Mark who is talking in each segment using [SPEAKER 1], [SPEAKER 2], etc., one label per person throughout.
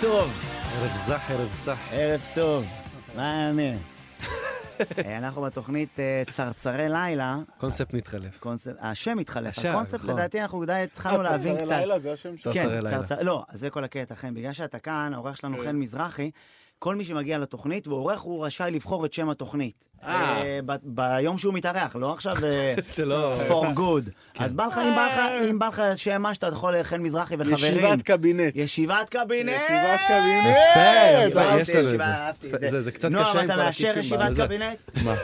[SPEAKER 1] טוב,
[SPEAKER 2] ערב זך, ערב צח.
[SPEAKER 1] ערב טוב, מה העניין?
[SPEAKER 3] אה, אנחנו בתוכנית אה, צרצרי לילה.
[SPEAKER 2] קונספט מתחלף.
[SPEAKER 3] קונספט, השם התחלף,
[SPEAKER 2] השם,
[SPEAKER 3] הקונספט
[SPEAKER 2] נכון.
[SPEAKER 3] לדעתי אנחנו די התחלנו להבין קצת.
[SPEAKER 4] לילה זה השם שלו.
[SPEAKER 2] צרצרי
[SPEAKER 3] כן,
[SPEAKER 2] לילה.
[SPEAKER 3] צרצרי- לא, זה כל הקטע, חן, בגלל שאתה כאן, האורח שלנו חן מזרחי, כל מי שמגיע לתוכנית, ואורח הוא רשאי לבחור את שם התוכנית.
[SPEAKER 4] אה.
[SPEAKER 3] אה, ב- ביום שהוא מתארח, לא עכשיו אה,
[SPEAKER 2] זה לא...
[SPEAKER 3] for good. אז בא לך, אם בא לך- אם בא לך שם מה שאתה יכול, חן מזרחי וחברים.
[SPEAKER 4] ישיבת קבינט.
[SPEAKER 3] ישיבת קבינט!
[SPEAKER 4] ישיבת קבינט.
[SPEAKER 2] יפה, יפה,
[SPEAKER 3] אהבתי,
[SPEAKER 2] יש לנו את
[SPEAKER 3] ישיבה,
[SPEAKER 2] זה.
[SPEAKER 3] אהבתי את
[SPEAKER 2] יפה, זה. זה קצת קשה
[SPEAKER 3] נועם,
[SPEAKER 2] עם
[SPEAKER 3] אתה
[SPEAKER 2] כל
[SPEAKER 3] מאשר
[SPEAKER 2] הכיפים
[SPEAKER 3] ישיבת
[SPEAKER 2] בזה.
[SPEAKER 3] קבינט?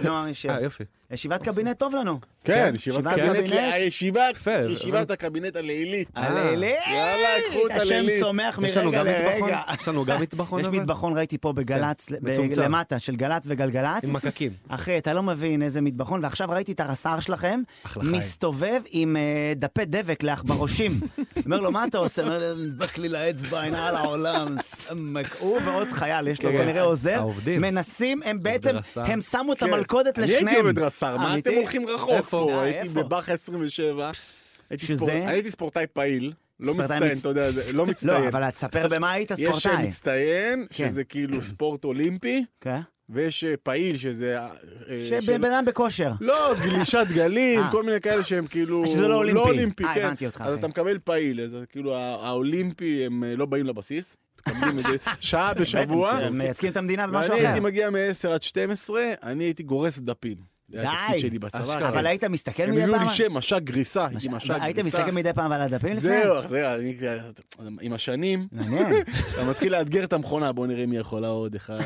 [SPEAKER 3] נועם, ישר.
[SPEAKER 2] אה, יופי.
[SPEAKER 3] ישיבת קבינט טוב לנו.
[SPEAKER 4] כן, ישיבת קבינט.
[SPEAKER 2] אה.
[SPEAKER 4] הישיבת-
[SPEAKER 2] יפה, אבל-
[SPEAKER 4] ישיבת הקבינט הלילית.
[SPEAKER 3] הלילית!
[SPEAKER 4] יאללה, קחו את
[SPEAKER 3] אה, השם
[SPEAKER 4] הלילית.
[SPEAKER 3] צומח
[SPEAKER 2] יש לנו
[SPEAKER 3] מרגע
[SPEAKER 2] גם מטבחון?
[SPEAKER 3] לרגע.
[SPEAKER 2] יש לנו גם מטבחון?
[SPEAKER 3] יש
[SPEAKER 2] אבל? כן,
[SPEAKER 3] מטבחון, ראיתי פה בגל"צ, ב-
[SPEAKER 2] מצומצם.
[SPEAKER 3] למטה, של גל"צ וגלגלצ.
[SPEAKER 2] עם מקקים.
[SPEAKER 3] אחי, אתה לא מבין איזה מטבחון, ועכשיו ראיתי את הרס"ר שלכם,
[SPEAKER 2] אחלה חי.
[SPEAKER 3] מסתובב עם אה, דפי דבק לעכברושים. אומר לו, מה אתה עושה? אומר לו, נדבק לי לאצבע, עין על העולם, סמק. הוא ועוד חייל, יש לו
[SPEAKER 2] כן.
[SPEAKER 3] כנראה עוזר.
[SPEAKER 2] העובדים.
[SPEAKER 3] מנסים, הם בעצם,
[SPEAKER 2] רס"ר.
[SPEAKER 3] הם שמו את
[SPEAKER 4] כן.
[SPEAKER 3] המלכודת לשניהם.
[SPEAKER 4] אני הייתי עובד רס"ר, מה
[SPEAKER 3] אמיתי?
[SPEAKER 4] אתם הולכים רחוק
[SPEAKER 2] איפה?
[SPEAKER 4] פה?
[SPEAKER 3] אה,
[SPEAKER 4] הייתי
[SPEAKER 3] איפה?
[SPEAKER 4] בבאח 27. הייתי
[SPEAKER 3] שזה?
[SPEAKER 4] ספורט- אני הייתי ספורטאי פעיל. לא
[SPEAKER 3] ספורטאי
[SPEAKER 4] מצטיין,
[SPEAKER 3] מצ-
[SPEAKER 4] אתה יודע, זה- לא מצטיין.
[SPEAKER 3] לא, אבל תספר במה היית
[SPEAKER 4] יש
[SPEAKER 3] ספורטאי.
[SPEAKER 4] אה, מצטיין,
[SPEAKER 3] כן.
[SPEAKER 4] שזה כאילו ספורט אולימפי,
[SPEAKER 3] כן.
[SPEAKER 4] ויש אה, פעיל, שזה... אה, אה, של-
[SPEAKER 3] שבן אדם בכושר.
[SPEAKER 4] לא, גלישת גלים,
[SPEAKER 3] אה.
[SPEAKER 4] כל מיני כאלה שהם כאילו...
[SPEAKER 3] שזה לא אולימפי.
[SPEAKER 4] לא אולימפי,
[SPEAKER 3] אה,
[SPEAKER 4] כן.
[SPEAKER 3] הבנתי אותך,
[SPEAKER 4] אז
[SPEAKER 3] אוקיי.
[SPEAKER 4] אתה מקבל פעיל, אז כאילו הא- האולימפי הם אה, לא באים לבסיס, מקבלים איזה שעה בשבוע.
[SPEAKER 3] הם מייצגים את המדינה במשהו
[SPEAKER 4] ואני
[SPEAKER 3] אחר.
[SPEAKER 4] הייתי מגיע מ-10 עד 12, אני הייתי גורס דפים. זה היה
[SPEAKER 3] די.
[SPEAKER 4] התפקיד שלי בצבא. כן.
[SPEAKER 3] אבל היית מסתכל
[SPEAKER 4] הם
[SPEAKER 3] מדי
[SPEAKER 4] הביאו
[SPEAKER 3] פעם?
[SPEAKER 4] לי שם, מש"ק גריסה, הייתי מש"ק
[SPEAKER 3] היית
[SPEAKER 4] גריסה.
[SPEAKER 3] מסתכל מדי פעם על הדפים לפני?
[SPEAKER 4] זהו, זהו, אני- עם השנים,
[SPEAKER 3] מעניין.
[SPEAKER 4] אתה מתחיל לאתגר את המכונה, בוא נראה מי יכולה עוד אחד.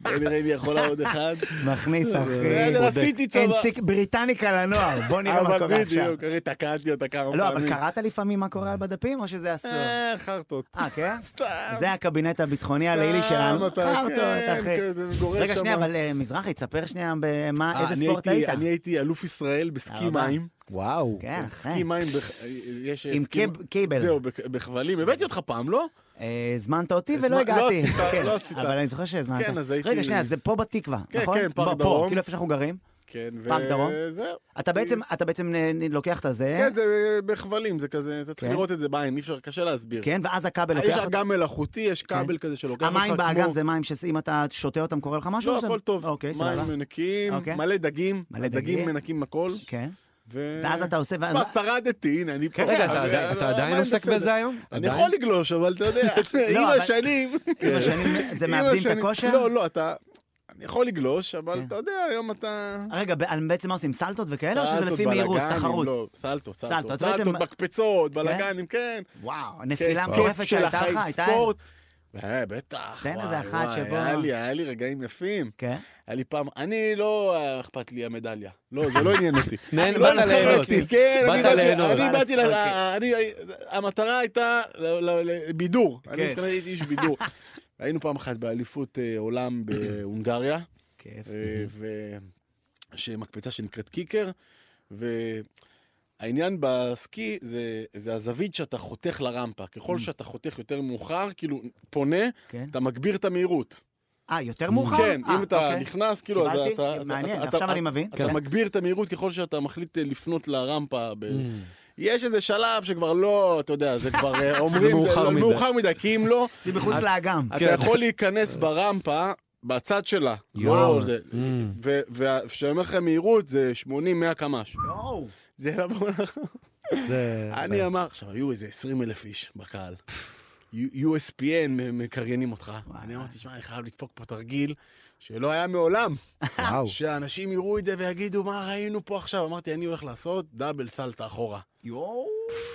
[SPEAKER 4] בוא נראה מי יכולה עוד אחד.
[SPEAKER 3] מכניס, אחי.
[SPEAKER 4] בסדר, עשיתי צבא.
[SPEAKER 3] אנציק בריטניקה לנוער, בוא נראה מה
[SPEAKER 4] אבל
[SPEAKER 3] קורה עכשיו.
[SPEAKER 4] בדיוק, הרי תקעתי אותה כמה פעמים.
[SPEAKER 3] לא, אבל קראת לפעמים מה קורה על בדפים, או שזה אסור?
[SPEAKER 4] אה, חרטות.
[SPEAKER 3] אה, כן?
[SPEAKER 4] סתם.
[SPEAKER 3] זה הקבינט הביטחוני הלילי
[SPEAKER 4] סתם,
[SPEAKER 3] שלנו.
[SPEAKER 4] אתה-
[SPEAKER 3] חרטוט,
[SPEAKER 4] כן,
[SPEAKER 3] אחי.
[SPEAKER 4] כן, זה גורש
[SPEAKER 3] רגע,
[SPEAKER 4] שם.
[SPEAKER 3] שנייה, אבל אה, מזרחי, תספר שנייה במה-
[SPEAKER 4] אה,
[SPEAKER 3] איזה
[SPEAKER 4] אני
[SPEAKER 3] ספורט
[SPEAKER 4] הייתי-
[SPEAKER 3] היית.
[SPEAKER 4] אני הייתי אלוף ישראל בסקי
[SPEAKER 3] רבה.
[SPEAKER 4] מים.
[SPEAKER 2] וואו.
[SPEAKER 3] כן,
[SPEAKER 4] סקי
[SPEAKER 3] אחי.
[SPEAKER 4] מים, בח- יש...
[SPEAKER 3] עם
[SPEAKER 4] סקי-
[SPEAKER 3] קב- קייבל.
[SPEAKER 4] זהו, בכ- בכבלים. הבאתי אותך פעם, לא?
[SPEAKER 3] אה, הזמנת אותי
[SPEAKER 4] הזמנ-
[SPEAKER 3] ולא
[SPEAKER 4] לא
[SPEAKER 3] הגעתי.
[SPEAKER 4] עשית,
[SPEAKER 3] כן,
[SPEAKER 4] לא עשית.
[SPEAKER 3] אבל אני זוכר שהזמנת.
[SPEAKER 4] כן, אז הייתי-
[SPEAKER 3] רגע, שנייה, זה פה בתקווה,
[SPEAKER 4] כן,
[SPEAKER 3] נכון?
[SPEAKER 4] כן, פארק
[SPEAKER 3] פה, פה,
[SPEAKER 4] דרום.
[SPEAKER 3] כאילו איפה שאנחנו גרים.
[SPEAKER 4] כן, ו-
[SPEAKER 3] פארק דרום?
[SPEAKER 4] זהו.
[SPEAKER 3] אתה בעצם, אתה בעצם אה, לוקח את הזה,
[SPEAKER 4] כן, זה בכבלים, זה כזה, אתה צריך
[SPEAKER 3] כן.
[SPEAKER 4] לראות את זה בעין, אי אפשר, קשה להסביר. אה,
[SPEAKER 3] כן, ואז הכבל
[SPEAKER 4] יש
[SPEAKER 3] לוקח אותו.
[SPEAKER 4] אגם מלאכותי, יש כבל כזה שלוקח אותך כמו...
[SPEAKER 3] המים באגם זה מים שאם אתה שותה אותם קורה לך משהו?
[SPEAKER 4] לא,
[SPEAKER 3] או שזה-
[SPEAKER 4] הכל טוב.
[SPEAKER 3] אוקיי, סבבה.
[SPEAKER 4] מים נקיים,
[SPEAKER 3] אוקיי.
[SPEAKER 4] מלא דגים,
[SPEAKER 3] מלא
[SPEAKER 4] הדגים
[SPEAKER 3] דגים.
[SPEAKER 4] מנקים הכל.
[SPEAKER 3] כן.
[SPEAKER 4] ו-
[SPEAKER 3] ואז אתה עושה...
[SPEAKER 4] תשמע, שרדתי, הנה, כן, אני
[SPEAKER 3] כן,
[SPEAKER 4] פה.
[SPEAKER 2] רגע,
[SPEAKER 4] אבל-
[SPEAKER 2] אתה עדיין- אתה
[SPEAKER 4] אבל-
[SPEAKER 2] עדיין
[SPEAKER 4] המים
[SPEAKER 2] עוסק
[SPEAKER 4] בסדר.
[SPEAKER 2] בזה היום?
[SPEAKER 4] אני
[SPEAKER 2] עדיין?
[SPEAKER 4] יכול לגלוש, אבל אתה יודע, עם
[SPEAKER 3] לא, אבל-
[SPEAKER 4] השנים...
[SPEAKER 3] עם השנים זה
[SPEAKER 4] עם
[SPEAKER 3] מאבדים את
[SPEAKER 4] השנים-
[SPEAKER 3] הכושר?
[SPEAKER 4] לא, לא, אתה... אני יכול לגלוש, אבל
[SPEAKER 3] כן.
[SPEAKER 4] אתה יודע, היום אתה...
[SPEAKER 3] רגע, ב- על- בעצם מה עושים? סלטות וכאלה? או שזה
[SPEAKER 4] סלטות,
[SPEAKER 3] לפי מהירות,
[SPEAKER 4] בלגנים,
[SPEAKER 3] תחרות?
[SPEAKER 4] לא, סלטות,
[SPEAKER 3] סלטות,
[SPEAKER 4] סלטות,
[SPEAKER 3] זה בעצם-
[SPEAKER 4] סלטות, מקפצות, בלאגנים, כן.
[SPEAKER 3] וואו, נפילה
[SPEAKER 4] כן,
[SPEAKER 3] מטורפת
[SPEAKER 4] של
[SPEAKER 3] שהייתה
[SPEAKER 4] החיים,
[SPEAKER 3] לך? הייתה...
[SPEAKER 4] ספורט. אה, בטח.
[SPEAKER 3] תן איזה
[SPEAKER 4] וואי,
[SPEAKER 3] אחת
[SPEAKER 4] וואי,
[SPEAKER 3] שבו-
[SPEAKER 4] היה לי, היה לי רגעים יפים.
[SPEAKER 3] כן.
[SPEAKER 4] היה לי פעם, אני לא אה, אכפת לי המדליה. לא, זה לא עניין אותי.
[SPEAKER 2] נהן,
[SPEAKER 4] לא
[SPEAKER 2] באת ליהנות.
[SPEAKER 4] התחרתי, כן, אני
[SPEAKER 2] באת
[SPEAKER 4] באתי-
[SPEAKER 2] ליהנות.
[SPEAKER 4] אני באתי, ל-
[SPEAKER 3] אוקיי.
[SPEAKER 4] ה- אני- המטרה הייתה ל- ל- ל- בידור. אני
[SPEAKER 3] כן.
[SPEAKER 4] מתכוון, הייתי איש בידור. היינו פעם אחת באליפות אה, עולם בהונגריה,
[SPEAKER 3] כיף.
[SPEAKER 4] אה, ו- יש מקפצה שנקראת קיקר, והעניין בסקי זה- זה הזווית שאתה חותך לרמפה. ככל
[SPEAKER 3] Mm.
[SPEAKER 4] שאתה חותך יותר מאוחר, כאילו פונה,
[SPEAKER 3] כן.
[SPEAKER 4] אתה מגביר את המהירות.
[SPEAKER 3] אה, יותר מאוחר?
[SPEAKER 4] כן,
[SPEAKER 3] אה,
[SPEAKER 4] אם אתה
[SPEAKER 3] אוקיי.
[SPEAKER 4] נכנס, כאילו, אז
[SPEAKER 3] קיבלתי?
[SPEAKER 4] אתה... אז
[SPEAKER 3] מעניין,
[SPEAKER 4] אתה-
[SPEAKER 3] עכשיו
[SPEAKER 4] אתה-
[SPEAKER 3] אני מבין.
[SPEAKER 4] אתה
[SPEAKER 3] כן.
[SPEAKER 4] מגביר את המהירות ככל שאתה מחליט אה, לפנות לרמפה. ב-
[SPEAKER 2] Mm.
[SPEAKER 4] יש איזה שלב שכבר לא, אתה יודע, זה כבר אה, אומרים...
[SPEAKER 2] מאוחר
[SPEAKER 4] לא,
[SPEAKER 2] מדי. כן.
[SPEAKER 4] מאוחר מדי, כי אם לא,
[SPEAKER 3] זה מחוץ
[SPEAKER 4] את-
[SPEAKER 3] לאגם. כן.
[SPEAKER 4] אתה יכול להיכנס ברמפה, בצד שלה.
[SPEAKER 2] יואו.
[SPEAKER 4] לא, זה...
[SPEAKER 2] Mm,
[SPEAKER 4] וכשאני אומר לך מהירות, זה 80-100 קמ"ש.
[SPEAKER 3] יואו.
[SPEAKER 4] זה לבוא לך.
[SPEAKER 2] זה...
[SPEAKER 4] אני אמר, עכשיו, היו איזה 20 אלף איש בקהל. USPN מקריינים אותך. אני אמרתי, שמע, אני חייב לדפוק פה תרגיל שלא היה מעולם.
[SPEAKER 2] אה, וואו.
[SPEAKER 4] שאנשים יראו את זה ויגידו, מה ראינו פה עכשיו? אמרתי, אני הולך לעשות דאבל סלטה אחורה.
[SPEAKER 3] יואו.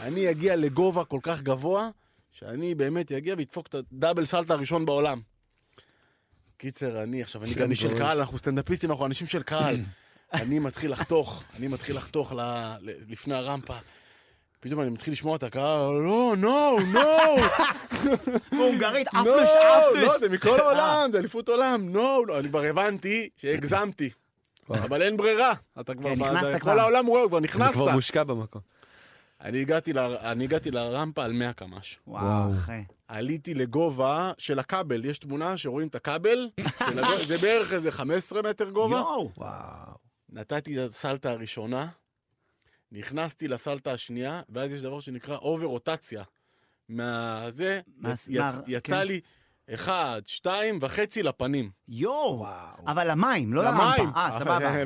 [SPEAKER 4] אני אגיע לגובה כל כך גבוה, שאני באמת אגיע ואדפוק את הדאבל סלטה הראשון בעולם. קיצר, אני עכשיו, אני גם איש של קהל, אנחנו סטנדאפיסטים, אנחנו אנשים של קהל. אני מתחיל לחתוך, אני מתחיל לחתוך ל- ל- לפני הרמפה. פתאום אני מתחיל לשמוע את הקהל, לא, נו, נו,
[SPEAKER 3] הונגרית,
[SPEAKER 4] נו,
[SPEAKER 3] אפלוש,
[SPEAKER 4] לא,
[SPEAKER 3] אפלוש.
[SPEAKER 4] זה מכל העולם, זה אליפות עולם, נו, לא, אני כבר הבנתי שהגזמתי. אבל אין ברירה, אתה כבר...
[SPEAKER 3] כן,
[SPEAKER 4] ב-
[SPEAKER 3] נכנסת
[SPEAKER 4] זה-
[SPEAKER 3] כבר.
[SPEAKER 4] כל העולם רואה, כבר
[SPEAKER 2] זה כבר
[SPEAKER 4] נכנסת.
[SPEAKER 2] מושקע במקום.
[SPEAKER 4] אני הגעתי ל- אני הגעתי לרמפה על 100 קמ"ש.
[SPEAKER 3] וואו, אחי.
[SPEAKER 4] עליתי לגובה של הכבל, יש תמונה שרואים את הכבל, של הגו- זה בערך איזה 15 מטר גובה.
[SPEAKER 3] יואו.
[SPEAKER 2] וואו.
[SPEAKER 4] נתתי את הסלטה הראשונה, נכנסתי לסלטה השנייה, ואז יש דבר שנקרא אובר רוטציה. מהזה,
[SPEAKER 3] מה-
[SPEAKER 4] יצ-
[SPEAKER 3] מה-
[SPEAKER 4] יצ- יצא
[SPEAKER 3] כן.
[SPEAKER 4] לי אחד, שתיים וחצי לפנים.
[SPEAKER 3] יואו, אבל למים, לא
[SPEAKER 4] למים.
[SPEAKER 3] לרמפה. אה, סבבה.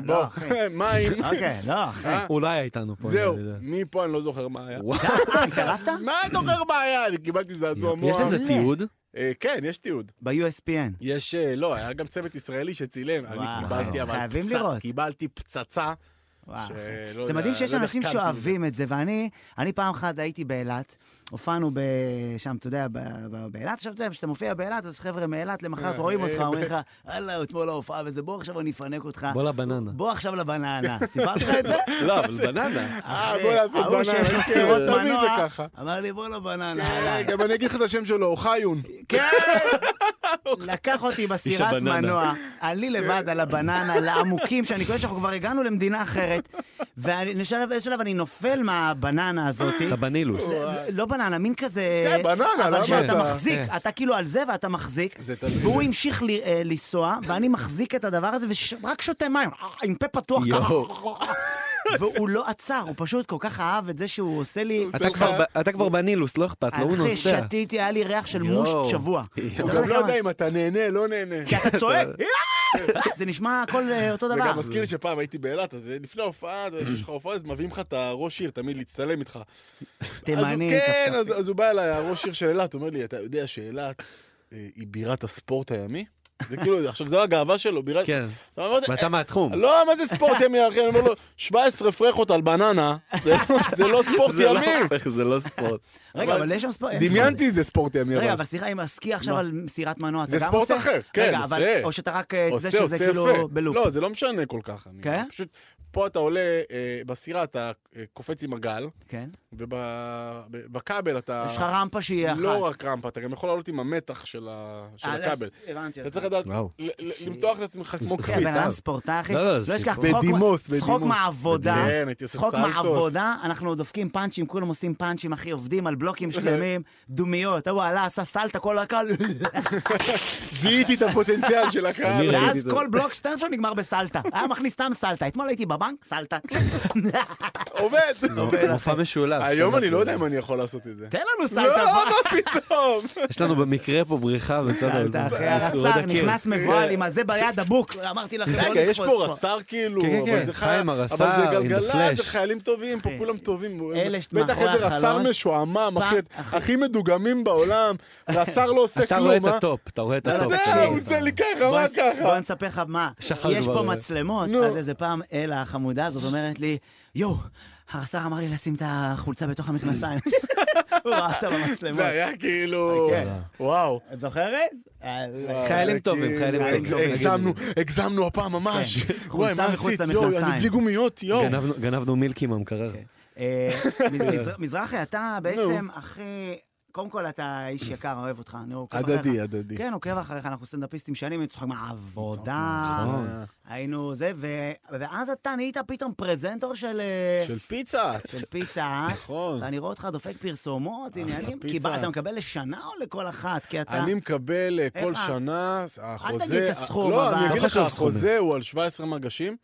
[SPEAKER 4] בוא,
[SPEAKER 3] לא, אחי.
[SPEAKER 4] מים.
[SPEAKER 3] אוקיי, לא, אחי.
[SPEAKER 4] אה,
[SPEAKER 2] אולי היה איתנו פה.
[SPEAKER 4] זהו,
[SPEAKER 2] אני לא יודע.
[SPEAKER 4] מפה אני לא זוכר מה היה.
[SPEAKER 2] וואו.
[SPEAKER 3] אה, התערבת?
[SPEAKER 4] מה אני זוכר מה היה? אני קיבלתי זעזוע מוח.
[SPEAKER 2] יש לזה
[SPEAKER 3] מעולה.
[SPEAKER 2] תיעוד?
[SPEAKER 4] אה, כן, יש תיעוד.
[SPEAKER 3] ב-USPN.
[SPEAKER 4] יש, אה, לא, היה גם צוות ישראלי שצילם.
[SPEAKER 3] וואו,
[SPEAKER 4] אני קיבלתי, אבל
[SPEAKER 3] חייבים
[SPEAKER 4] פצצ-
[SPEAKER 3] לראות.
[SPEAKER 4] קיבלתי פצצה.
[SPEAKER 3] וואו.
[SPEAKER 4] שלא
[SPEAKER 3] זה
[SPEAKER 4] יודע,
[SPEAKER 3] מדהים שיש
[SPEAKER 4] לא יודע
[SPEAKER 3] אנשים
[SPEAKER 4] איך קמתי
[SPEAKER 3] שאוהבים את זה, ואני אני פעם אחת הייתי באילת, הופענו ב- שם, אתה יודע, ב- ב- באילת, עכשיו אתה יודע, כשאתה מופיע באילת, אז חבר'ה מאילת למחרת
[SPEAKER 4] אה,
[SPEAKER 3] רואים
[SPEAKER 4] אה,
[SPEAKER 3] אותך,
[SPEAKER 4] אה,
[SPEAKER 3] אומרים לך, הלו, אתמול ההופעה וזה, בוא עכשיו אני אפנק אותך,
[SPEAKER 2] בוא לבננה.
[SPEAKER 3] בוא עכשיו לבננה. סיפרת לך את זה?
[SPEAKER 2] לא, אבל בננה.
[SPEAKER 4] אה,
[SPEAKER 3] אחי,
[SPEAKER 4] בוא לעשות
[SPEAKER 3] ההוא
[SPEAKER 4] בננה,
[SPEAKER 3] שיש לו
[SPEAKER 4] כן,
[SPEAKER 3] סירות
[SPEAKER 4] תמיד זה
[SPEAKER 3] מנוע,
[SPEAKER 4] ככה.
[SPEAKER 3] אמר לי, בוא לבננה.
[SPEAKER 4] אה,
[SPEAKER 3] עליי."
[SPEAKER 4] גם אני אגיד לך את השם שלו, אוחיון.
[SPEAKER 3] כן! לקח אותי בסירת
[SPEAKER 2] הבננה.
[SPEAKER 3] מנוע, אני לבד על הבננה, לעמוקים, שאני קולט שאנחנו כבר הגענו למדינה אחרת, ובאיזשהו שלב אני נופל מהבננה הזאת.
[SPEAKER 2] אתה בנילוס.
[SPEAKER 3] זה- לא בננה, מין כזה...
[SPEAKER 4] כן, בננה,
[SPEAKER 3] אבל
[SPEAKER 4] למה
[SPEAKER 3] שאתה
[SPEAKER 4] אתה-
[SPEAKER 3] מחזיק,
[SPEAKER 2] כן.
[SPEAKER 3] אתה כאילו על זה ואתה מחזיק,
[SPEAKER 4] זה תמיד.
[SPEAKER 3] והוא המשיך ל- אה, לנסוע, ואני מחזיק את הדבר הזה, ורק שותה מים, אה, עם פה פתוח ככה. והוא לא עצר, הוא פשוט כל כך אהב את זה שהוא עושה לי...
[SPEAKER 4] הוא
[SPEAKER 2] אתה
[SPEAKER 4] לך-
[SPEAKER 2] כבר ב- אתה כבר בנילוס, לא אכפת לו, הוא
[SPEAKER 3] אחי,
[SPEAKER 2] נוסע.
[SPEAKER 3] שתיתי, היה לי ריח של
[SPEAKER 2] יואו.
[SPEAKER 3] מושט שבוע.
[SPEAKER 4] הוא גם לא יודע אם אתה נהנה, לא נהנה.
[SPEAKER 3] כי אתה צועק, "אה!" זה נשמע הכל אה, אותו
[SPEAKER 4] זה
[SPEAKER 3] דבר.
[SPEAKER 4] גם מזכיר לי שפעם הייתי באילת, אז אה, לפני ההופעה, אתה יודע, יש לך הופעה, אז מביאים לך את הראש עיר, תמיד להצטלם איתך. אז הוא-
[SPEAKER 3] תימני.
[SPEAKER 4] כן,
[SPEAKER 3] כפכפי.
[SPEAKER 4] אז- אז הוא בא אליי, הראש עיר של אילת, הוא אומר לי, אתה יודע שאילת אה, היא בירת הספורט הימי? זה כאילו, עכשיו זו הגאווה שלו, בירת...
[SPEAKER 2] כן.
[SPEAKER 4] עכשיו, אמרתי,
[SPEAKER 2] ואתה מהתחום.
[SPEAKER 4] לא, מה זה ספורט ימי, אחי? אני אומר לו, 17 פרחות על בננה, זה לא- זה לא ספורט
[SPEAKER 2] זה לא
[SPEAKER 4] ימי.
[SPEAKER 2] הופך, זה לא ספורט.
[SPEAKER 3] רגע,
[SPEAKER 4] אבל
[SPEAKER 3] אבל יש שם ספורט. אין
[SPEAKER 4] דמיינתי זה ספורט ימי,
[SPEAKER 3] רגע,
[SPEAKER 4] אבל...
[SPEAKER 3] אבל סליחה, אם הסקי עכשיו
[SPEAKER 4] מה?
[SPEAKER 3] על סירת מנוע, אתה
[SPEAKER 4] זה
[SPEAKER 3] גם
[SPEAKER 4] ספורט
[SPEAKER 3] עושה?
[SPEAKER 4] אחר, כן,
[SPEAKER 3] רגע, אבל-
[SPEAKER 4] עושה.
[SPEAKER 3] או שאתה רק אה, זה
[SPEAKER 4] עושה,
[SPEAKER 3] שזה
[SPEAKER 4] עושה
[SPEAKER 3] כאילו
[SPEAKER 4] יפה.
[SPEAKER 3] בלופ.
[SPEAKER 4] לא, זה לא משנה כל כך. אני-
[SPEAKER 3] כן?
[SPEAKER 4] פשוט, פה אתה עולה אה, בסירה, אתה אה, קופץ עם הגל,
[SPEAKER 3] כן.
[SPEAKER 4] ובכבל אתה...
[SPEAKER 3] יש לך רמפה שהיא אחת.
[SPEAKER 4] אה, לא רק רמפה, אתה גם יכול לעלות עם המתח של ה- של
[SPEAKER 3] אה, לא,
[SPEAKER 4] הכבל.
[SPEAKER 3] הבנתי
[SPEAKER 4] אתה
[SPEAKER 3] אותך.
[SPEAKER 4] צריך לדעת
[SPEAKER 2] וואו.
[SPEAKER 4] ל- ל- למתוח את עצמך כמו
[SPEAKER 2] זה-
[SPEAKER 3] כן,
[SPEAKER 4] קפיץ.
[SPEAKER 3] בן אדם ספורטאי, אחי.
[SPEAKER 2] לא, לא,
[SPEAKER 3] לא
[SPEAKER 2] זה
[SPEAKER 3] אשכח,
[SPEAKER 2] סיפור.
[SPEAKER 3] צחוק-
[SPEAKER 4] בדימוס,
[SPEAKER 3] צחוק
[SPEAKER 4] בדימוס.
[SPEAKER 3] מהעבודה,
[SPEAKER 4] כן, הייתי עושה
[SPEAKER 3] צחוק
[SPEAKER 4] סלטות.
[SPEAKER 3] מהעבודה, אנחנו דופקים פאנצ'ים, כולם עושים פאנצ'ים, אחי, עובדים על בלוקים שלמים, דומיות, ההוא עלה, עשה סלטה, כל הקהל,
[SPEAKER 4] זיהיתי את הפוטנציאל של הקהל.
[SPEAKER 2] אני ראיתי
[SPEAKER 3] ואז
[SPEAKER 2] את זה.
[SPEAKER 3] כל בלוק שטרן שלו נגמר בסלטה. היה מכניס סתם סלטה, אתמול הייתי בבנק, סלטה.
[SPEAKER 4] עובד.
[SPEAKER 2] מופע משולב.
[SPEAKER 4] לא היום אני לא יודע אם
[SPEAKER 2] סטנדאפ.
[SPEAKER 4] אני יכול לעשות את זה.
[SPEAKER 3] תן לנו סלטה,
[SPEAKER 4] לא,
[SPEAKER 3] בוא.
[SPEAKER 4] מה פתאום.
[SPEAKER 2] יש לנו במקרה פה בריחה בצד
[SPEAKER 3] סלטה, אחי,
[SPEAKER 4] אה,
[SPEAKER 2] שהוא לא
[SPEAKER 3] הרס"ר
[SPEAKER 2] דקיר.
[SPEAKER 3] נכנס מבוהל עם הזה ביד, הבוק. אמרתי לכם, לא
[SPEAKER 4] רגע, יש
[SPEAKER 3] לקפוץ
[SPEAKER 4] פה רס"ר כאילו,
[SPEAKER 2] כן, כן,
[SPEAKER 4] אבל
[SPEAKER 2] כן,
[SPEAKER 4] זה חי-
[SPEAKER 2] חיים
[SPEAKER 4] אבל
[SPEAKER 2] הרס"ר,
[SPEAKER 4] זה
[SPEAKER 2] in the
[SPEAKER 4] גלגלצ, זה
[SPEAKER 2] flesh. כן.
[SPEAKER 4] חיילים טובים, פה כולם טובים.
[SPEAKER 3] אלה
[SPEAKER 4] בטח
[SPEAKER 3] שמאחורי
[SPEAKER 4] איזה רס"ר
[SPEAKER 3] החלון.
[SPEAKER 4] משועמם,
[SPEAKER 3] פעם-
[SPEAKER 4] אחי,
[SPEAKER 3] אחי.
[SPEAKER 4] הכי מדוגמים בעולם, רס"ר לא עושה
[SPEAKER 2] אתה רואה את
[SPEAKER 4] כלום, אה?
[SPEAKER 2] הטופ, אתה רואה את
[SPEAKER 3] לא, לא,
[SPEAKER 2] הטופ. כן.
[SPEAKER 3] תקשיב.
[SPEAKER 4] זהו, הוא עושה לי ככה,
[SPEAKER 3] בוא
[SPEAKER 4] מה
[SPEAKER 3] נס- בוא
[SPEAKER 4] לא ככה?
[SPEAKER 3] נספר לך מה,
[SPEAKER 2] שכח
[SPEAKER 3] יש
[SPEAKER 2] כבר,
[SPEAKER 3] פה
[SPEAKER 2] אה.
[SPEAKER 3] מצלמות,
[SPEAKER 4] נו.
[SPEAKER 3] אז איזה פעם אלה החמודה הזאת אומרת לי, יואו, הרס"ר אמר לי לשים את החולצה בתוך המכנסיים. הוא ראה אותה במצלמות.
[SPEAKER 4] זה היה כאילו...
[SPEAKER 2] אוקיי.
[SPEAKER 3] כן.
[SPEAKER 4] וואו.
[SPEAKER 3] את זוכרת?
[SPEAKER 4] אה,
[SPEAKER 2] חיילים
[SPEAKER 4] זה
[SPEAKER 2] טובים,
[SPEAKER 4] כאילו-
[SPEAKER 2] חיילים
[SPEAKER 4] אג-
[SPEAKER 3] טובים.
[SPEAKER 4] הגזמנו, הגזמנו הפעם ממש.
[SPEAKER 3] כן.
[SPEAKER 4] וואי,
[SPEAKER 3] חולצה
[SPEAKER 4] מה
[SPEAKER 3] מחוץ
[SPEAKER 4] עשית? יואו,
[SPEAKER 3] למכנסיים.
[SPEAKER 4] אני בלי גומיות, יואו.
[SPEAKER 2] גנבנו- גנבנו מילקי מהמקרר.
[SPEAKER 4] כן.
[SPEAKER 3] אה, מז- מזר- מזרחי, אתה בעצם הכי... קודם כל, אתה איש יקר, אוהב אותך. אני עוקב אחריך.
[SPEAKER 4] הדדי, הדדי.
[SPEAKER 3] כן, עוקב אחריך, אנחנו סטנדאפיסטים שנים, היינו צוחקים מהעבודה,
[SPEAKER 2] נכון.
[SPEAKER 3] היינו זה, ו- ואז אתה נהיית פתאום פרזנטור של... אה,
[SPEAKER 4] של פיצה.
[SPEAKER 3] של פיצה, אה?
[SPEAKER 4] נכון. אה,
[SPEAKER 3] ואני רואה אותך דופק פרסומות, עניינים,
[SPEAKER 4] פיצה.
[SPEAKER 3] כי בא- אתה מקבל לשנה או לכל אחת? כי אתה...
[SPEAKER 4] אני מקבל אה, כל
[SPEAKER 3] איך ה-
[SPEAKER 4] שנה, החוזה...
[SPEAKER 3] תגיד את הסכום,
[SPEAKER 4] לא,
[SPEAKER 3] אבל-
[SPEAKER 4] אני אגיד
[SPEAKER 2] לא
[SPEAKER 4] לך,
[SPEAKER 2] חשוב סכומים.
[SPEAKER 4] החוזה הוא על 17 מגשים.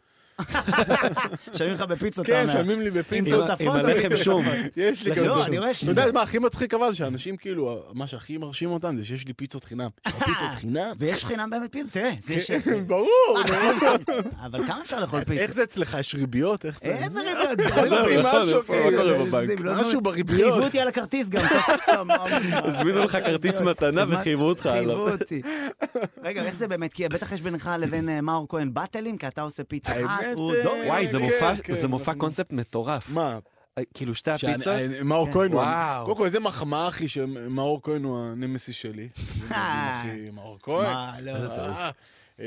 [SPEAKER 3] משלמים לך בפיצה, אתה
[SPEAKER 4] כן,
[SPEAKER 3] אומר.
[SPEAKER 4] משלמים לי
[SPEAKER 3] עם
[SPEAKER 4] בפיצות.
[SPEAKER 3] תוספות
[SPEAKER 2] עם
[SPEAKER 3] או
[SPEAKER 2] הלחם
[SPEAKER 3] בלי
[SPEAKER 2] שום.
[SPEAKER 3] תוספות?
[SPEAKER 4] יש לי
[SPEAKER 2] לחם
[SPEAKER 4] גם...
[SPEAKER 3] לא,
[SPEAKER 2] שום.
[SPEAKER 3] אני רואה ש...
[SPEAKER 4] אתה יודע מה הכי מצחיק אבל? שאנשים כאילו, מה שהכי מרשים אותם זה שיש לי פיצות חינם. יש לך פיצות חינם?
[SPEAKER 3] ויש חינם באמת פיצה, תראה, זה יש...
[SPEAKER 4] כן, ברור.
[SPEAKER 3] אבל כמה אפשר לאכול פיצה?
[SPEAKER 4] איך זה אצלך? יש ריביות? איך זה?
[SPEAKER 3] איזה ריביות?
[SPEAKER 4] עזוב לי משהו,
[SPEAKER 2] איפה-
[SPEAKER 4] כאילו.
[SPEAKER 2] איפה- בבנק.
[SPEAKER 3] לא,
[SPEAKER 4] משהו
[SPEAKER 3] לא,
[SPEAKER 4] בריביות.
[SPEAKER 3] חייבו אותי על הכרטיס גם. קסם,
[SPEAKER 2] הזמינו לך כרטיס מתנה
[SPEAKER 3] הזמן-
[SPEAKER 2] וחייבו אותך עליו.
[SPEAKER 3] חייבו אותי. רגע, איך זה באמת? כי בטח יש בינך לבין אה, מאור כהן באטלים, כי אתה עושה פיצה.
[SPEAKER 4] האמת,
[SPEAKER 3] אה, הוא
[SPEAKER 4] אה,
[SPEAKER 3] דור.
[SPEAKER 2] וואי, זה
[SPEAKER 4] כן,
[SPEAKER 2] מופע-
[SPEAKER 4] כן,
[SPEAKER 2] זה מופע
[SPEAKER 4] אנחנו-
[SPEAKER 2] קונספט מטורף.
[SPEAKER 4] מה?
[SPEAKER 2] כאילו שתי
[SPEAKER 4] שאני-
[SPEAKER 2] הפיצות?
[SPEAKER 4] אה, מאור
[SPEAKER 3] כן.
[SPEAKER 4] כהן הוא...
[SPEAKER 2] וואו.
[SPEAKER 4] קודם כל, איזה מחמאה, אחי, שמאור כהן הוא הנמסיס שלי. זה מדהים, אחי, מאור כהן.
[SPEAKER 3] מה, לא.
[SPEAKER 4] אה, אה,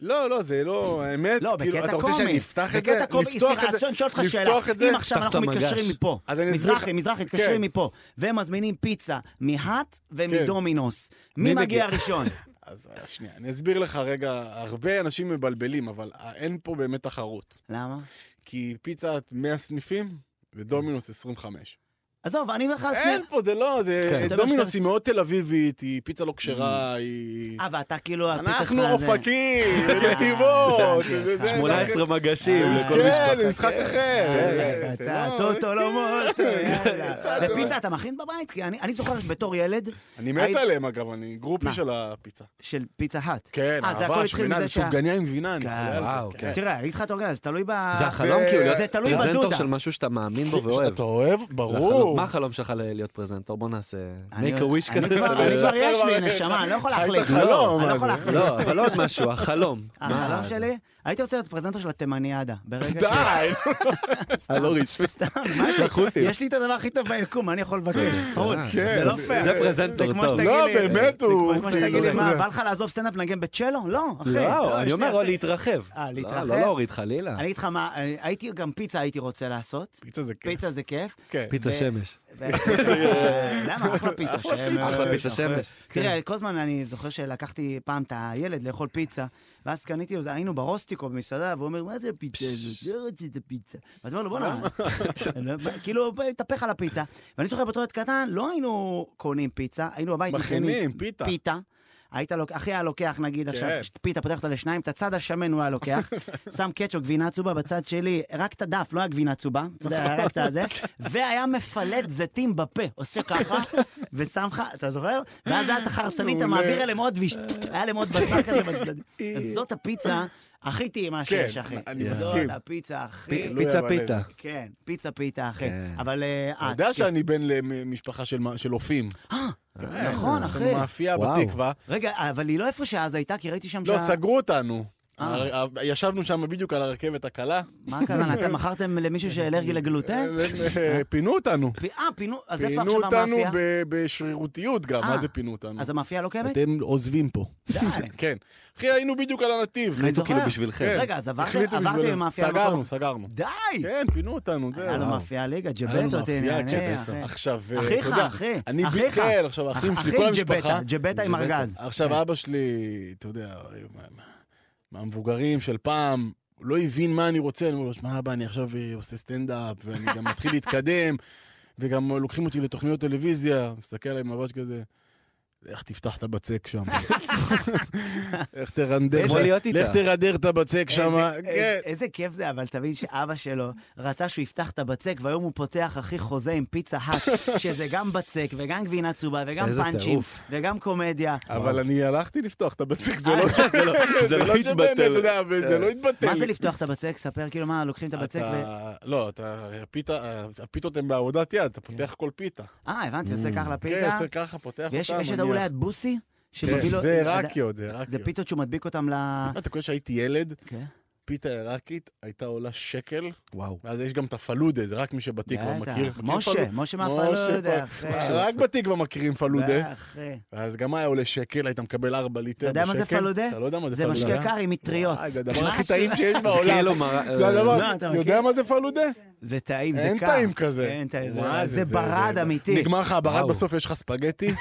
[SPEAKER 4] לא, לא, זה לא, האמת,
[SPEAKER 3] לא,
[SPEAKER 4] כאילו,
[SPEAKER 3] בקטע
[SPEAKER 4] אתה רוצה
[SPEAKER 3] קומי.
[SPEAKER 4] שאני אפתח את זה?
[SPEAKER 3] בקטע קומי,
[SPEAKER 4] לפתוח
[SPEAKER 3] סליחה,
[SPEAKER 4] את
[SPEAKER 3] אז
[SPEAKER 4] זה-
[SPEAKER 3] אני שואל אותך שאלה.
[SPEAKER 4] לפתוח את זה?
[SPEAKER 3] אם עכשיו
[SPEAKER 2] תפתח
[SPEAKER 3] אנחנו
[SPEAKER 2] את המגש.
[SPEAKER 3] מתקשרים מפה,
[SPEAKER 4] אז אני אסביר
[SPEAKER 3] מזרחי,
[SPEAKER 4] לך-
[SPEAKER 3] מזרחי,
[SPEAKER 4] כן.
[SPEAKER 3] מתקשרים מפה, והם מזמינים פיצה מהאט ומדומינוס. מי
[SPEAKER 4] כן.
[SPEAKER 2] מי
[SPEAKER 3] מגיע
[SPEAKER 2] מגיע?
[SPEAKER 3] ראשון?
[SPEAKER 4] אז אה, שנייה, אני אסביר לך רגע, הרבה אנשים מבלבלים, אבל אה, אין פה באמת תחרות.
[SPEAKER 3] למה?
[SPEAKER 4] כי פיצה את 100 סניפים ודומינוס 25.
[SPEAKER 3] עזוב, אני בכלל...
[SPEAKER 4] אין פה, זה לא, זה
[SPEAKER 3] כן.
[SPEAKER 4] דומינוס היא מאוד תל אביבית, היא פיצה לא כשרה, היא...
[SPEAKER 3] אה, ואתה כאילו... הפיצה
[SPEAKER 4] אנחנו
[SPEAKER 3] שלך זה-
[SPEAKER 4] אופקים,
[SPEAKER 3] כן.
[SPEAKER 4] נתיבות,
[SPEAKER 3] הבנתי אותך.
[SPEAKER 2] 18 מגשים
[SPEAKER 3] אה,
[SPEAKER 2] לכל
[SPEAKER 3] כן,
[SPEAKER 2] משפחה.
[SPEAKER 4] כן, זה משחק אחר.
[SPEAKER 3] אה, אתה טוטו לא מוטו, יאללה.
[SPEAKER 4] אה, פיצה,
[SPEAKER 3] ופיצה אתה מכין בבית? כי אני אני זוכר שבתור ילד
[SPEAKER 4] אני
[SPEAKER 3] היית-
[SPEAKER 4] מת עליהם, אגב, אני גרופי
[SPEAKER 3] מה?
[SPEAKER 4] של הפיצה.
[SPEAKER 3] של פיצה האט.
[SPEAKER 4] כן,
[SPEAKER 3] אה, זה הכל
[SPEAKER 4] אהבה,
[SPEAKER 3] התחיל
[SPEAKER 4] שמנה,
[SPEAKER 3] מזה
[SPEAKER 4] זה
[SPEAKER 3] שה-
[SPEAKER 4] סופגניה עם גבינה, אני
[SPEAKER 3] כן,
[SPEAKER 4] חולה על זה,
[SPEAKER 2] וואו,
[SPEAKER 4] כן.
[SPEAKER 2] כן.
[SPEAKER 3] תראה, אני איתך אתה אורגן, זה תלוי ב...
[SPEAKER 2] זה החלום כאילו,
[SPEAKER 3] זה
[SPEAKER 2] להיות
[SPEAKER 3] תלוי
[SPEAKER 2] פרזנטור
[SPEAKER 3] בדודה.
[SPEAKER 2] של משהו שאתה מאמין בו ואוהב.
[SPEAKER 4] אתה אוהב?
[SPEAKER 2] זה החלום.
[SPEAKER 4] ברור.
[SPEAKER 2] מה החלום שלך ל- להיות פרזנטור? בוא נעשה
[SPEAKER 3] אני- לא-
[SPEAKER 2] make a wish
[SPEAKER 3] אני
[SPEAKER 2] כזה.
[SPEAKER 3] כבר- אני כבר יש לי
[SPEAKER 4] אה,
[SPEAKER 3] נשמה, אני לא יכול
[SPEAKER 4] חי את
[SPEAKER 3] להחליף.
[SPEAKER 4] החלום,
[SPEAKER 3] אני לא
[SPEAKER 4] מה
[SPEAKER 3] יכול
[SPEAKER 4] זה?
[SPEAKER 3] להחליף.
[SPEAKER 2] לא, אבל עוד משהו, החלום.
[SPEAKER 3] החלום שלי, הייתי רוצה להיות פרזנטור של התימניאדה. ברגע ש...
[SPEAKER 4] די!
[SPEAKER 2] הלא לא
[SPEAKER 3] כן.
[SPEAKER 2] רשמי.
[SPEAKER 3] סתם, מה יש לי?
[SPEAKER 2] שלחו אותי.
[SPEAKER 3] יש לי את הדבר הכי טוב ביקום, מה אני יכול לבקש? שרוד.
[SPEAKER 4] כן.
[SPEAKER 3] זה לא פייר.
[SPEAKER 2] זה פרזנטור
[SPEAKER 3] זה כמו
[SPEAKER 2] טוב.
[SPEAKER 3] שתגיד
[SPEAKER 4] לא,
[SPEAKER 3] לי-
[SPEAKER 4] באמת, הוא... כן.
[SPEAKER 3] זה כמו שתגיד לי,
[SPEAKER 4] אתה
[SPEAKER 3] מה,
[SPEAKER 4] יודע.
[SPEAKER 3] בא לך לעזוב סטנדאפ לנגן בצ'לו? לא, אחי.
[SPEAKER 2] לא, אני
[SPEAKER 3] יש לי
[SPEAKER 2] אומר
[SPEAKER 3] אחי.
[SPEAKER 2] או להתרחב.
[SPEAKER 3] אה, להתרחב?
[SPEAKER 2] לא, לא להוריד חלילה.
[SPEAKER 3] אני אגיד לך מה, אה, הייתי גם פיצה הייתי רוצה לעשות.
[SPEAKER 4] פיצה זה כיף.
[SPEAKER 3] פיצה זה כיף.
[SPEAKER 4] כן.
[SPEAKER 2] פיצה
[SPEAKER 3] ו-
[SPEAKER 2] שמש.
[SPEAKER 3] ו- אה, למה? אחלה פיצה שמש.
[SPEAKER 2] אחלה פיצה שמש.
[SPEAKER 3] תראה, כל הזמן אני זוכר שלקחתי פעם את הילד לאכול פיצה, ואז קניתי לו, זה, היינו ברוסטיקו במסעדה, והוא אומר, מה זה הפיצה הזאת? לא רצית פיצה. ואז אמר לו, בוא'נה, כאילו, התהפך על הפיצה. ואני זוכר בתור ילד קטן, לא היינו קונים פיצה, היינו בבית
[SPEAKER 4] מכינים, פיתה.
[SPEAKER 3] פיתה. היית לוק... אחי היה לוקח, נגיד עכשיו,
[SPEAKER 4] כן.
[SPEAKER 3] פיתה פותח אותה לשניים, את הצד השמן הוא היה לוקח, שם קצ'ו, גבינה צהובה בצד שלי, רק את הדף, לא היה גבינה צהובה, אתה יודע,
[SPEAKER 4] נכון.
[SPEAKER 3] היה רק את הזה, והיה מפלט זיתים בפה, עושה ככה, ושם לך, אתה זוכר? ואז זה היה את החרצנית, אתה
[SPEAKER 4] מעולה.
[SPEAKER 3] מעביר אליהם עוד ויש, היה להם עוד בשר כזה בצדדים. אז זאת הפיצה הכי טעימה שיש, אחי.
[SPEAKER 4] כן, אני
[SPEAKER 3] זאת
[SPEAKER 4] מסכים.
[SPEAKER 3] הפיצה הכי...
[SPEAKER 2] פי-
[SPEAKER 4] לא
[SPEAKER 2] פיצה
[SPEAKER 4] יאמן.
[SPEAKER 2] פיתה.
[SPEAKER 3] כן, פיצה פיתה, אחי.
[SPEAKER 2] כן.
[SPEAKER 3] אבל... אה,
[SPEAKER 4] אתה
[SPEAKER 3] אה,
[SPEAKER 4] יודע שאני בן למשפחה של מה- של אופים.
[SPEAKER 3] אה,
[SPEAKER 4] יש
[SPEAKER 3] נכון,
[SPEAKER 4] לנו
[SPEAKER 3] אחי.
[SPEAKER 4] מאפייה
[SPEAKER 2] וואו.
[SPEAKER 4] בתקווה.
[SPEAKER 3] רגע, אבל היא לא איפה שאז הייתה, כי ראיתי שם
[SPEAKER 4] לא,
[SPEAKER 3] שה-
[SPEAKER 4] סגרו אותנו.
[SPEAKER 3] אה.
[SPEAKER 4] הר- ה- ישבנו שם בדיוק על הרכבת הקלה.
[SPEAKER 3] מה הכוונה? אתם מכרתם למישהו שאלרגי לגלוטן?
[SPEAKER 4] אה, פינו אותנו.
[SPEAKER 3] פ- אה, פינו, אז איפה
[SPEAKER 4] פינו
[SPEAKER 3] עכשיו
[SPEAKER 4] אותנו
[SPEAKER 3] המאפייה?
[SPEAKER 4] ב- בשרירותיות גם,
[SPEAKER 3] אה.
[SPEAKER 4] מה זה פינו אותנו?
[SPEAKER 3] אז המאפייה לא קיימת?
[SPEAKER 4] אתם עוזבים פה.
[SPEAKER 3] די.
[SPEAKER 4] כן. אחי, היינו בדיוק על הנתיב. כן.
[SPEAKER 3] אני
[SPEAKER 2] החליטו כאילו
[SPEAKER 3] זוכר.
[SPEAKER 2] בשבילכם.
[SPEAKER 3] רגע, אז עברתם
[SPEAKER 4] החליטו
[SPEAKER 3] עברתם
[SPEAKER 4] בשבילנו.
[SPEAKER 3] עם מאפייה למקום?
[SPEAKER 4] סגרנו, סגרנו.
[SPEAKER 3] די!
[SPEAKER 4] כן, פינו אותנו, זהו. אה.
[SPEAKER 3] לא אה. היה לו
[SPEAKER 2] וואו.
[SPEAKER 3] מאפייה ליגה,
[SPEAKER 4] היה לנו
[SPEAKER 3] ג'בטו,
[SPEAKER 4] מאפייה, כן.
[SPEAKER 3] תהנה, אחי.
[SPEAKER 4] עכשיו, אה,
[SPEAKER 3] אחיך,
[SPEAKER 4] אתה יודע,
[SPEAKER 3] אחי,
[SPEAKER 4] אני
[SPEAKER 3] אחיך.
[SPEAKER 4] ביטל, עכשיו האחים שלי, כל
[SPEAKER 3] אחי ג'בטה,
[SPEAKER 4] המשפחה.
[SPEAKER 3] ג'בטה עם
[SPEAKER 2] ג'בטה.
[SPEAKER 3] ארגז.
[SPEAKER 4] עכשיו אבא שלי, אתה יודע, מה- מה- מהמבוגרים של פעם, הוא לא הבין מה אני רוצה, אני אומר לו, שמע אבא, אני עכשיו אה, עושה סטנדאפ, ואני גם מתחיל להתקדם, וגם לוקחים אותי לתוכניות טלוויזיה, מסתכל עליי במבט כזה. איך תפתח את הבצק שם? איך תרנדר?
[SPEAKER 2] יכול להיות איתה.
[SPEAKER 4] לך תרדר את הבצק שם.
[SPEAKER 3] איזה-
[SPEAKER 4] כן.
[SPEAKER 3] איזה- איזה כיף זה, אבל תבין שאבא שלו רצה שהוא יפתח את הבצק, והיום הוא פותח הכי חוזה עם פיצה האט, שזה גם בצק, וגם גבינה צהובה, וגם
[SPEAKER 2] איזה
[SPEAKER 3] פאנצ'ים,
[SPEAKER 2] טירוף.
[SPEAKER 3] וגם קומדיה.
[SPEAKER 4] אבל אני הלכתי לפתוח את הבצק, זה לא ש...
[SPEAKER 2] זה לא
[SPEAKER 4] שבאמת, אתה
[SPEAKER 2] התבטל.
[SPEAKER 4] יודע, זה לא התבטל.
[SPEAKER 3] מה זה לפתוח את הבצק? ספר כאילו מה, לוקחים את הבצק ו... כן.
[SPEAKER 4] אתה- לא, אתה... הפיתה- הפיתות הן בעבודת יד, אתה פותח כל פיתה.
[SPEAKER 3] אה, הבנתי, עושה ככה
[SPEAKER 4] כן,
[SPEAKER 3] לפיתה.
[SPEAKER 4] יוצא ככה, פותח אותה.
[SPEAKER 3] ויש יש את
[SPEAKER 4] מניח.
[SPEAKER 3] ההוא ליד בוסי, שמביא
[SPEAKER 4] כן,
[SPEAKER 3] לו... אה,
[SPEAKER 4] זה עיראקיות, זה
[SPEAKER 3] זה
[SPEAKER 4] עיראקיות.
[SPEAKER 3] פיתות שהוא מדביק אותם ל...
[SPEAKER 4] אתה קורא שהייתי ילד,
[SPEAKER 3] כן.
[SPEAKER 4] פיתה עיראקית הייתה עולה שקל,
[SPEAKER 2] וואו.
[SPEAKER 4] ואז יש גם את הפלודה, זה רק מי שבתקווה
[SPEAKER 3] בטח.
[SPEAKER 4] מכיר. מכיר
[SPEAKER 3] משה, כן.
[SPEAKER 4] פלודה? משה,
[SPEAKER 3] משה מהפלודה, אחי.
[SPEAKER 4] רק בתקווה מכירים פלודה,
[SPEAKER 3] אחי.
[SPEAKER 4] אז גם היה עולה שקל, היית מקבל 4 ליטר
[SPEAKER 3] אתה יודע מה זה
[SPEAKER 4] בשקל.
[SPEAKER 3] פלודה?
[SPEAKER 4] אתה לא יודע מה זה
[SPEAKER 3] זה
[SPEAKER 4] פלודה?
[SPEAKER 3] משקה קר עם מטריות.
[SPEAKER 4] וואי, זה הדבר
[SPEAKER 3] מה
[SPEAKER 4] הכי
[SPEAKER 3] השאלה?
[SPEAKER 4] טעים שיש
[SPEAKER 2] זה
[SPEAKER 4] בעולם.
[SPEAKER 2] כאילו מראה...
[SPEAKER 4] זה הדבר,
[SPEAKER 3] לא, אתה מכיר?
[SPEAKER 4] יודע מה זה פלודה?
[SPEAKER 3] זה טעים, זה קר.
[SPEAKER 4] אין טעים כזה.
[SPEAKER 3] אין טעים, זה-
[SPEAKER 4] וואי,
[SPEAKER 3] זה ברד אמיתי.
[SPEAKER 4] נגמר לך הברד
[SPEAKER 2] וואו.
[SPEAKER 4] בסוף, יש לך ספגטי?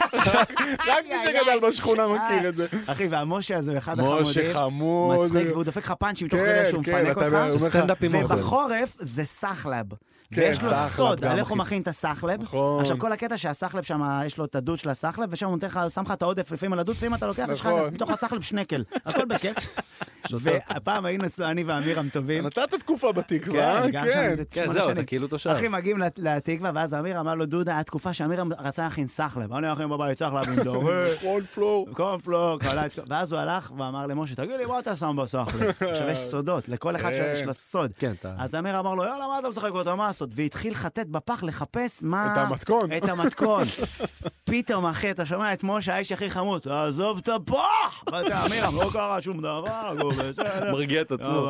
[SPEAKER 4] רק מי שגדל בשכונה
[SPEAKER 3] אה,
[SPEAKER 4] מכיר את זה.
[SPEAKER 3] אחי, והמשה הזה הוא אחד החמודים.
[SPEAKER 4] משה חמוד.
[SPEAKER 3] מצחיק, והוא דופק לך פאנצ'ים תוך
[SPEAKER 4] כן,
[SPEAKER 3] כדי שהוא
[SPEAKER 4] כן,
[SPEAKER 3] מפנק
[SPEAKER 4] אתה יודע,
[SPEAKER 3] אותך.
[SPEAKER 4] הוא
[SPEAKER 2] סטנדאפ עם אוכל.
[SPEAKER 3] ובחורף זה סחלב.
[SPEAKER 4] כן,
[SPEAKER 3] ויש לו
[SPEAKER 4] סחלב
[SPEAKER 3] סוד
[SPEAKER 4] גם,
[SPEAKER 3] על איך הוא
[SPEAKER 4] אחי.
[SPEAKER 3] מכין את הסחלב.
[SPEAKER 4] נכון.
[SPEAKER 3] עכשיו, כל הקטע שהסחלב שם, יש לו את הדוד של הסחלב, ושם הוא נותן לך, שם לך את העודף לפעמים על הדוד, לפעמים אתה לוקח, יש לך
[SPEAKER 4] נכון.
[SPEAKER 3] מתוך הסחלב שנקל. הכל בכיף. והפעם היינו אצלו, אני ואמירם טובים.
[SPEAKER 4] נתת תקופה בתקווה,
[SPEAKER 3] אני
[SPEAKER 4] אה, כן.
[SPEAKER 3] גר שם איזה
[SPEAKER 2] כן,
[SPEAKER 3] שמונה
[SPEAKER 2] זהו,
[SPEAKER 3] שנים.
[SPEAKER 2] אתה כאילו תושב.
[SPEAKER 3] אחי, מגיעים לת- לתקווה, ואז אמיר אמר לו, דודה, התקופה שאמיר רצה להכין סחלב. אני הולך בבית סחלב עם דורש.
[SPEAKER 4] כל פלור.
[SPEAKER 3] קורנפלוק, קלט, ואז הוא הלך ואמר למשה, תגיד לי, מה אתה שם בסחלה? עכשיו יש סודות, לכל אחד שם יש לו סוד.
[SPEAKER 2] כן, אתה...
[SPEAKER 3] אז אמיר אמר לו, יאללה, מה אתה משחק אותו, מה הסוד? והתחיל לחטט בפח לחפש מה...
[SPEAKER 4] את המתכון.
[SPEAKER 3] אה, את המתכון. פתאום, אחי, אתה שומע את משה, האיש הכי חמוד, עזוב את הפח! ואתה, אמיר, לא קרה שום דבר, הוא בסדר.
[SPEAKER 2] מרגיע את עצמו.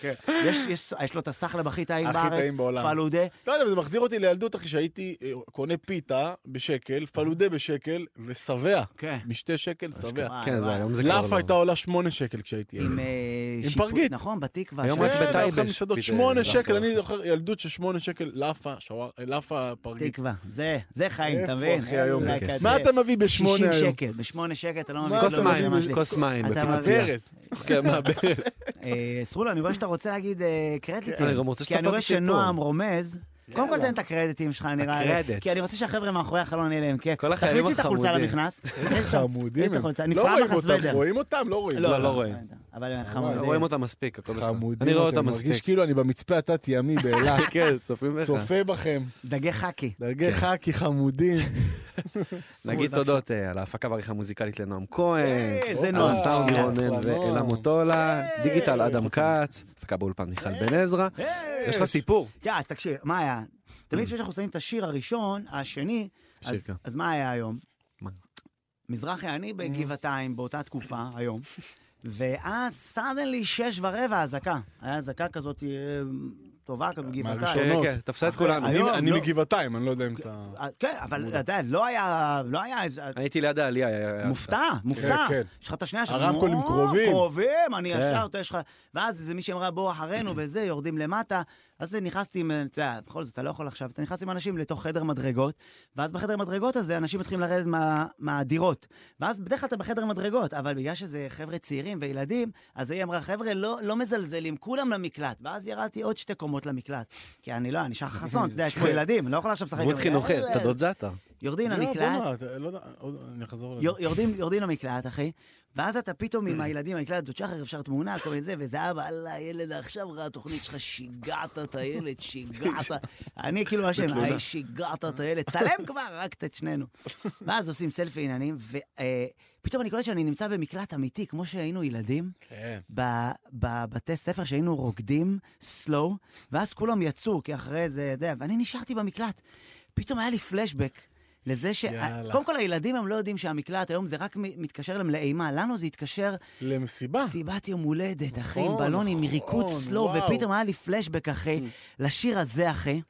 [SPEAKER 3] כן. יש- יש- יש לו את הסחלב הכי טעים
[SPEAKER 4] הכי
[SPEAKER 3] בארץ.
[SPEAKER 4] טעים בעולם.
[SPEAKER 3] פלודה.
[SPEAKER 4] אתה יודע, זה מחזיר אותי לילדות, אחי, שהייתי אה, קונה פיתה בשקל, פלודה בשקל, ושבע.
[SPEAKER 3] כן.
[SPEAKER 4] משתי שקל, שבע.
[SPEAKER 3] וואי,
[SPEAKER 2] כן, זה
[SPEAKER 3] וואי.
[SPEAKER 2] היום זה כבר לא...
[SPEAKER 4] לאפה הייתה עולה שמונה שקל כשהייתי ילד.
[SPEAKER 3] עם אה,
[SPEAKER 4] עם
[SPEAKER 3] שיפוט,
[SPEAKER 4] פרגית.
[SPEAKER 3] נכון, בתקווה.
[SPEAKER 2] היום
[SPEAKER 3] שם.
[SPEAKER 2] רק
[SPEAKER 4] כן,
[SPEAKER 2] בטייבה
[SPEAKER 4] לאפה
[SPEAKER 2] יש
[SPEAKER 4] מסעדות,
[SPEAKER 2] פיתה
[SPEAKER 4] שמונה
[SPEAKER 2] לאפה.
[SPEAKER 4] שקל, אני זוכר ילדות של שמונה שקל, לאפה, שוואר- לאפה פרגית.
[SPEAKER 3] תקווה, זה, זה חיים, אתה
[SPEAKER 4] איפה,
[SPEAKER 3] מבין?
[SPEAKER 4] אחי, היום?
[SPEAKER 3] זה
[SPEAKER 2] כן.
[SPEAKER 3] כזה.
[SPEAKER 4] מה אתה מביא בשמונה
[SPEAKER 3] 60
[SPEAKER 4] היום?
[SPEAKER 3] שקל, בשמונה שקל אתה לא מבין.
[SPEAKER 4] מה
[SPEAKER 2] כוס
[SPEAKER 3] כלום,
[SPEAKER 4] אתה מביא
[SPEAKER 2] מים,
[SPEAKER 3] נשמה שלי.
[SPEAKER 2] כוס מים.
[SPEAKER 3] אתה
[SPEAKER 2] בפיצה.
[SPEAKER 3] מביא-
[SPEAKER 4] הברז.
[SPEAKER 2] כן, מה, ברז.
[SPEAKER 3] אה, סרולה, אני רואה שאתה רוצה להגיד אה, קרדיטים.
[SPEAKER 2] אני גם רוצה
[SPEAKER 3] כי אני
[SPEAKER 2] לספר
[SPEAKER 3] רואה
[SPEAKER 2] סיפור.
[SPEAKER 3] שנועם רומז קודם כל תן את הקרדיטים שלך, נראה לי.
[SPEAKER 2] הקרדיטס.
[SPEAKER 3] כי אני רוצה שהחבר'ה מאחורי החלון יהיה להם כיף.
[SPEAKER 2] כל החיילים
[SPEAKER 3] תכניסי את החולצה
[SPEAKER 2] החמודים.
[SPEAKER 3] למכנס.
[SPEAKER 5] חמודים.
[SPEAKER 3] איזה
[SPEAKER 5] הם.
[SPEAKER 3] חולצה,
[SPEAKER 4] לא
[SPEAKER 3] נפלאה
[SPEAKER 4] רואים
[SPEAKER 3] בחסוודר.
[SPEAKER 4] אותם, רואים אותם? לא רואים.
[SPEAKER 2] לא, לא רואים.
[SPEAKER 3] אבל
[SPEAKER 2] לא
[SPEAKER 3] חמודים.
[SPEAKER 2] רואים אותם מספיק, הכל בסדר.
[SPEAKER 5] חמודים.
[SPEAKER 2] אני רואה
[SPEAKER 5] אתם,
[SPEAKER 2] אותם
[SPEAKER 5] מרגיש
[SPEAKER 2] מספיק.
[SPEAKER 5] כאילו אני במצפה התת-ימי באילת,
[SPEAKER 2] כן, צופים בך.
[SPEAKER 5] צופה בכם.
[SPEAKER 3] דגי חאקי.
[SPEAKER 5] דרגי חאקי חמודים.
[SPEAKER 2] נגיד תודות אה, על ההפקה בעריכה המוזיקלית לנועם כהן,
[SPEAKER 3] אה, זה
[SPEAKER 2] על
[SPEAKER 3] נועם.
[SPEAKER 2] הסאונד
[SPEAKER 3] אה,
[SPEAKER 2] רונן
[SPEAKER 5] אחלה, נועם.
[SPEAKER 2] ואלה מוטולה, דיגיטל אדם כץ, הפקה באולפן מיכל בן עזרא. יש לך סיפור?
[SPEAKER 3] יא, אז תקשיב, מה היה? תמיד לפני שאנחנו שמים את השיר הראשון, השני,
[SPEAKER 2] השיר,
[SPEAKER 3] אז-
[SPEAKER 2] Mm. כן.
[SPEAKER 3] אז מה היה היום?
[SPEAKER 2] מה? Mm.
[SPEAKER 3] מזרחי אני בגבעתיים באותה תקופה, היום, ואז סאדנלי שש ורבע אזעקה. היה אזעקה כזאת אה, טובה, כזאת
[SPEAKER 4] מהראשון.
[SPEAKER 3] בגבעתיים.
[SPEAKER 2] כן,
[SPEAKER 4] שונות.
[SPEAKER 2] כן, תפסה את כולנו.
[SPEAKER 3] היום,
[SPEAKER 4] אני- אני
[SPEAKER 3] לא.
[SPEAKER 4] מגבעתיים, אני לא יודע אם אתה...
[SPEAKER 3] אה, כן, אבל אתה יודע, לא היה, לא היה איזה...
[SPEAKER 2] הייתי ליד העלייה. היה- היה-
[SPEAKER 3] מופתע, מופתע.
[SPEAKER 4] כן.
[SPEAKER 3] יש לך את השנייה שלך.
[SPEAKER 4] הרמקולים
[SPEAKER 3] "או,
[SPEAKER 4] קרובים."
[SPEAKER 3] קרובים, אני
[SPEAKER 2] כן.
[SPEAKER 3] ישר, אתה, יש לך... ואז איזה מישהי אמרה, בוא אחרינו וזה, יורדים למטה. אז נכנסתי עם, אתה יודע, בכל זאת, אתה לא יכול עכשיו, אתה נכנס עם אנשים לתוך חדר מדרגות, ואז בחדר מדרגות הזה אנשים מתחילים לרדת מה, מהדירות. ואז בדרך כלל אתה בחדר מדרגות, אבל בגלל שזה חבר'ה צעירים וילדים, אז היא אמרה, חבר'ה, לא, לא מזלזלים, כולם למקלט. ואז ירדתי עוד שתי קומות למקלט. כי אני לא, אני שחר חסון, אתה יודע, יש פה
[SPEAKER 4] כן.
[SPEAKER 3] ילדים, אני לא יכול עכשיו לשחק.
[SPEAKER 2] דמות
[SPEAKER 3] עם-
[SPEAKER 2] חינוכית, אתה דוד זאטה.
[SPEAKER 3] יורדים
[SPEAKER 4] לא,
[SPEAKER 3] למקלט,
[SPEAKER 4] בוא'נה, אתה- לא יודע, עוד- אני אחזור לזה.
[SPEAKER 3] יור- יורדים, יורדים למקלט, אחי, ואז אתה פתאום עם הילדים, המקלט, דוד שחר, אפשר תמונה, כל מיני זה, וזה אבא, אללה, ילד, עכשיו ראה תוכנית שלך, שיגעת את הילד, שיגעת. אני כאילו אשם, היי, שיגעת את הילד, צלם כבר, רק את שנינו. ואז עושים סלפי עניינים, ופתאום אני קולט שאני נמצא במקלט אמיתי, כמו שהיינו ילדים.
[SPEAKER 4] כן.
[SPEAKER 3] ב- בבתי ספר שהיינו רוקדים, סלואו, ואז כולם יצאו, כי אחרי זה, אתה יודע, ואני נשארתי במקלט. פתאום היה לי פלשבק לזה ש...
[SPEAKER 4] יאללה.
[SPEAKER 3] קודם כל, הילדים הם לא יודעים שהמקלט היום זה רק מ- מתקשר להם לאימה. לנו זה התקשר
[SPEAKER 4] למסיבה.
[SPEAKER 3] סיבת יום הולדת, אחי, עם
[SPEAKER 4] אה. נכון,
[SPEAKER 3] בלונים, עם ריקוד
[SPEAKER 4] נכון,
[SPEAKER 3] סלואו,
[SPEAKER 4] וואו.
[SPEAKER 3] ופתאום היה לי פלשבק, אחי, לשיר הזה, אחי.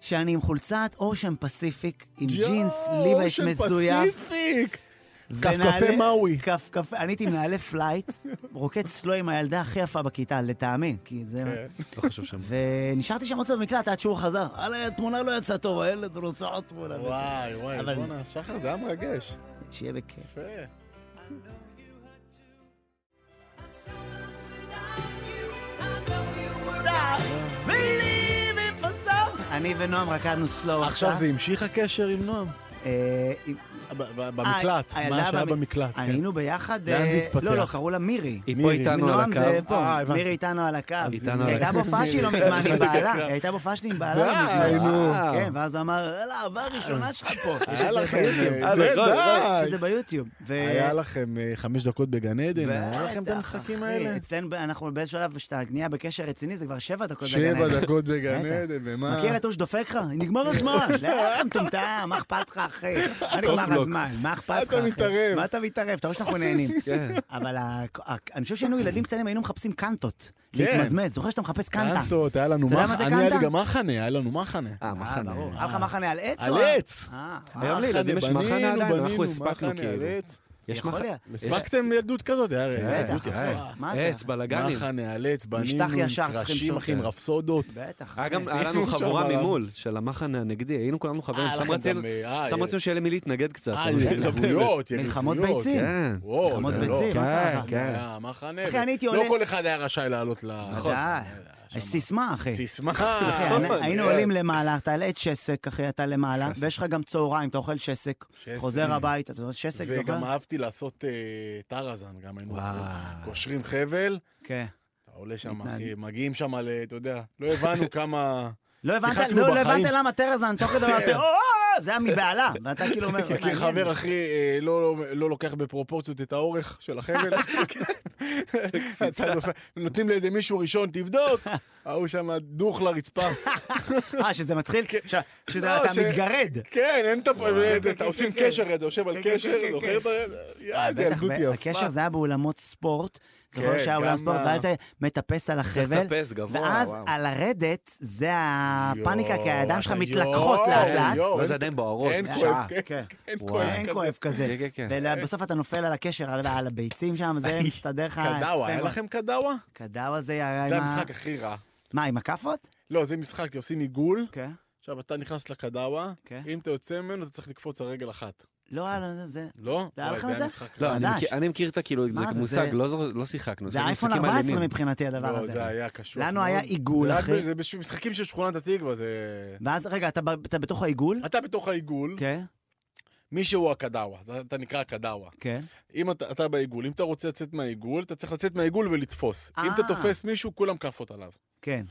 [SPEAKER 3] שאני עם חולצת אושן פסיפיק, עם ג'ינס, ליבש
[SPEAKER 4] אושן
[SPEAKER 3] מזויף.
[SPEAKER 4] פסיפיק!
[SPEAKER 3] ונעלי-
[SPEAKER 4] כפכפי מאווי.
[SPEAKER 3] כפכפי, אני הייתי מנהלי פלייט, רוקד סלו עם הילדה הכי יפה בכיתה, לטעמי, כי זה...
[SPEAKER 4] כן.
[SPEAKER 2] לא חשוב שם.
[SPEAKER 3] ונשארתי שם עוד קצת במקלט עד שהוא חזר. וואלה, התמונה לא יצאה טוב, הילד הוא עושה עוד תמונה.
[SPEAKER 4] וואי, וואי,
[SPEAKER 3] אבל-
[SPEAKER 4] בואנה, שחר, זה היה מרגש.
[SPEAKER 3] שיהיה בכיף.
[SPEAKER 4] יפה.
[SPEAKER 3] אני ונועם רקדנו סלואו.
[SPEAKER 4] עכשיו זה המשיך הקשר עם נועם? ב- ב- במקלט,
[SPEAKER 3] הילדה
[SPEAKER 4] מה שהיה
[SPEAKER 3] אה, במק-
[SPEAKER 4] במקלט. כן.
[SPEAKER 3] היינו ביחד...
[SPEAKER 4] לאן זה
[SPEAKER 3] אה,
[SPEAKER 4] התפתח?
[SPEAKER 3] לא, לא, קראו לה מירי.
[SPEAKER 2] היא פה
[SPEAKER 4] מירי,
[SPEAKER 2] איתנו על
[SPEAKER 3] נועם זה
[SPEAKER 2] הקו.
[SPEAKER 3] פה,
[SPEAKER 4] אה, הבנתי.
[SPEAKER 3] מירי איתנו על הקו.
[SPEAKER 2] איתנו על
[SPEAKER 3] היא הייתה
[SPEAKER 2] הקו.
[SPEAKER 3] בהופעה שלי לא מזמן עם בעלה, היא הייתה בהופעה שלי עם בעלה לא מזמן.
[SPEAKER 4] די, נו. אה.
[SPEAKER 3] כן, ואז הוא אמר, יאללה, אהבה ראשונה שלך פה. יש
[SPEAKER 4] היה
[SPEAKER 3] את זה
[SPEAKER 4] לכם,
[SPEAKER 3] ביוטיוב.
[SPEAKER 4] אה, זה
[SPEAKER 2] נכון,
[SPEAKER 3] יש את
[SPEAKER 4] די.
[SPEAKER 3] זה ביוטיוב. ו-
[SPEAKER 4] היה לכם אה, חמש דקות בגן עדן, היה
[SPEAKER 3] בטח,
[SPEAKER 4] לכם את המשחקים
[SPEAKER 3] אחי.
[SPEAKER 4] האלה?
[SPEAKER 3] אצלנו, ב- אנחנו באיזשהו שלב, כשאתה נהיה בקשר רציני, זה כבר שבע דקות בגן
[SPEAKER 4] שבע
[SPEAKER 3] עדן.
[SPEAKER 4] דקות בגן
[SPEAKER 3] בטח.
[SPEAKER 4] עדן, ומה?
[SPEAKER 3] מכיר את הוא שדופק לך? נגמר הזמן. לא, אתה מטומטם, מה אכפת לך, אחי? מה נגמר
[SPEAKER 2] קופלוק.
[SPEAKER 3] הזמן? מה אכפת
[SPEAKER 4] מה
[SPEAKER 3] לך,
[SPEAKER 4] אתה
[SPEAKER 3] אחי?
[SPEAKER 4] מתערב?
[SPEAKER 3] מה אתה מתערב? אתה רואה שאנחנו נהנים.
[SPEAKER 2] כן.
[SPEAKER 3] אבל ה- ה- אני חושב שהיינו ילדים קטנים, היינו מחפשים קנטות.
[SPEAKER 4] כן.
[SPEAKER 3] להתמזמז, זוכר שאתה מחפש קנטה.
[SPEAKER 4] קנטות, היה לנו
[SPEAKER 3] אתה יודע מה זה
[SPEAKER 4] מחנה, אני היה
[SPEAKER 3] קנטה?
[SPEAKER 4] לי גם מחנה, היה לנו מחנה.
[SPEAKER 2] אה,
[SPEAKER 3] אה,
[SPEAKER 2] מחנה.
[SPEAKER 3] ברור. היה לך מחנה על עץ?
[SPEAKER 4] על
[SPEAKER 3] או-
[SPEAKER 4] עץ.
[SPEAKER 3] אה, וואו.
[SPEAKER 2] היום לילדים יש
[SPEAKER 4] בנינו,
[SPEAKER 2] מחנה עדיין,
[SPEAKER 4] בנינו,
[SPEAKER 2] אנחנו הספקנו
[SPEAKER 4] מחנה על
[SPEAKER 2] כאילו.
[SPEAKER 4] עץ.
[SPEAKER 2] יש
[SPEAKER 3] יכול
[SPEAKER 2] מחנה.
[SPEAKER 3] להיות.
[SPEAKER 2] יש-
[SPEAKER 4] הספקתם ילדות כזאת,
[SPEAKER 2] כן,
[SPEAKER 4] היה ילדות
[SPEAKER 3] בטח,
[SPEAKER 4] יפה.
[SPEAKER 2] אה,
[SPEAKER 3] מה זה?
[SPEAKER 2] עץ, בלאגנים.
[SPEAKER 4] מחנה על עץ, בנינו,
[SPEAKER 3] משטח ישר צריכים
[SPEAKER 4] קרשים
[SPEAKER 3] לעשות.
[SPEAKER 4] אחי עם רפסודות.
[SPEAKER 3] בטח.
[SPEAKER 2] היה גם,
[SPEAKER 3] אחי.
[SPEAKER 2] היה לנו
[SPEAKER 4] שם
[SPEAKER 2] חבורה
[SPEAKER 4] עליו.
[SPEAKER 2] ממול, של המחנה הנגדי, היינו כולנו חברים,
[SPEAKER 4] אה,
[SPEAKER 2] סתם
[SPEAKER 4] לכם
[SPEAKER 2] רצינו,
[SPEAKER 4] גם, אה,
[SPEAKER 2] סתם
[SPEAKER 4] אה,
[SPEAKER 2] רצינו שיהיה למי להתנגד קצת.
[SPEAKER 4] אה,
[SPEAKER 2] אבל-
[SPEAKER 4] יריבויות,
[SPEAKER 3] מלחמות
[SPEAKER 4] יריבויות.
[SPEAKER 3] ביצים.
[SPEAKER 2] כן.
[SPEAKER 4] וואו,
[SPEAKER 3] מלחמות
[SPEAKER 4] זה לא.
[SPEAKER 3] ביצים,
[SPEAKER 4] כן,
[SPEAKER 3] מה
[SPEAKER 2] קרה?
[SPEAKER 4] כן. היה מחנה.
[SPEAKER 3] אחי, אני הייתי
[SPEAKER 4] לא
[SPEAKER 3] עולה-
[SPEAKER 4] כל אחד היה רשאי לעלות ל...
[SPEAKER 3] ודאי.
[SPEAKER 4] שם.
[SPEAKER 3] יש אה, סיסמה, אחי.
[SPEAKER 4] נכון. סיסמה.
[SPEAKER 3] אחי, אני-
[SPEAKER 4] נכון,
[SPEAKER 3] היינו
[SPEAKER 4] כן.
[SPEAKER 3] עולים למעלה, תעלה את שסק, אחי, אתה למעלה, ויש לך גם צהריים, אתה אוכל שסק,
[SPEAKER 4] שסק.
[SPEAKER 3] חוזר הביתה, אתה זוכר שסק, זוכר?
[SPEAKER 4] וגם אהבתי לעשות אה, טראזן, גם היינו
[SPEAKER 2] וואו.
[SPEAKER 4] קושרים חבל,
[SPEAKER 3] כן.
[SPEAKER 4] אתה עולה שם,
[SPEAKER 3] מתנהג.
[SPEAKER 4] אחי, מגיעים שם ל... אתה יודע, לא הבנו כמה...
[SPEAKER 3] לא הבנת,
[SPEAKER 4] שיחקנו
[SPEAKER 3] לא, לא
[SPEAKER 4] בחיים.
[SPEAKER 3] הבנת למה טרזן תוך כדי עושה, "או, או, או", זה היה מבהלה, ואתה כאילו אומר,
[SPEAKER 4] מכיר
[SPEAKER 3] מעניין.
[SPEAKER 4] חבר אחי, אה, לא- לא- לא לוקח בפרופורציות את האורך של החבל.
[SPEAKER 3] כן.
[SPEAKER 4] אתה דופק. נותנים לאיזה מישהו ראשון, תבדוק. ההוא שם דוך לרצפה.
[SPEAKER 3] אה, שזה מתחיל, ש- שזה
[SPEAKER 4] לא,
[SPEAKER 3] אתה
[SPEAKER 4] ש-
[SPEAKER 3] מתגרד.
[SPEAKER 4] כן, אין את הפ... אתה
[SPEAKER 3] כן,
[SPEAKER 4] עושים
[SPEAKER 3] כן,
[SPEAKER 4] קשר, אתה יושב על
[SPEAKER 3] כן,
[SPEAKER 4] קשר,
[SPEAKER 3] כן,
[SPEAKER 4] זוכר
[SPEAKER 3] כן.
[SPEAKER 4] את ה... יא, איזה
[SPEAKER 3] בטח,
[SPEAKER 4] אה, ילדות
[SPEAKER 3] ב-
[SPEAKER 4] יפה.
[SPEAKER 3] הקשר זה היה באולמות ספורט, זוכר
[SPEAKER 4] כן,
[SPEAKER 3] שהיה
[SPEAKER 4] גם
[SPEAKER 3] אולם ספורט,
[SPEAKER 4] ה-
[SPEAKER 3] ואז היה מטפס על
[SPEAKER 2] צריך
[SPEAKER 3] החבל,
[SPEAKER 2] לטפס גבוה,
[SPEAKER 3] ואז
[SPEAKER 2] וואו.
[SPEAKER 3] על הרדת, זה הפאניקה, כי הידיים שלך
[SPEAKER 4] יואו,
[SPEAKER 3] מתלקחות
[SPEAKER 4] יואו,
[SPEAKER 3] לאט לאט.
[SPEAKER 4] יואו,
[SPEAKER 2] ואז
[SPEAKER 4] אין-
[SPEAKER 2] עדיין בוערות,
[SPEAKER 4] אין
[SPEAKER 2] כן. לא, זה
[SPEAKER 4] כואב,
[SPEAKER 2] שעה.
[SPEAKER 4] כן,
[SPEAKER 3] כן.
[SPEAKER 4] אין
[SPEAKER 2] וואי.
[SPEAKER 4] כואב
[SPEAKER 3] אין
[SPEAKER 4] כזה.
[SPEAKER 3] כואב כזה.
[SPEAKER 2] כן, כן, כן.
[SPEAKER 3] ובסוף אתה נופל על הקשר, על- על הביצים שם, זה מסתדר לך. יפה
[SPEAKER 4] קדאווה, היה
[SPEAKER 3] מאוד.
[SPEAKER 4] לכם קדאווה?
[SPEAKER 3] קדאווה זה היה עם
[SPEAKER 4] זה
[SPEAKER 3] ה...
[SPEAKER 4] המשחק הכי רע.
[SPEAKER 3] מה, עם הכאפות?
[SPEAKER 4] לא, זה משחק, כי עושים עיגול,
[SPEAKER 3] כן.
[SPEAKER 4] עכשיו אתה נכנס לקדאווה,
[SPEAKER 3] כן.
[SPEAKER 4] אם אתה יוצא ממנו אתה צריך לקפוץ על רגל אחת.
[SPEAKER 3] לא, היה לנו זה...
[SPEAKER 4] לא?
[SPEAKER 3] היה
[SPEAKER 4] וואי,
[SPEAKER 3] לכם את
[SPEAKER 4] היה
[SPEAKER 3] זה?
[SPEAKER 4] משחק
[SPEAKER 2] לא,
[SPEAKER 4] רע.
[SPEAKER 2] אני
[SPEAKER 3] חדש.
[SPEAKER 2] מכיר- אני מכיר את הכאילו, זה
[SPEAKER 3] מה זה,
[SPEAKER 2] מושג,
[SPEAKER 3] זה-
[SPEAKER 2] לא זור- לא שיחקנו.
[SPEAKER 3] זה
[SPEAKER 2] שיחקנו
[SPEAKER 3] אייפון
[SPEAKER 2] משחקים
[SPEAKER 3] 14
[SPEAKER 2] אלימים.
[SPEAKER 3] מבחינתי הדבר
[SPEAKER 4] לא,
[SPEAKER 3] הזה.
[SPEAKER 4] זה היה קשוח
[SPEAKER 3] לנו
[SPEAKER 4] מאוד.
[SPEAKER 3] היה עיגול,
[SPEAKER 4] זה היה-
[SPEAKER 3] אחי.
[SPEAKER 4] זה בש- משחקים של שכונת התקווה, זה...
[SPEAKER 3] ואז, רגע, אתה ב- אתה בתוך העיגול?
[SPEAKER 4] אתה בתוך העיגול,
[SPEAKER 3] כן,
[SPEAKER 4] מישהו הקדאווה, זה- אתה נקרא הקדאווה.
[SPEAKER 3] כן.
[SPEAKER 4] אם אתה, אתה בעיגול, אם אתה רוצה לצאת מהעיגול, אתה צריך לצאת מהעיגול ולתפוס. אם אתה
[SPEAKER 3] אה.
[SPEAKER 4] תופס מישהו, כולם כאפות עליו.
[SPEAKER 3] כן.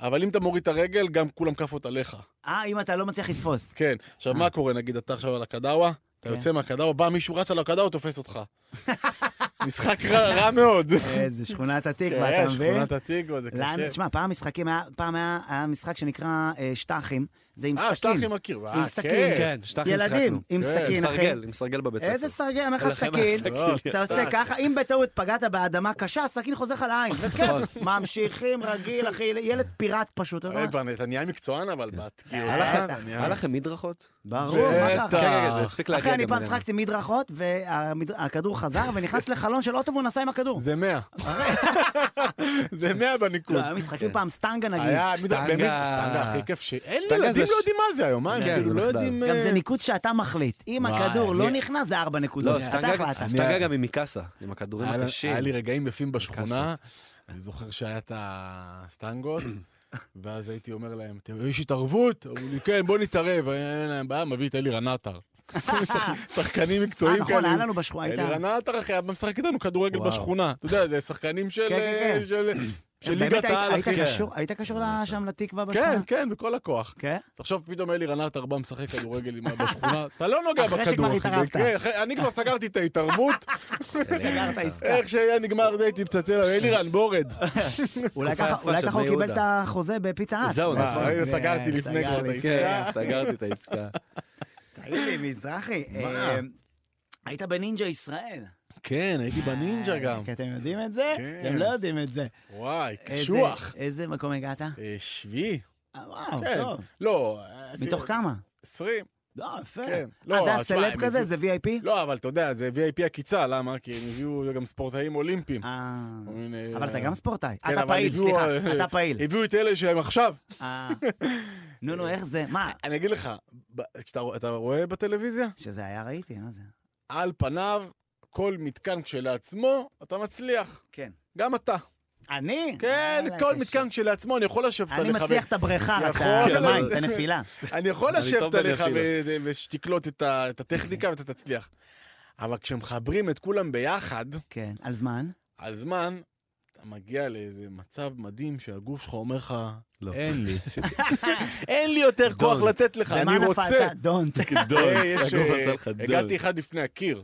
[SPEAKER 4] אבל אם אתה מוריד את הרגל, גם כולם כאפות עליך.
[SPEAKER 3] אה, אם אתה לא מצליח לתפוס.
[SPEAKER 4] כן. עכשיו,
[SPEAKER 3] אה.
[SPEAKER 4] מה קורה, נגיד, אתה עכשיו על הקדאווה, אתה
[SPEAKER 3] כן.
[SPEAKER 4] יוצא מהקדאווה, בא מישהו רץ על הקדאווה, תופס אותך. משחק רע, רע מאוד.
[SPEAKER 3] איזה שכונת התקווה,
[SPEAKER 4] כן,
[SPEAKER 3] אתה מבין?
[SPEAKER 4] שכונת התקווה, זה
[SPEAKER 3] לנו,
[SPEAKER 4] קשה. אה,
[SPEAKER 3] תשמע, פעם משחקים, היה- פעם היה היה משחק שנקרא אה, שטחים, זה עם
[SPEAKER 4] אה, שטחי
[SPEAKER 3] סכין.
[SPEAKER 4] מכיר. אה,
[SPEAKER 3] עם
[SPEAKER 4] כן.
[SPEAKER 3] סכין.
[SPEAKER 2] כן, שטחים
[SPEAKER 3] ילדים,
[SPEAKER 2] שיחקנו.
[SPEAKER 3] עם
[SPEAKER 4] כן,
[SPEAKER 3] סכין, אחי.
[SPEAKER 2] סרגל, עם סרגל בבית ספר.
[SPEAKER 3] איזה סרגל, אני אומר לך
[SPEAKER 2] הלחם
[SPEAKER 3] סכין.
[SPEAKER 4] לא,
[SPEAKER 2] מהסכין.
[SPEAKER 3] אתה עושה
[SPEAKER 4] סתם.
[SPEAKER 3] ככה, אם בטעות פגעת באדמה קשה, הסכין חוזר לך לעין, זה כיף. ממשיכים רגיל, אחי, ילד פיראט פשוט. אתה יודע?
[SPEAKER 4] אה, כבר אתה נהיה מקצוען, אבל
[SPEAKER 3] כן.
[SPEAKER 4] בת, כאילו,
[SPEAKER 3] היה
[SPEAKER 4] אה,
[SPEAKER 3] לך-
[SPEAKER 4] אתה נהיה-
[SPEAKER 2] היה לכם מדרכות?
[SPEAKER 3] ברור, מה
[SPEAKER 4] בטח.
[SPEAKER 3] זה
[SPEAKER 2] כן, כן, זה הספיק להגיע
[SPEAKER 3] אחי, אני
[SPEAKER 2] גם
[SPEAKER 3] פעם
[SPEAKER 2] אלינו.
[SPEAKER 3] שחקתי מדרכות, והכדור חזר ונכנס לחלון של אוטו והוא נסע עם הכדור.
[SPEAKER 4] זה 100. זה 100 בניקוד.
[SPEAKER 3] לא, היו
[SPEAKER 2] כן.
[SPEAKER 3] משחקים פעם סטנגה נגיד.
[SPEAKER 4] היה,
[SPEAKER 2] סטנגה.
[SPEAKER 4] באמת, סטנגה הכי כיף ש... אין
[SPEAKER 2] סטנגה
[SPEAKER 4] ילדים
[SPEAKER 2] זה
[SPEAKER 4] לא
[SPEAKER 2] ש-
[SPEAKER 4] יודעים מה זה היום, מה הם
[SPEAKER 2] כן,
[SPEAKER 4] כאילו
[SPEAKER 2] זה
[SPEAKER 4] לא
[SPEAKER 2] מחדל.
[SPEAKER 4] יודעים...
[SPEAKER 3] גם זה
[SPEAKER 4] אה,
[SPEAKER 3] ניקוד שאתה מחליט. אם
[SPEAKER 4] וואי,
[SPEAKER 3] הכדור לא
[SPEAKER 4] אני-
[SPEAKER 3] נכנס, זה ארבע נקודות. אתה
[SPEAKER 2] לא, סטנגה-
[SPEAKER 3] החלטת. אה,
[SPEAKER 2] סטנגה גם עם מיקאסה, עם הכדורים
[SPEAKER 4] היה לה-
[SPEAKER 2] הקשים.
[SPEAKER 4] היה לי רגעים יפים בשכונה, אני זוכר שהיה את הסטנגות, ואז הייתי אומר להם, "אתם- יש התערבות? אמרו לי, כן, בוא נתערב, אין להם בעיה, מביא את אלירן עטר. שחקנים
[SPEAKER 3] אה,
[SPEAKER 4] מקצועיים
[SPEAKER 3] נכון, היה
[SPEAKER 4] כאלה.
[SPEAKER 3] לנו בשכונה, הייתה...
[SPEAKER 4] אלירן עטר אחי, היה משחק איתנו כדורגל
[SPEAKER 2] וואו.
[SPEAKER 4] בשכונה. אתה יודע, זה שחקנים של אה,
[SPEAKER 3] כן, כן, כן.
[SPEAKER 4] של- של
[SPEAKER 3] באמת,
[SPEAKER 4] ליגת
[SPEAKER 3] היית-
[SPEAKER 4] העל,
[SPEAKER 3] היית
[SPEAKER 4] אחי.
[SPEAKER 3] קשור- היית קשור לה- שם לתקווה בשכונה?
[SPEAKER 4] כן, כן, בכל הכוח.
[SPEAKER 3] כן?
[SPEAKER 4] תחשוב, פתאום אלירן עטר בא משחק כדורגל עם בשכונה, אתה לא נוגע
[SPEAKER 3] אחרי
[SPEAKER 4] בכדור,
[SPEAKER 3] שכבר
[SPEAKER 4] אחי.
[SPEAKER 3] התערבת.
[SPEAKER 4] כן, אחרי- אני כבר סגרתי את ההתערבות,
[SPEAKER 3] סגרת עסקה.
[SPEAKER 4] איך שהיה נגמר זה הייתי מצלצל, עליו, אלירן, בורד.
[SPEAKER 3] אולי
[SPEAKER 2] תקופה
[SPEAKER 3] ככה-
[SPEAKER 2] יפה
[SPEAKER 3] אולי
[SPEAKER 2] של
[SPEAKER 3] ככה הוא
[SPEAKER 2] בני
[SPEAKER 3] קיבל את
[SPEAKER 2] יהודה.
[SPEAKER 3] החוזה בפיצה כן, האט.
[SPEAKER 2] זהו,
[SPEAKER 4] אה,
[SPEAKER 2] נכון.
[SPEAKER 4] רגע, סגרתי
[SPEAKER 3] זה,
[SPEAKER 4] לפני אה. כבר את
[SPEAKER 3] סגרנו,
[SPEAKER 4] העסקה.
[SPEAKER 2] כן, סגרתי את העסקה. כן.
[SPEAKER 3] תגיד לי, מזרחי, אה, היית בנינג'ה ישראל. אה,
[SPEAKER 4] כן, הייתי בנינג'ה גם.
[SPEAKER 3] כי אתם יודעים את זה?
[SPEAKER 4] כן.
[SPEAKER 3] אתם לא יודעים את זה.
[SPEAKER 4] וואי,
[SPEAKER 3] איזה-
[SPEAKER 4] קשוח.
[SPEAKER 3] איזה מקום הגעת? אה,
[SPEAKER 4] אה, שביעי?
[SPEAKER 3] וואו,
[SPEAKER 4] כן.
[SPEAKER 3] טוב.
[SPEAKER 4] לא.
[SPEAKER 3] מתוך כמה?
[SPEAKER 4] 20.
[SPEAKER 3] לא, יפה.
[SPEAKER 4] כן.
[SPEAKER 3] אה,
[SPEAKER 4] לא,
[SPEAKER 3] זה היה
[SPEAKER 4] תשמע,
[SPEAKER 3] סלב
[SPEAKER 4] הם
[SPEAKER 3] כזה?
[SPEAKER 4] הביאו-
[SPEAKER 3] זה VIP?
[SPEAKER 4] לא, אבל אתה יודע, זה VIP עקיצה, למה? כי הם הביאו גם ספורטאים אולימפיים.
[SPEAKER 3] אה,
[SPEAKER 4] כל מיני,
[SPEAKER 3] אבל אתה
[SPEAKER 4] אה,
[SPEAKER 3] גם ספורטאי.
[SPEAKER 4] כן,
[SPEAKER 3] אתה
[SPEAKER 4] אבל
[SPEAKER 3] פעיל,
[SPEAKER 4] הביאו,
[SPEAKER 3] סליחה,
[SPEAKER 4] אה,
[SPEAKER 3] אתה פעיל.
[SPEAKER 4] הביאו את אלה שהם עכשיו.
[SPEAKER 3] אה. נו, נו, איך זה? מה?
[SPEAKER 4] אני אגיד לך, ב- כשאתה אתה רואה בטלוויזיה,
[SPEAKER 3] שזה היה, ראיתי, מה זה?
[SPEAKER 4] על פניו, כל מתקן כשלעצמו, אתה מצליח.
[SPEAKER 3] כן.
[SPEAKER 4] גם אתה.
[SPEAKER 3] אני?
[SPEAKER 4] כן,
[SPEAKER 3] וואלה,
[SPEAKER 4] כל
[SPEAKER 3] קשה.
[SPEAKER 4] מתקן כשלעצמו, אני יכול לשבת
[SPEAKER 3] אני
[SPEAKER 4] עליך. ו-
[SPEAKER 3] מצליח את הבריכה, רק את
[SPEAKER 4] יכול,
[SPEAKER 3] המים,
[SPEAKER 4] אבל-
[SPEAKER 3] את הנפילה.
[SPEAKER 4] אני יכול
[SPEAKER 2] אני
[SPEAKER 4] לשבת
[SPEAKER 2] טוב
[SPEAKER 4] עליך
[SPEAKER 2] בנפילה.
[SPEAKER 4] ו- ושתקלוט את ה- את הטכניקה ואתה תצליח. אבל כשמחברים את כולם ביחד,
[SPEAKER 3] כן, על זמן.
[SPEAKER 4] על זמן, אתה מגיע לאיזה מצב מדהים שהגוף שלך אומר לך,
[SPEAKER 2] לא.
[SPEAKER 4] אין לי. אין לי יותר כוח
[SPEAKER 2] Don't.
[SPEAKER 4] לתת לך,
[SPEAKER 3] למה
[SPEAKER 4] אני רוצה.
[SPEAKER 3] נפלת? דונט.
[SPEAKER 4] אה, יש,
[SPEAKER 2] הגוף
[SPEAKER 4] אה,
[SPEAKER 2] עשה לך דוד.
[SPEAKER 4] הגעתי אחד לפני הקיר.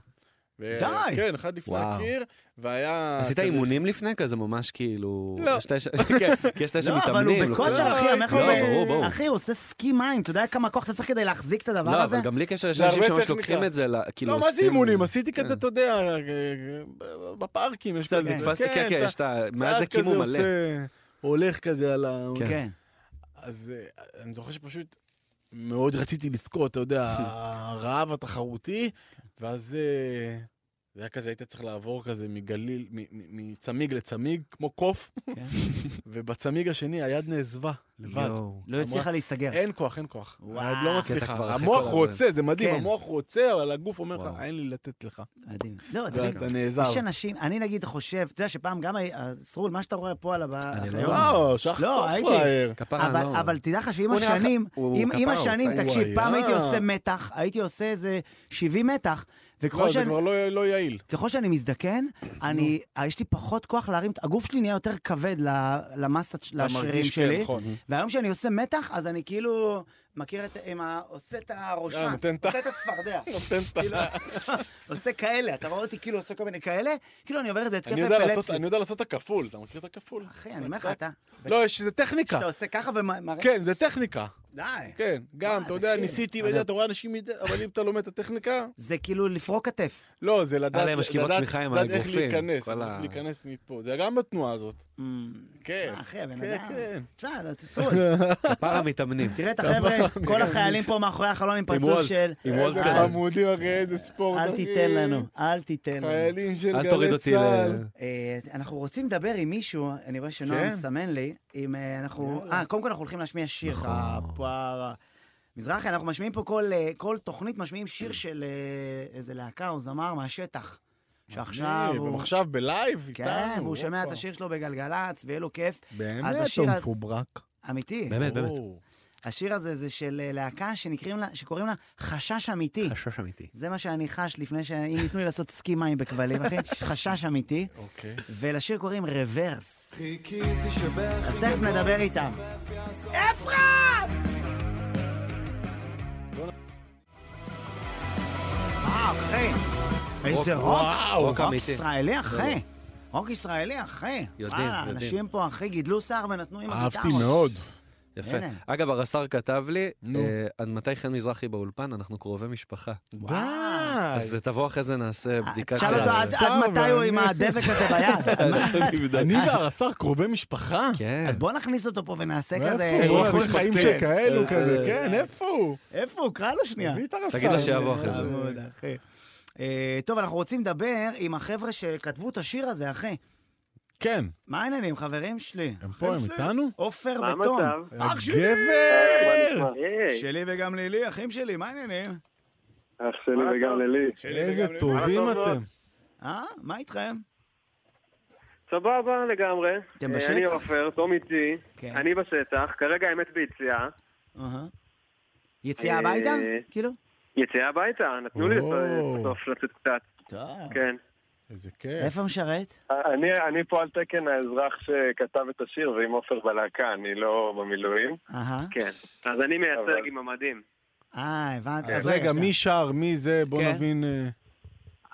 [SPEAKER 4] ו-
[SPEAKER 3] די.
[SPEAKER 4] כן, אחד לפני
[SPEAKER 2] וואו.
[SPEAKER 4] הקיר, והיה...
[SPEAKER 2] עשית
[SPEAKER 4] כזה-
[SPEAKER 2] אימונים לפני כזה ממש כאילו...
[SPEAKER 4] לא.
[SPEAKER 2] יש את האש- כן, כי יש את האש
[SPEAKER 3] לא, אבל הוא
[SPEAKER 2] שמתאמנים.
[SPEAKER 3] בכושר,
[SPEAKER 4] לא,
[SPEAKER 3] אחי, המכר...
[SPEAKER 2] לא, ברור, ברור.
[SPEAKER 3] אחי, הוא עושה סקי מים, אתה יודע כמה כוח אתה צריך כדי להחזיק את הדבר
[SPEAKER 2] לא,
[SPEAKER 3] הזה?
[SPEAKER 2] אבל גם בלי קשר, יש
[SPEAKER 4] זה
[SPEAKER 2] אנשים
[SPEAKER 4] הרבה
[SPEAKER 2] שממש
[SPEAKER 4] טכניקה.
[SPEAKER 2] לוקחים את זה, ל- כאילו
[SPEAKER 4] לא, מה זה
[SPEAKER 2] עושים-
[SPEAKER 4] אימונים? עשיתי
[SPEAKER 2] כן.
[SPEAKER 4] כזה, אתה יודע, אה, בפארקים יש
[SPEAKER 2] קצת
[SPEAKER 4] כזה.
[SPEAKER 2] נתפסת, כן, כן,
[SPEAKER 4] אתה-
[SPEAKER 2] יש את ה... מאז
[SPEAKER 4] צעד כזה
[SPEAKER 2] זה קימו מלא.
[SPEAKER 4] עושה- הולך כזה על ה...
[SPEAKER 2] כן.
[SPEAKER 3] כן.
[SPEAKER 4] אז אה, אני זוכר שפשוט מאוד רציתי לזכות, אתה יודע, הרעב התחרותי, ואז אה, זה היה כזה, היית צריך לעבור כזה מגליל, מ- מ- מצמיג לצמיג, כמו קוף,
[SPEAKER 3] כן.
[SPEAKER 4] ובצמיג השני היד נעזבה, לבד.
[SPEAKER 2] יואו.
[SPEAKER 3] לא הצליחה
[SPEAKER 4] אמרה,
[SPEAKER 3] להיסגר.
[SPEAKER 4] אין כוח, אין כוח.
[SPEAKER 3] וואו.
[SPEAKER 4] היד לא
[SPEAKER 2] כי אתה כבר
[SPEAKER 4] מצליחה.
[SPEAKER 2] אחרי
[SPEAKER 4] המוח
[SPEAKER 2] כל הזמן.
[SPEAKER 4] רוצה, זה מדהים,
[SPEAKER 3] כן.
[SPEAKER 4] המוח רוצה, אבל הגוף אומר לך,
[SPEAKER 2] וואו.
[SPEAKER 4] אין לי לתת לך.
[SPEAKER 3] מדהים. לא, תקשיב,
[SPEAKER 4] ואתה נעזר.
[SPEAKER 3] יש אנשים, אני נגיד חושב, אתה יודע שפעם גם, ה- הסרול, מה שאתה רואה פה על הבא...
[SPEAKER 2] אני לא-
[SPEAKER 4] וואו, שחר
[SPEAKER 3] לא, הייתי.
[SPEAKER 4] פראייר.
[SPEAKER 2] כפרה,
[SPEAKER 3] אבל,
[SPEAKER 2] לא.
[SPEAKER 3] אבל תדע לך שעם
[SPEAKER 2] הוא נראה לך-
[SPEAKER 3] השנים,
[SPEAKER 2] הוא-
[SPEAKER 3] עם,
[SPEAKER 2] הוא
[SPEAKER 3] עם
[SPEAKER 2] כפרה,
[SPEAKER 3] השנים,
[SPEAKER 2] הוא
[SPEAKER 3] תקשיב,
[SPEAKER 4] צעיר.
[SPEAKER 3] פעם
[SPEAKER 4] הוא
[SPEAKER 3] הייתי
[SPEAKER 4] היה.
[SPEAKER 3] עושה מתח, הייתי עושה איזה 70 מתח, וככל
[SPEAKER 4] לא, זה
[SPEAKER 3] שאני,
[SPEAKER 4] כבר לא- לא יעיל.
[SPEAKER 3] ככל שאני מזדקן, אני, אה, יש לי פחות כוח להרים, את- הגוף שלי נהיה יותר כבד ל- למסה,
[SPEAKER 4] אתה
[SPEAKER 3] לשרירים
[SPEAKER 4] מרגיש, כן,
[SPEAKER 3] שלי,
[SPEAKER 4] נכון.
[SPEAKER 3] והיום כשאני עושה מתח, אז אני כאילו מכיר את, עם ה... עושה את
[SPEAKER 4] אה,
[SPEAKER 3] הראשה,
[SPEAKER 4] נותן את ה-
[SPEAKER 3] עושה את הצפרדע,
[SPEAKER 4] נותן את
[SPEAKER 3] כאילו,
[SPEAKER 4] ה...
[SPEAKER 3] עושה כאלה, אתה רואה אותי כאילו עושה כל מיני כאלה, כאילו אני עובר איזה התקף
[SPEAKER 4] אני יודע לעשות-
[SPEAKER 3] אפילפסי.
[SPEAKER 4] אני יודע לעשות את הכפול, אתה מכיר את הכפול?
[SPEAKER 3] אחי, אני אומר לך, אתה,
[SPEAKER 4] לא, יש, זה טכניקה.
[SPEAKER 3] שאתה עושה ככה ומראה,
[SPEAKER 4] כן, זה טכניקה.
[SPEAKER 3] די.
[SPEAKER 4] כן, גם,
[SPEAKER 3] מה,
[SPEAKER 4] אתה יודע,
[SPEAKER 3] תקשיב.
[SPEAKER 4] ניסיתי,
[SPEAKER 3] אבל-
[SPEAKER 4] וזה, אתה רואה אנשים, מדי- אבל אם אתה לומד את הטכניקה,
[SPEAKER 3] זה כאילו לפרוק כתף.
[SPEAKER 4] לא, זה
[SPEAKER 2] היה
[SPEAKER 4] לדעת
[SPEAKER 2] להם משכיבות
[SPEAKER 4] לדעת-
[SPEAKER 2] צמיחה עם
[SPEAKER 4] לדעת איך
[SPEAKER 2] האגרופים,
[SPEAKER 4] להיכנס,
[SPEAKER 2] כל
[SPEAKER 4] לדעת
[SPEAKER 2] ה-
[SPEAKER 4] איך להיכנס מפה. זה גם בתנועה הזאת. כן.
[SPEAKER 3] תשמע, אה, אחי, הבן
[SPEAKER 4] כן,
[SPEAKER 3] אדם.
[SPEAKER 4] כן.
[SPEAKER 3] תשמע, לא, תסרוד.
[SPEAKER 2] כפרה מתאמנים.
[SPEAKER 3] תראה את החבר'ה, כל החיילים פה מאחורי החלון עם פרצוף
[SPEAKER 2] וולט.
[SPEAKER 3] של...
[SPEAKER 2] עם וולט
[SPEAKER 4] איזה
[SPEAKER 3] אל-
[SPEAKER 2] כזה.
[SPEAKER 4] חמודים, אחי, איזה ספורט.
[SPEAKER 3] אל
[SPEAKER 4] אחי.
[SPEAKER 3] תיתן לנו, אל תיתן לנו.
[SPEAKER 4] חיילים של
[SPEAKER 2] אל תוריד
[SPEAKER 4] גלי
[SPEAKER 2] אותי ל...
[SPEAKER 4] צה"ל.
[SPEAKER 3] אה, אנחנו רוצים לדבר עם מישהו, אני רואה שנועם
[SPEAKER 4] כן.
[SPEAKER 3] מסמן לי, אם אה, אנחנו...
[SPEAKER 4] יאללה.
[SPEAKER 3] אה, קודם כל אנחנו הולכים להשמיע שיר.
[SPEAKER 2] נכון.
[SPEAKER 3] כפרה. מזרחי, אנחנו משמיעים פה כל, אה, כל תוכנית, משמיעים שיר של אה, איזה להקה או זמר מהשטח. שעכשיו
[SPEAKER 4] הוא
[SPEAKER 3] הוא...
[SPEAKER 4] עכשיו בלייב איתנו.
[SPEAKER 3] כן, והוא שומע את
[SPEAKER 4] הופה.
[SPEAKER 3] השיר שלו בגלגלצ, ויהיה לו כיף. אז
[SPEAKER 5] באמת,
[SPEAKER 3] השיר
[SPEAKER 5] הוא
[SPEAKER 3] הזה-
[SPEAKER 5] מפוברק.
[SPEAKER 3] אמיתי.
[SPEAKER 2] באמת, באמת.
[SPEAKER 4] או,
[SPEAKER 3] השיר הזה זה של אה, להקה שנקראים לה, שקוראים לה חשש אמיתי.
[SPEAKER 2] חשש אמיתי.
[SPEAKER 3] זה מה שאני חש לפני ש... אם ייתנו לי לעשות סקי מים בכבלים, אחי, חשש אמיתי.
[SPEAKER 4] אוקיי.
[SPEAKER 3] ולשיר קוראים רוורס. אז תכף נדבר איתם. אפרת! וואו, אה, אחי. איזה רוק.
[SPEAKER 4] וואו.
[SPEAKER 2] רוק
[SPEAKER 3] רוק
[SPEAKER 2] אמיתי.
[SPEAKER 3] ישראלי, אחי. רוק ישראלי, אחי.
[SPEAKER 2] יודעים,
[SPEAKER 3] וואלה,
[SPEAKER 2] יודעים.
[SPEAKER 3] אנשים פה, אחי, גידלו שיער ונתנו עם הגיטרות.
[SPEAKER 5] אהבתי מאוד.
[SPEAKER 2] יפה.
[SPEAKER 3] הנה.
[SPEAKER 2] אגב, הרס"ר כתב לי,
[SPEAKER 5] נו.
[SPEAKER 2] אה, עד מתי חן מזרחי באולפן? אנחנו קרובי משפחה.
[SPEAKER 3] וואו.
[SPEAKER 2] אז תבוא אחרי זה נעשה בדיקה.
[SPEAKER 3] אה, תשאל אותו עד
[SPEAKER 5] הרס"ר
[SPEAKER 3] עד מתי הוא
[SPEAKER 5] ואני-
[SPEAKER 3] עם הדבק הזה ביד.
[SPEAKER 4] אני והרס"ר קרובי משפחה?
[SPEAKER 2] כן.
[SPEAKER 3] אז בוא נכניס אותו פה ונעשה כזה...
[SPEAKER 5] איפה הוא?
[SPEAKER 3] אירוע
[SPEAKER 5] איפה
[SPEAKER 3] משפחתי.
[SPEAKER 5] חיים שכאלו
[SPEAKER 2] איזה-
[SPEAKER 5] כזה, כן, איפה הוא?
[SPEAKER 3] איפה הוא? קרא לו שנייה.
[SPEAKER 5] תביא את הרס"ר.
[SPEAKER 2] אה, כן. תגיד לה שיבוא אחרי זה.
[SPEAKER 3] חמוד, אחי. אה, טוב, אנחנו רוצים לדבר עם החבר'ה שכתבו את השיר הזה, אחי.
[SPEAKER 5] כן,
[SPEAKER 3] מה העניינים, חברים שלי?
[SPEAKER 5] הם פה, הם
[SPEAKER 3] שלי.
[SPEAKER 5] איתנו?
[SPEAKER 3] עופר
[SPEAKER 6] מה
[SPEAKER 3] ותום.
[SPEAKER 6] המצב?
[SPEAKER 3] אח שלי!
[SPEAKER 5] גבר!
[SPEAKER 6] היי,
[SPEAKER 3] שלי וגם לילי, אחים שלי, מה העניינים?
[SPEAKER 6] אח שלי וגם ללי.
[SPEAKER 5] איזה טובים
[SPEAKER 6] לילי.
[SPEAKER 5] אתם.
[SPEAKER 3] אה? מה איתכם?
[SPEAKER 6] סבבה לגמרי.
[SPEAKER 3] אתם
[SPEAKER 6] אה,
[SPEAKER 3] בשטח?
[SPEAKER 6] אני עופר, תום איתי,
[SPEAKER 5] אוקיי.
[SPEAKER 3] כן.
[SPEAKER 6] אני בשטח, כרגע האמת ביציאה.
[SPEAKER 3] אהה. יציאה
[SPEAKER 6] אה,
[SPEAKER 3] הביתה? כאילו?
[SPEAKER 6] יציאה הביתה, נתנו לי
[SPEAKER 5] או. אה.
[SPEAKER 6] בסוף לצאת קצת,
[SPEAKER 3] טוב.
[SPEAKER 6] כן.
[SPEAKER 5] איזה כיף.
[SPEAKER 3] איפה משרת?
[SPEAKER 7] אה, אני, אני פה על תקן האזרח שכתב את השיר ועם עופר בלהקה, אני לא במילואים.
[SPEAKER 3] אהה.
[SPEAKER 6] כן. אז אני מייצג
[SPEAKER 7] אבל-
[SPEAKER 6] עם המדים.
[SPEAKER 3] אה, הבנתי.
[SPEAKER 5] אז רגע, מי שר? מי זה? בוא
[SPEAKER 3] כן. אה,
[SPEAKER 5] נבין. אה,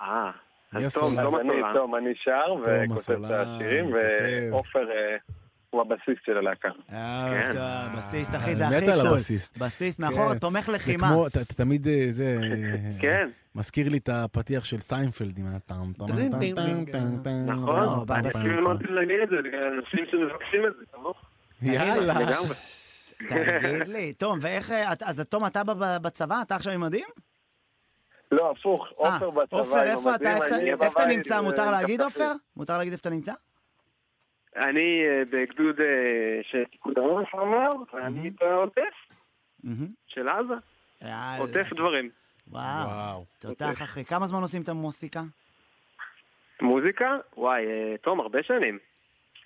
[SPEAKER 6] אה,
[SPEAKER 5] מי
[SPEAKER 6] אז תום,
[SPEAKER 5] הסולן?
[SPEAKER 6] תום
[SPEAKER 7] אז אני
[SPEAKER 6] הסולן.
[SPEAKER 7] תום, אני שר וכותב את
[SPEAKER 5] הסולן,
[SPEAKER 7] השירים,
[SPEAKER 5] כותב.
[SPEAKER 7] ועופר אה, הוא הבסיס של הלהקה.
[SPEAKER 3] אה,
[SPEAKER 6] כן.
[SPEAKER 3] טוב, בסיסט, אחי,
[SPEAKER 5] אני
[SPEAKER 3] זה הכי
[SPEAKER 5] מת
[SPEAKER 3] קול.
[SPEAKER 5] על הבסיסט.
[SPEAKER 3] בסיסט, מאחורה,
[SPEAKER 5] כן.
[SPEAKER 3] תומך
[SPEAKER 5] זה
[SPEAKER 3] לחימה.
[SPEAKER 5] כמו, אתה אתה תמיד אה, זה... אה,
[SPEAKER 6] כן,
[SPEAKER 5] מזכיר לי את הפתיח של סיינפלד עם הטאם טאם טאם טאם טאם טאם טאם.
[SPEAKER 6] נכון,
[SPEAKER 3] לא,
[SPEAKER 5] אה,
[SPEAKER 6] אני אפילו לא רוצה להגיד את זה, בגלל אנשים שמבקשים את זה, לא? כמוך.
[SPEAKER 5] יאללה.
[SPEAKER 6] לגמרי.
[SPEAKER 3] תגיד לי, תום, ואיך... אה, את- אז תום, אתה ב- בצבא? אתה עכשיו עם מדים?
[SPEAKER 7] לא, הפוך, עופר
[SPEAKER 3] אה,
[SPEAKER 7] בצבא
[SPEAKER 3] עופר,
[SPEAKER 7] עם
[SPEAKER 3] איפה אתה-
[SPEAKER 7] המדים,
[SPEAKER 3] איפה אתה-
[SPEAKER 7] אני
[SPEAKER 3] איפה אתה
[SPEAKER 7] בבית,
[SPEAKER 3] נמצא?
[SPEAKER 7] אה,
[SPEAKER 3] מותר
[SPEAKER 7] עם
[SPEAKER 3] להגיד,
[SPEAKER 7] כפכפים.
[SPEAKER 3] עופר? מותר להגיד איפה אתה נמצא?
[SPEAKER 6] אני אה, בגדוד אה, של פיקוד העורף אמר,
[SPEAKER 3] Mm-hmm.
[SPEAKER 6] ואני בעוטף
[SPEAKER 3] מהמם.
[SPEAKER 6] של עזה,
[SPEAKER 3] יאללה.
[SPEAKER 6] עוטף דברים.
[SPEAKER 3] וואו,
[SPEAKER 5] וואו.
[SPEAKER 3] תותח, אחי. כמה זמן עושים את המוסיקה?
[SPEAKER 6] מוזיקה? וואי, אה, תום, הרבה שנים.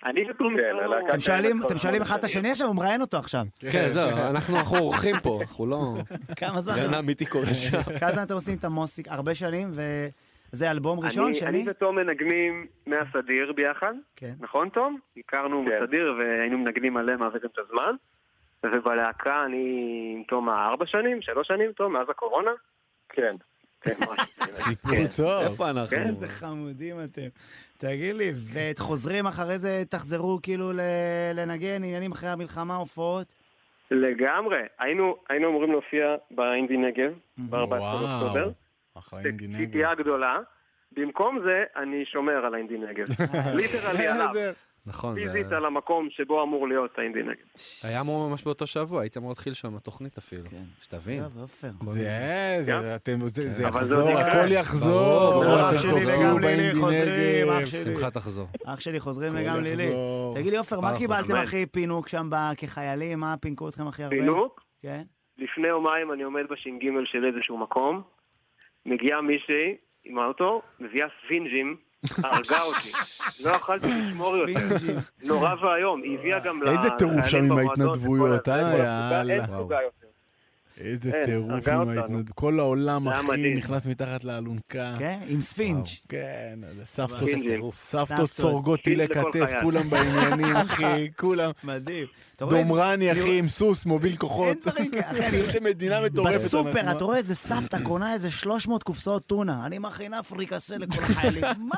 [SPEAKER 6] אני ותום.
[SPEAKER 7] כן,
[SPEAKER 6] לא-
[SPEAKER 7] הלהקה
[SPEAKER 6] גם
[SPEAKER 3] אתם שואלים-
[SPEAKER 7] כבר
[SPEAKER 3] אתם שואלים אחד את
[SPEAKER 7] המון
[SPEAKER 3] השני עכשיו, הוא מראיין אותו עכשיו.
[SPEAKER 2] כן, זהו, אנחנו אנחנו אורחים פה, אנחנו לא...
[SPEAKER 3] כמה זמן?
[SPEAKER 2] רעיון אמיתי קורה שם.
[SPEAKER 3] כמה זמן אתם עושים את המוסיק? הרבה שנים, וזה אלבום ראשון,
[SPEAKER 6] אני-
[SPEAKER 3] שני?
[SPEAKER 6] אני ותום מנגנים מהסדיר ביחד,
[SPEAKER 3] כן.
[SPEAKER 6] נכון תום? הכרנו
[SPEAKER 7] כן.
[SPEAKER 6] בסדיר והיינו מנגנים מלא מעבירים את הזמן. ובלהקה אני עם תום ארבע שנים, שלוש שנים תום, מאז הקורונה.
[SPEAKER 7] כן.
[SPEAKER 6] כן, ממש.
[SPEAKER 5] סיפור טוב.
[SPEAKER 2] איפה אנחנו?
[SPEAKER 6] כן,
[SPEAKER 3] איזה חמודים אתם. תגיד לי, וחוזרים אחרי זה, תחזרו כאילו ל- לנגן עניינים אחרי המלחמה, הופעות?
[SPEAKER 6] לגמרי. היינו היינו אמורים להופיע באינדי נגב, ב-14
[SPEAKER 5] וואו.
[SPEAKER 6] באוקטובר.
[SPEAKER 5] אחלה אינדי נגב.
[SPEAKER 6] ציפייה גדולה. במקום זה, אני שומר על האינדי נגב.
[SPEAKER 3] אה,
[SPEAKER 6] ליטרלי עליו.
[SPEAKER 5] בסדר.
[SPEAKER 2] נכון, זה
[SPEAKER 6] פיזית על המקום שבו אמור להיות האינדי נגב.
[SPEAKER 2] היה אמור ממש באותו שבוע, הייתי אמור להתחיל שם התוכנית אפילו.
[SPEAKER 3] כן.
[SPEAKER 2] שתבין.
[SPEAKER 3] טוב, עופר.
[SPEAKER 5] זה, זה, אתם, זה, זה
[SPEAKER 6] כן. אבל זה עוד
[SPEAKER 5] יחזור,
[SPEAKER 6] יקרה.
[SPEAKER 5] הכל יחזור.
[SPEAKER 2] ברור,
[SPEAKER 5] אתם
[SPEAKER 2] אח שלי
[SPEAKER 5] תחזרו
[SPEAKER 2] וגם
[SPEAKER 3] לילי
[SPEAKER 5] באינדי
[SPEAKER 3] חוזרים, אח
[SPEAKER 5] נגב.
[SPEAKER 3] שלי.
[SPEAKER 2] שמחה תחזור.
[SPEAKER 3] אח שלי חוזרים
[SPEAKER 5] הכל
[SPEAKER 3] וגם לילי.
[SPEAKER 5] יחזור.
[SPEAKER 6] כן,
[SPEAKER 3] תגיד לי, עופר, מה
[SPEAKER 2] אנחנו
[SPEAKER 3] קיבלתם
[SPEAKER 6] זמן.
[SPEAKER 3] הכי פינוק שם ב- כחיילים? מה פינקו אתכם הכי הרבה?
[SPEAKER 6] פינוק,
[SPEAKER 3] כן.
[SPEAKER 6] לפני יומיים אני עומד בש"ג של איזשהו מקום, מגיעה מישהי עם האוטו, מביאה ספינג'ים, הרגה אותי. לא יכולתי לשמור יותר. נורא ואיום, היא הביאה גם ל...
[SPEAKER 5] איזה טירוף שם
[SPEAKER 6] לחיילים
[SPEAKER 5] עם
[SPEAKER 6] במועדון,
[SPEAKER 5] ההתנדבויות, אה?
[SPEAKER 7] כל הפסוגה, אין
[SPEAKER 5] יאללה.
[SPEAKER 7] פסוגה יותר.
[SPEAKER 5] איזה
[SPEAKER 7] אין,
[SPEAKER 5] טירוף
[SPEAKER 7] הרגה
[SPEAKER 5] עם
[SPEAKER 7] אותנו.
[SPEAKER 5] ההתנדבות. כל העולם,
[SPEAKER 6] זה היה
[SPEAKER 5] אחי,
[SPEAKER 6] מדהים.
[SPEAKER 5] נכנס מתחת לאלונקה.
[SPEAKER 3] כן, עם ספינג'.
[SPEAKER 5] וואו, כן, אז סבתות,
[SPEAKER 6] ספינג'.
[SPEAKER 5] סבתות
[SPEAKER 3] סבתות.
[SPEAKER 5] סורגות
[SPEAKER 6] ספינג'
[SPEAKER 5] טילי
[SPEAKER 6] לכל
[SPEAKER 5] כתף,
[SPEAKER 6] חייל.
[SPEAKER 5] כולם בעניינים, אחי, כולם.
[SPEAKER 3] מדהים. אתה רואה,
[SPEAKER 5] דומרני, אחי, עם סוס, מוביל כוחות.
[SPEAKER 3] אין דברים כאלה. אחי,
[SPEAKER 5] איזה מדינה מטורפת.
[SPEAKER 3] בסופר,
[SPEAKER 5] אנחנו.
[SPEAKER 3] אתה רואה איזה סבתא קונה איזה 300 קופסאות טונה. אני מכינה פריקסה לכל החיילים. מה?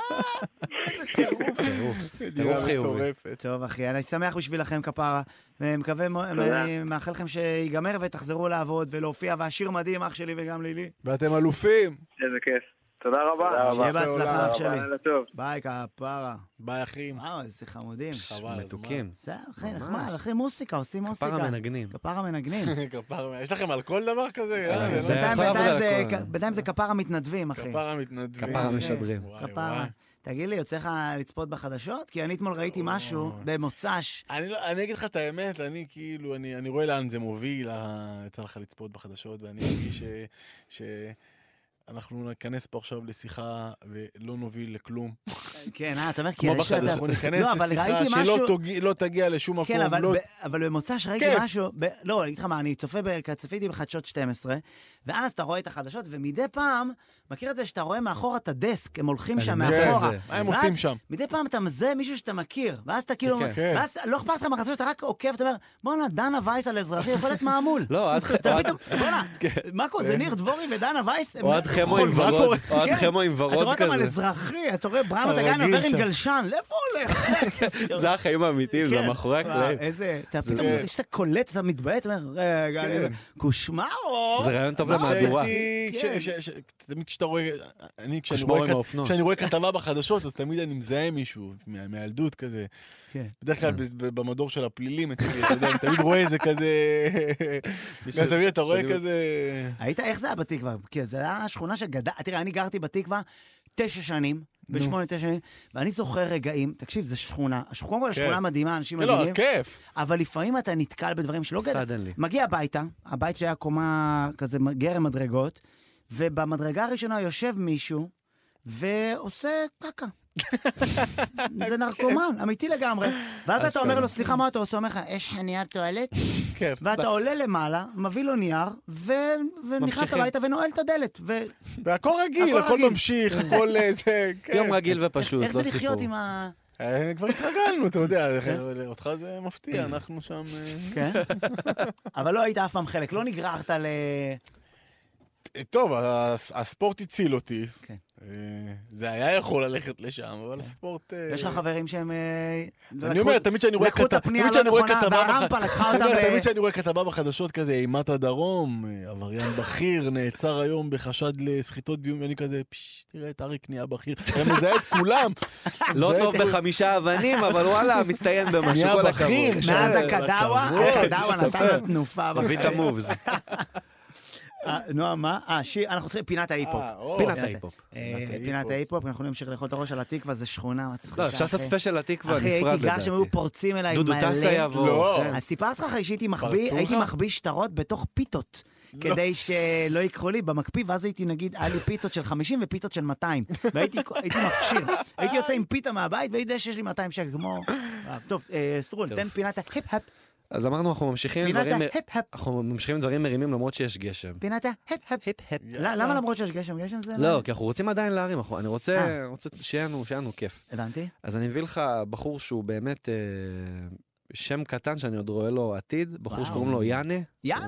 [SPEAKER 3] איזה טירוף.
[SPEAKER 5] מדינה
[SPEAKER 2] חיובי.
[SPEAKER 5] מטורפת.
[SPEAKER 3] טוב, אחי, אני שמח בשבילכם, כפרה. ומקווה, מ- ואני מאחל לכם שיגמר ותחזרו לעבוד ולהופיע. והשיר מדהים, אח שלי וגם לילי.
[SPEAKER 5] ואתם אלופים.
[SPEAKER 6] איזה כיף. תודה רבה.
[SPEAKER 3] שיהיה בהצלחה, אח שלי.
[SPEAKER 6] לילה טוב.
[SPEAKER 3] ביי, כפרה.
[SPEAKER 4] ביי, אחים.
[SPEAKER 3] וואו, איזה חמודים.
[SPEAKER 4] חבל, הזמן.
[SPEAKER 2] מתוקים.
[SPEAKER 3] בסדר, אחי, נחמד, אחי, מוסיקה, עושים מוסיקה.
[SPEAKER 2] פרה מנגנים.
[SPEAKER 3] כפרה מנגנים.
[SPEAKER 4] אה, כפרה, יש לכם על כל דבר כזה? יאללה,
[SPEAKER 2] זה
[SPEAKER 4] לא-
[SPEAKER 2] היה
[SPEAKER 3] בינתיים-
[SPEAKER 2] אחלה
[SPEAKER 3] בינתיים
[SPEAKER 2] עבודה
[SPEAKER 3] זה-
[SPEAKER 2] לכל.
[SPEAKER 3] בינתיים זה כפרה מתנדבים, נכון, אחי.
[SPEAKER 4] כפרה מתנדבים.
[SPEAKER 2] כפרה משדרים.
[SPEAKER 4] כן. וואי,
[SPEAKER 3] כפרה.
[SPEAKER 4] וואי.
[SPEAKER 3] תגיד לי, יוצא לך לצפות בחדשות? כי אני אתמול ראיתי משהו במוצ"ש.
[SPEAKER 4] אני, לא- אני אגיד לך את האמת, אני כאילו, אני, אני רואה לאן זה מוביל, אה, יצא לך לצפות בחדשות, ואני מרגיש ש... שאנחנו ניכנס פה עכשיו לשיחה ולא נוביל לכלום.
[SPEAKER 3] כן, אה, אתה אומר, כי
[SPEAKER 4] כמו
[SPEAKER 3] יש לו את
[SPEAKER 4] בחדשות, אנחנו ניכנס
[SPEAKER 3] לא, אבל
[SPEAKER 4] לשיחה
[SPEAKER 3] ראיתי
[SPEAKER 4] שלא
[SPEAKER 3] משהו-
[SPEAKER 4] תוג... לא תגיע לשום מקום.
[SPEAKER 3] כן, אבל,
[SPEAKER 4] לא...
[SPEAKER 3] ב, אבל במוצ"ש ראיתי
[SPEAKER 4] כיף.
[SPEAKER 3] משהו, ב, לא, אני אגיד לך מה, אני צופה, ב- צפיתי בחדשות 12, ואז אתה רואה את החדשות, ומדי פעם, מכיר את זה שאתה רואה מאחורה את הדסק, הם הולכים שם
[SPEAKER 2] אני
[SPEAKER 4] כן,
[SPEAKER 2] יודע
[SPEAKER 3] מאחורה.
[SPEAKER 2] זה.
[SPEAKER 4] מה הם
[SPEAKER 3] ואז
[SPEAKER 4] עושים שם?
[SPEAKER 3] מדי פעם אתה מזהה מישהו שאתה מכיר, ואז אתה כאילו,
[SPEAKER 2] כן,
[SPEAKER 4] כן.
[SPEAKER 3] ואז לא אכפת לך מהחדשות, אתה רק עוקב, אתה אומר, בואנה, דנה וייס על אזרחי, יכול להיות מעמול.
[SPEAKER 2] לא, עד
[SPEAKER 3] אתה פתאום, בואנה,
[SPEAKER 4] כן.
[SPEAKER 3] מה קורה, זה ניר דבורי ודנה וייס? הם-
[SPEAKER 2] אוהד חמו עם
[SPEAKER 4] מה
[SPEAKER 2] ורוד,
[SPEAKER 4] קורה?
[SPEAKER 2] אוהד
[SPEAKER 3] כן.
[SPEAKER 2] חמו עם
[SPEAKER 3] אתה רואה
[SPEAKER 2] ורוד
[SPEAKER 3] אותם על
[SPEAKER 2] כזה.
[SPEAKER 3] אזרחי, אתה רואה ברמה דגן
[SPEAKER 4] הרגיל
[SPEAKER 3] עובר עם
[SPEAKER 4] שם.
[SPEAKER 3] גלשן, לאיפה הוא הולך?
[SPEAKER 2] זה החיים האמיתיים, זה
[SPEAKER 3] כן.
[SPEAKER 2] מאחורי
[SPEAKER 3] וואו,
[SPEAKER 2] הקלעים.
[SPEAKER 3] איזה, אתה פתאום,
[SPEAKER 4] זה-
[SPEAKER 3] כשאתה קולט, אתה מתביית, אתה אומר, רגע, אני- קושמרו.
[SPEAKER 2] כן. זה רעיון טוב
[SPEAKER 3] מה
[SPEAKER 2] למהדורה.
[SPEAKER 4] שהייתי- כש-
[SPEAKER 3] כן.
[SPEAKER 4] ש- ש- תמיד כשאתה רואה, אני כשאני
[SPEAKER 2] חשמור
[SPEAKER 4] רואה
[SPEAKER 2] עם
[SPEAKER 4] כת-
[SPEAKER 2] האופנוע.
[SPEAKER 4] כשאני רואה כתבה בחדשות, אז תמיד אני מזהה מישהו מה- מהילדות כזה.
[SPEAKER 3] כן.
[SPEAKER 4] בדרך כלל בז- ב- במדור של הפלילים, אצלי, אתה יודע, אני תמיד רואה איזה כזה...
[SPEAKER 2] מישהו-
[SPEAKER 4] אתה מבין, אתה רואה
[SPEAKER 2] תמיד-
[SPEAKER 4] כזה...
[SPEAKER 3] היית, איך זה היה בתקווה? כי זו הייתה שכונה שגדל, תראה, אני גרתי בתקווה תשע שנים, בשמונה, תשע שנים, ואני זוכר רגעים, תקשיב, זו שכונה, הש- קודם כל השכונה מדהימה, אנשים
[SPEAKER 4] כן, לא,
[SPEAKER 3] מדהימים,
[SPEAKER 4] כיף.
[SPEAKER 3] אבל לפעמים אתה נתקל בדברים שלא גדל.
[SPEAKER 2] Suddenly.
[SPEAKER 3] מגיע הביתה, הבית שהיה קומה כזה גרם מדרגות, ובמדרגה הראשונה יושב מישהו ועושה קקה.
[SPEAKER 4] אוקיי.
[SPEAKER 3] זה נרקומן, אמיתי לגמרי. ואז אתה אומר לו, סליחה, מה אתה עושה? הוא אומר לך, יש לך נייר טואלט?
[SPEAKER 4] כן.
[SPEAKER 3] ואתה עולה למעלה, מביא לו נייר, ו- ונכנס
[SPEAKER 2] ממשיכים.
[SPEAKER 3] הביתה ונועל את הדלת. ו-
[SPEAKER 4] והכל רגיל,
[SPEAKER 3] הכל
[SPEAKER 4] הכל
[SPEAKER 3] רגיל.
[SPEAKER 4] ממשיך, הכל אה, זה... כן.
[SPEAKER 2] יום רגיל ופשוט,
[SPEAKER 3] איך
[SPEAKER 2] לא
[SPEAKER 3] זה
[SPEAKER 2] סיפור.
[SPEAKER 3] לחיות עם ה...
[SPEAKER 4] אה, כבר התרגלנו, אתה יודע, אה, אותך זה מפתיע, אנחנו שם... אה,
[SPEAKER 3] כן? אבל לא היית אף פעם חלק, לא נגררת ל...
[SPEAKER 4] אה, טוב, הס- הספורט הציל אותי.
[SPEAKER 3] כן.
[SPEAKER 4] אה, זה היה יכול ללכת לשם, אבל הספורט... אה,
[SPEAKER 3] יש לך חברים שהם... אה,
[SPEAKER 4] אני
[SPEAKER 3] לקחו-
[SPEAKER 4] אומר, תמיד כשאני רואה
[SPEAKER 3] לקחו את
[SPEAKER 4] כת-
[SPEAKER 3] הפנייה
[SPEAKER 4] תמיד כשאני
[SPEAKER 3] הלא
[SPEAKER 4] רואה
[SPEAKER 3] נכונה,
[SPEAKER 4] כתבה בח-
[SPEAKER 3] והרמפה לקחה
[SPEAKER 4] אתה
[SPEAKER 3] אותם
[SPEAKER 4] יודע,
[SPEAKER 3] ל...
[SPEAKER 4] תמיד כשאני רואה כתבה בחדשות כזה, אימת הדרום, אה, עבריין בכיר, נעצר היום בחשד לסחיטות באיום, ואני כזה, פשש, תראה את אריק נהיה בכיר. אני מזהה את כולם.
[SPEAKER 2] לא
[SPEAKER 4] זה-
[SPEAKER 2] טוב בחמישה אבנים, אבל וואלה, מצטיין במשהו,
[SPEAKER 4] נהיה
[SPEAKER 2] כל
[SPEAKER 4] בכיר.
[SPEAKER 2] הכבוד.
[SPEAKER 3] מאז
[SPEAKER 4] שם,
[SPEAKER 3] הקדאווה,
[SPEAKER 4] הכבוד,
[SPEAKER 3] הקדאווה נתן לו
[SPEAKER 2] השתפר.
[SPEAKER 3] תנופה.
[SPEAKER 2] הביא את
[SPEAKER 3] בחיים.
[SPEAKER 2] המובס.
[SPEAKER 3] אה, נועה, מה? אה, שיר, אנחנו צריכים פינת ההיפ-הופ.
[SPEAKER 4] אה, או.
[SPEAKER 2] פינת ההיפ-הופ.
[SPEAKER 3] אה, פינת ההיפ-הופ, אנחנו נמשיך לאכול את הראש על התקווה, זה שכונה מצחיקה.
[SPEAKER 2] לא, אפשר לעשות
[SPEAKER 3] אחי.
[SPEAKER 2] ספיישל לתקווה נפרד
[SPEAKER 3] אחי,
[SPEAKER 2] לדעתי.
[SPEAKER 3] הייתי גר שהם היו פורצים אליי
[SPEAKER 2] דודו
[SPEAKER 3] מלא.
[SPEAKER 2] טסה יבוא.
[SPEAKER 4] לא.
[SPEAKER 2] כן.
[SPEAKER 3] אז סיפרתי לך אחרי שהייתי מחביא,
[SPEAKER 4] פרצו
[SPEAKER 3] הייתי
[SPEAKER 4] לך?
[SPEAKER 3] מחביא שטרות בתוך פיתות.
[SPEAKER 2] לא.
[SPEAKER 3] כדי שלא ייקחו לי במקפיא, ואז הייתי נגיד, היה לי פיתות של 50 ופיתות של 200. והייתי הייתי מפשיר. הייתי יוצא עם פיתה מהבית, והייתי יודע שיש לי 200 שקל, כמו... טוב, אה, סטרול, תן פינת ההפ-הפ,
[SPEAKER 2] אז אמרנו, אנחנו ממשיכים עם
[SPEAKER 3] פינת
[SPEAKER 2] כן, דברים...
[SPEAKER 3] ההפ-הפ,
[SPEAKER 2] אנחנו ממשיכים עם דברים מרימים למרות שיש גשם.
[SPEAKER 3] פינת ההפ-הפ.
[SPEAKER 2] היפ-הפ.
[SPEAKER 3] לא, למה למרות שיש גשם? גשם זה...
[SPEAKER 2] לא, כי אנחנו רוצים עדיין להרים, אנחנו- אני רוצה
[SPEAKER 3] אה.
[SPEAKER 2] רוצה שיהיה לנו- שיהיה לנו כיף.
[SPEAKER 3] הבנתי.
[SPEAKER 2] אז אני מביא לך בחור שהוא באמת אה, שם קטן שאני עוד רואה לו עתיד, בחור
[SPEAKER 3] וואו.
[SPEAKER 2] שקוראים לו יאנה,
[SPEAKER 3] יאללה!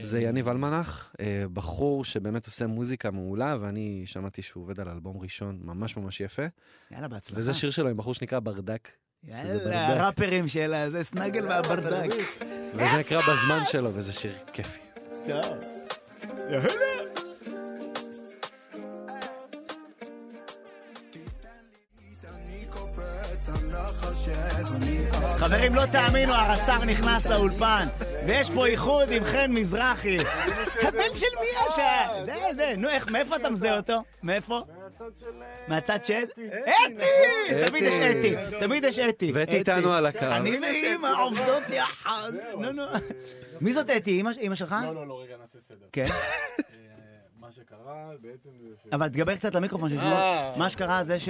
[SPEAKER 2] זה יניב אלמנח, אה, בחור שבאמת עושה מוזיקה מעולה, ואני שמעתי שהוא עובד על אלבום ראשון ממש ממש יפה,
[SPEAKER 3] יאללה, בהצלחה.
[SPEAKER 2] וזה שיר שלו עם בחור שנקרא ברדק, שזה
[SPEAKER 3] יאללה,
[SPEAKER 2] ברדק.
[SPEAKER 3] הראפרים של הזה, סנגל והברדק.
[SPEAKER 2] וזה נקרא בזמן שלו, וזה שיר כיפי.
[SPEAKER 3] חברים, לא תאמינו, הרס"ר נכנס לאולפן, ויש פה איחוד עם חן מזרחי. הבן של מי אתה? זה, זה, נו, איך, מאיפה אתה מזהה אותו? מאיפה? אה, מהצד של... אה, אתי! נכון. תמיד יש אתי, תמיד יש אתי.
[SPEAKER 2] ואתי
[SPEAKER 3] אתי.
[SPEAKER 2] איתנו על הקו.
[SPEAKER 3] אני ואימא עובדות יחד. נו, נו. מי זאת אתי? אימא- אימא שלך?
[SPEAKER 4] לא, לא, רגע, נעשה סדר.
[SPEAKER 3] כן.
[SPEAKER 4] מה שקרה בעצם זה ש...
[SPEAKER 3] אבל תדבר קצת למיקרופון שישמעו.
[SPEAKER 4] אה.
[SPEAKER 3] מה שקרה זה ש...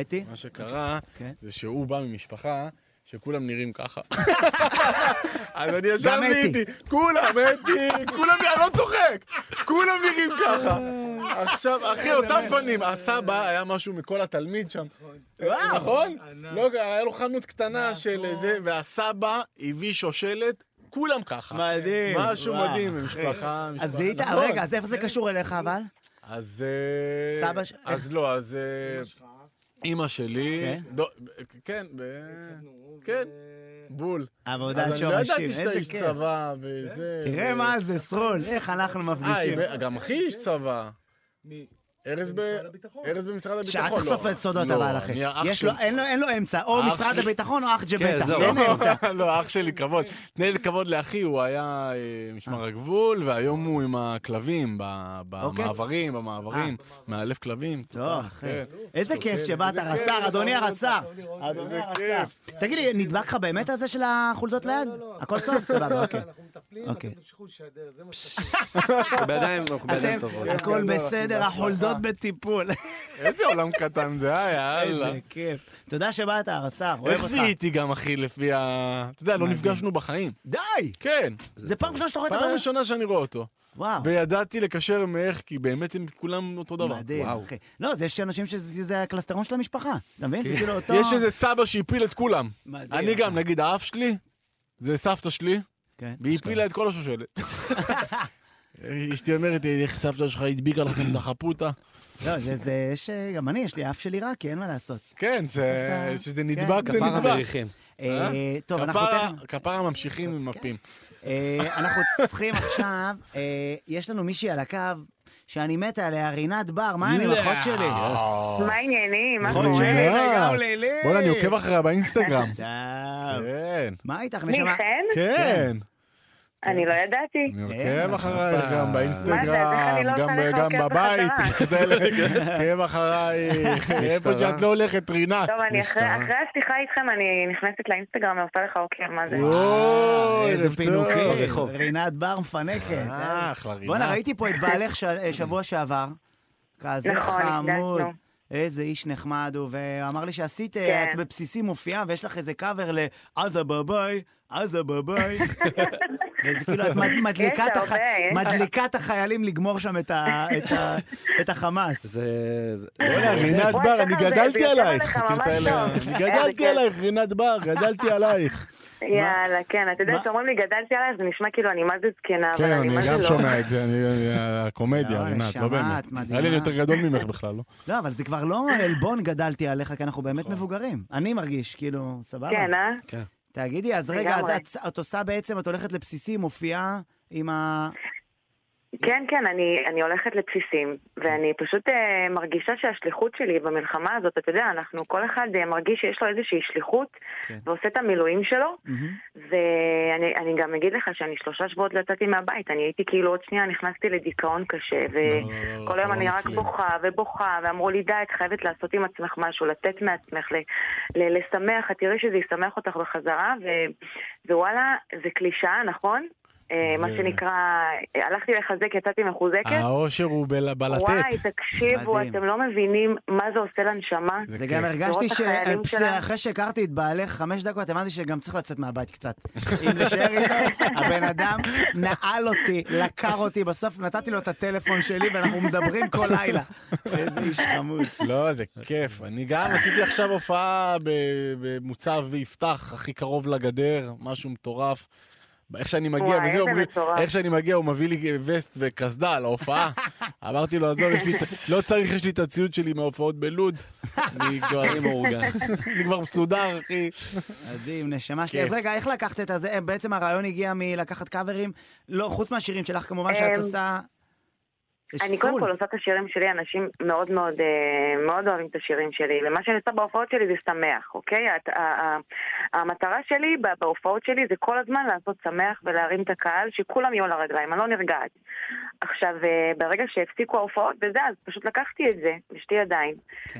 [SPEAKER 3] אתי?
[SPEAKER 4] מה שקרה,
[SPEAKER 3] כן.
[SPEAKER 4] זה שהוא בא ממשפחה שכולם נראים ככה. אז אני ישר
[SPEAKER 3] גם אתי.
[SPEAKER 4] זיהיתי, כולם אתי, כולם, אני לא צוחק, כולם נראים ככה.
[SPEAKER 3] אה.
[SPEAKER 4] עכשיו,
[SPEAKER 3] כן,
[SPEAKER 4] אחי, אותם פנים, הסבא היה משהו מכל התלמיד שם.
[SPEAKER 3] וואו.
[SPEAKER 4] נכון? לא, היה לו חנות קטנה של זה, והסבא הביא שושלת, כולם ככה.
[SPEAKER 3] מדהים.
[SPEAKER 4] משהו
[SPEAKER 3] וואו,
[SPEAKER 4] מדהים,
[SPEAKER 3] אחי.
[SPEAKER 4] משפחה, משפחה.
[SPEAKER 3] אז זיהית,
[SPEAKER 4] נכון.
[SPEAKER 3] רגע, אז איפה זה קשור אליך אבל?
[SPEAKER 4] אז... אה,
[SPEAKER 3] סבא ש-
[SPEAKER 4] אז לא, אז... אה, אימא שלי...
[SPEAKER 3] כן.
[SPEAKER 4] דו- כן, ב... כן, בול.
[SPEAKER 3] עבודה
[SPEAKER 4] אז
[SPEAKER 3] על
[SPEAKER 4] אני לא
[SPEAKER 3] שורשים,
[SPEAKER 4] ידעתי שאתה
[SPEAKER 3] איזה
[SPEAKER 4] איש
[SPEAKER 3] כיף.
[SPEAKER 4] צבא וזה...
[SPEAKER 3] תראה
[SPEAKER 4] ו-
[SPEAKER 3] מה זה, סרול, איך אנחנו
[SPEAKER 4] אה,
[SPEAKER 3] מפגישים.
[SPEAKER 4] היא- גם אחי איש צבא. ארז ב- ארז במשרד
[SPEAKER 3] שאת
[SPEAKER 4] הביטחון.
[SPEAKER 3] תחשוף
[SPEAKER 4] לא.
[SPEAKER 3] את סודות
[SPEAKER 4] לא,
[SPEAKER 3] הבעל אחי.
[SPEAKER 4] אני האח
[SPEAKER 3] יש
[SPEAKER 4] שלי.
[SPEAKER 3] לו, אין לו, אין לו אמצע, או
[SPEAKER 4] האח
[SPEAKER 3] משרד
[SPEAKER 4] שלי.
[SPEAKER 3] הבטחון או אח ג'בטה.
[SPEAKER 5] זהו.
[SPEAKER 3] אין אמצע.
[SPEAKER 4] לא, אח שלי, כבוד. תני לי כבוד לאחי, הוא היה אה, משמר הגבול, והיום הוא עם הכלבים, ב-
[SPEAKER 3] אוקיי.
[SPEAKER 4] במעברים, במעברים.
[SPEAKER 3] אה.
[SPEAKER 4] מאלף כלבים.
[SPEAKER 3] טוב,
[SPEAKER 4] תותח,
[SPEAKER 3] אחי.
[SPEAKER 4] כן.
[SPEAKER 3] איזה כיף שבאת, רס"ר, אדוני
[SPEAKER 4] נכון,
[SPEAKER 3] הרס"ר. אדוני הרס"ר. תגיד לי, נדבק לך באמת הזה של החולדות ליד? הכל טוב? סבבה, אוקיי. אוקיי.
[SPEAKER 5] בידיים,
[SPEAKER 2] לא
[SPEAKER 5] אנחנו בידיים
[SPEAKER 3] אתם,
[SPEAKER 5] טובות.
[SPEAKER 3] הכל בסדר, החולדות בטיפול.
[SPEAKER 4] איזה עולם קטן זה היה, יאללה.
[SPEAKER 3] איזה כיף. תודה שבאת, הרס"ר. אוהב
[SPEAKER 4] איך
[SPEAKER 3] אותך.
[SPEAKER 4] זיהיתי גם, אחי, לפי ה... אתה יודע, לא נפגשנו בחיים.
[SPEAKER 3] די!
[SPEAKER 4] כן,
[SPEAKER 3] זה פעם ראשונה שאתה רואה את
[SPEAKER 4] פעם
[SPEAKER 3] הבן-
[SPEAKER 4] ראשונה שאני רואה אותו.
[SPEAKER 3] וואו.
[SPEAKER 4] וידעתי לקשר מאיך, כי באמת הם כולם אותו דבר.
[SPEAKER 3] מדהים,
[SPEAKER 5] וואו.
[SPEAKER 3] אחי. לא, אז יש אנשים שזה שזה הקלסטרון של המשפחה. אתה מבין? זה כאילו אותו...
[SPEAKER 4] כן. יש איזה סבא שהפיל את כולם.
[SPEAKER 3] מדהים.
[SPEAKER 4] אני גם, נגיד, האף שלי, זה סבתא שלי,
[SPEAKER 3] כן.
[SPEAKER 4] והיא הפילה את כל השושלת. אשתי אומרת, איך סבתא שלך הדביקה לכם את החפותה?
[SPEAKER 3] לא, זה- זה... יש... אה, גם אני, יש לי אף שלי רע, כי אין מה לעשות.
[SPEAKER 4] כן, זה-
[SPEAKER 3] בסוף ה-
[SPEAKER 4] שזה
[SPEAKER 3] כן.
[SPEAKER 4] נדבק, זה
[SPEAKER 5] כפרה
[SPEAKER 4] נדבק.
[SPEAKER 5] מריחים.
[SPEAKER 3] אה, טוב, אנחנו
[SPEAKER 4] כפרה-
[SPEAKER 3] תכף...
[SPEAKER 4] כפרה ממשיכים עם מפים.
[SPEAKER 3] אה, אנחנו צריכים עכשיו... אה, יש לנו מישהי על הקו שאני מתה עליה, רינת בר, מה עם
[SPEAKER 4] לא.
[SPEAKER 3] עם אחות שלי?
[SPEAKER 8] מה העניינים? מה
[SPEAKER 3] לא,
[SPEAKER 4] נכון,
[SPEAKER 8] קורה?
[SPEAKER 4] שאלה.
[SPEAKER 3] גם לילי.
[SPEAKER 4] בוא'נה, אני עוקב אחריה באינסטגרם.
[SPEAKER 3] טוב.
[SPEAKER 4] כן,
[SPEAKER 3] מה איתך, נשמה?
[SPEAKER 8] מיכאל?
[SPEAKER 4] כן.
[SPEAKER 8] אני לא ידעתי.
[SPEAKER 4] אני
[SPEAKER 3] כן,
[SPEAKER 4] עוקב אחרייך
[SPEAKER 8] מה
[SPEAKER 4] גם
[SPEAKER 8] זה, אז איך
[SPEAKER 4] באינסטגרם,
[SPEAKER 8] אני לא
[SPEAKER 4] גם
[SPEAKER 8] עושה לך
[SPEAKER 4] גם
[SPEAKER 8] עוקב
[SPEAKER 4] בבית, עוקב אחרייך, איפה
[SPEAKER 5] משטרה.
[SPEAKER 4] שאת לא הולכת, רינת.
[SPEAKER 8] טוב, אני אחרי אחרי השיחה איתכם, אני נכנסת לאינסטגרם ועושה לך עוקר, מה זה?
[SPEAKER 4] אוי,
[SPEAKER 3] איזה
[SPEAKER 4] ערב טוב.
[SPEAKER 3] פינוקים. רינת בר מפנקת.
[SPEAKER 4] אה, אחלה רינת.
[SPEAKER 3] בואנה, ראיתי פה את בעלך ש- אה, שבוע שעבר. כזה
[SPEAKER 8] נכון,
[SPEAKER 3] חמוד.
[SPEAKER 8] נפגשנו.
[SPEAKER 3] איזה איש נחמד הוא, ואמר לי שעשית, אה,
[SPEAKER 8] כן.
[SPEAKER 3] את בבסיסי מופיעה ויש לך איזה קאבר לעזה בביי, עזה בביי. וזה כאילו, את מד- מדליקה את הח-
[SPEAKER 8] הרבה, יש.
[SPEAKER 3] מדליקה את החיילים לגמור שם את ה- את ה- את החמאס.
[SPEAKER 5] זה... זה-
[SPEAKER 4] בוא'נה, רינת
[SPEAKER 8] וואי,
[SPEAKER 4] בר,
[SPEAKER 8] ככה
[SPEAKER 4] אני
[SPEAKER 8] זה- זה
[SPEAKER 4] גדלתי
[SPEAKER 8] יוצא עליך
[SPEAKER 4] עלייך. את יודעת,
[SPEAKER 8] ממש
[SPEAKER 4] אלה-
[SPEAKER 8] טוב.
[SPEAKER 4] אני
[SPEAKER 8] איזה
[SPEAKER 4] גדלתי
[SPEAKER 8] כיף.
[SPEAKER 4] עלייך, רינת בר, גדלתי עלייך.
[SPEAKER 8] יאללה, כן, אתה יודע,
[SPEAKER 3] מה?
[SPEAKER 8] כשאומרים לי גדלתי עלייך, זה נשמע כאילו אני מה זה זקנה, אבל
[SPEAKER 4] כן,
[SPEAKER 8] אני מה
[SPEAKER 4] אני גם
[SPEAKER 8] זה לא.
[SPEAKER 4] שומע את זה, אני- אני- הקומדיה,
[SPEAKER 3] לא,
[SPEAKER 4] רינת,
[SPEAKER 3] נשמה,
[SPEAKER 4] לא באמת.
[SPEAKER 3] את מדהימה.
[SPEAKER 4] היה לי יותר גדול ממך בכלל, לא?
[SPEAKER 3] לא, אבל זה כבר לא עלבון גדלתי עליך, כי אנחנו באמת מבוגרים. אני מרגיש, כאילו, סבבה.
[SPEAKER 8] כן, אה?
[SPEAKER 3] תגידי, אז רגע, אז
[SPEAKER 8] לגמרי.
[SPEAKER 3] את, את עושה בעצם, את הולכת לבסיסי, מופיעה עם ה...
[SPEAKER 8] כן, כן, אני, אני הולכת לבסיסים, ואני פשוט אה, מרגישה שהשליחות שלי במלחמה הזאת, אתה יודע, אנחנו, כל אחד אה, מרגיש שיש לו איזושהי שליחות,
[SPEAKER 3] כן.
[SPEAKER 8] ועושה את המילואים שלו,
[SPEAKER 3] מהמם.
[SPEAKER 8] ואני אני גם אגיד לך שאני שלושה שבועות לא יצאתי מהבית, אני הייתי כאילו עוד שנייה נכנסתי לדיכאון קשה,
[SPEAKER 4] לא,
[SPEAKER 8] וכל
[SPEAKER 4] לא,
[SPEAKER 8] אה, היום אני
[SPEAKER 4] לא
[SPEAKER 8] רק
[SPEAKER 4] נופלים.
[SPEAKER 8] בוכה ובוכה, ואמרו לי, די, את חייבת לעשות עם עצמך משהו, לתת מעצמך, ל- ל- לשמח, את תראי שזה ישמח אותך בחזרה, ו- ווואלה, זה קלישאה, נכון? אה, מה
[SPEAKER 4] זה- אה,
[SPEAKER 8] שנקרא, אה, הלכתי לחזק, יצאתי מחוזקת.
[SPEAKER 4] העושר הוא בל-
[SPEAKER 8] וואי,
[SPEAKER 4] בלתת.
[SPEAKER 8] תקשיבו,
[SPEAKER 3] מדהים.
[SPEAKER 8] אתם לא מבינים מה זה עושה לנשמה.
[SPEAKER 3] זה גם הרגשתי
[SPEAKER 8] לראות את החיילים שלנו.
[SPEAKER 3] שאחרי שהכרתי את בעלך חמש דקות, הבנתי שגם צריך לצאת מהבית קצת. אם להישאר איתו, הבן אדם נעל אותי, לקר אותי, בסוף נתתי לו את הטלפון שלי ואנחנו מדברים כל לילה. איזה איש חמוד.
[SPEAKER 4] לא, זה כיף. אני גם עשיתי עכשיו הופעה ב- במוצב ויפתח, הכי קרוב לגדר, משהו מטורף. איך שאני מגיע,
[SPEAKER 8] וואי,
[SPEAKER 4] וזה
[SPEAKER 8] איזה
[SPEAKER 4] אומרים,
[SPEAKER 8] מטורף.
[SPEAKER 4] איך שאני מגיע, הוא מביא לי וסט וקסדה להופעה. אמרתי לו, עזוב, יש לי, את- לא צריך, יש לי את הציוד שלי מההופעות בלוד. אני כבר, אני כבר מסודר, אחי.
[SPEAKER 3] מדהים, נשמה שלי.
[SPEAKER 4] כיף.
[SPEAKER 3] אז רגע, איך לקחת את הזה? בעצם הרעיון הגיע מלקחת קאברים, לא, חוץ מהשירים שלך כמובן, שאת
[SPEAKER 8] אמ,
[SPEAKER 3] עושה... יש
[SPEAKER 8] אני קודם
[SPEAKER 3] פול.
[SPEAKER 8] כל עושה את השירים שלי, אנשים מאוד מאוד אה, מאוד אוהבים את השירים שלי, ומה שאני עושה בהופעות שלי זה שמח, אוקיי? הת- ה- ה- המטרה שלי ב- בהופעות שלי זה כל הזמן לעשות שמח ולהרים את הקהל, שכולם יהיו על הרגליים, אני לא נרגעת. עכשיו, אה, ברגע שהפסיקו ההופעות וזה, אז פשוט לקחתי את זה בשתי ידיים,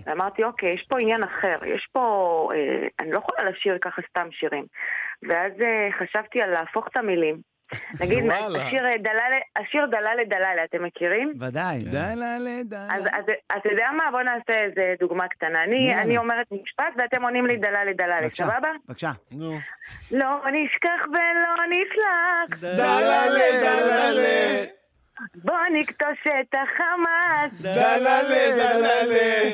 [SPEAKER 8] ואמרתי, אוקיי, יש פה עניין אחר, יש פה... אה, אני לא יכולה לשיר ככה סתם שירים. ואז אה, חשבתי על להפוך את המילים. נגיד,
[SPEAKER 4] וואלה.
[SPEAKER 8] השיר אה, דללה, השיר דללה דללה, אתם מכירים?
[SPEAKER 3] ודאי, דלה לדלה.
[SPEAKER 8] אז אז- אז אתה יודע מה? בוא נעשה איזה דוגמה קטנה. אני
[SPEAKER 3] יאללה.
[SPEAKER 8] אני אומרת משפט ואתם עונים לי דלה לדלה,
[SPEAKER 3] בבקשה.
[SPEAKER 8] סבבה?
[SPEAKER 3] בבקשה.
[SPEAKER 4] נו.
[SPEAKER 8] לא נשכח ולא נסלח,
[SPEAKER 4] דללה, דללה,
[SPEAKER 8] בוא נכתוש את החמאס.
[SPEAKER 4] דללה, דללה,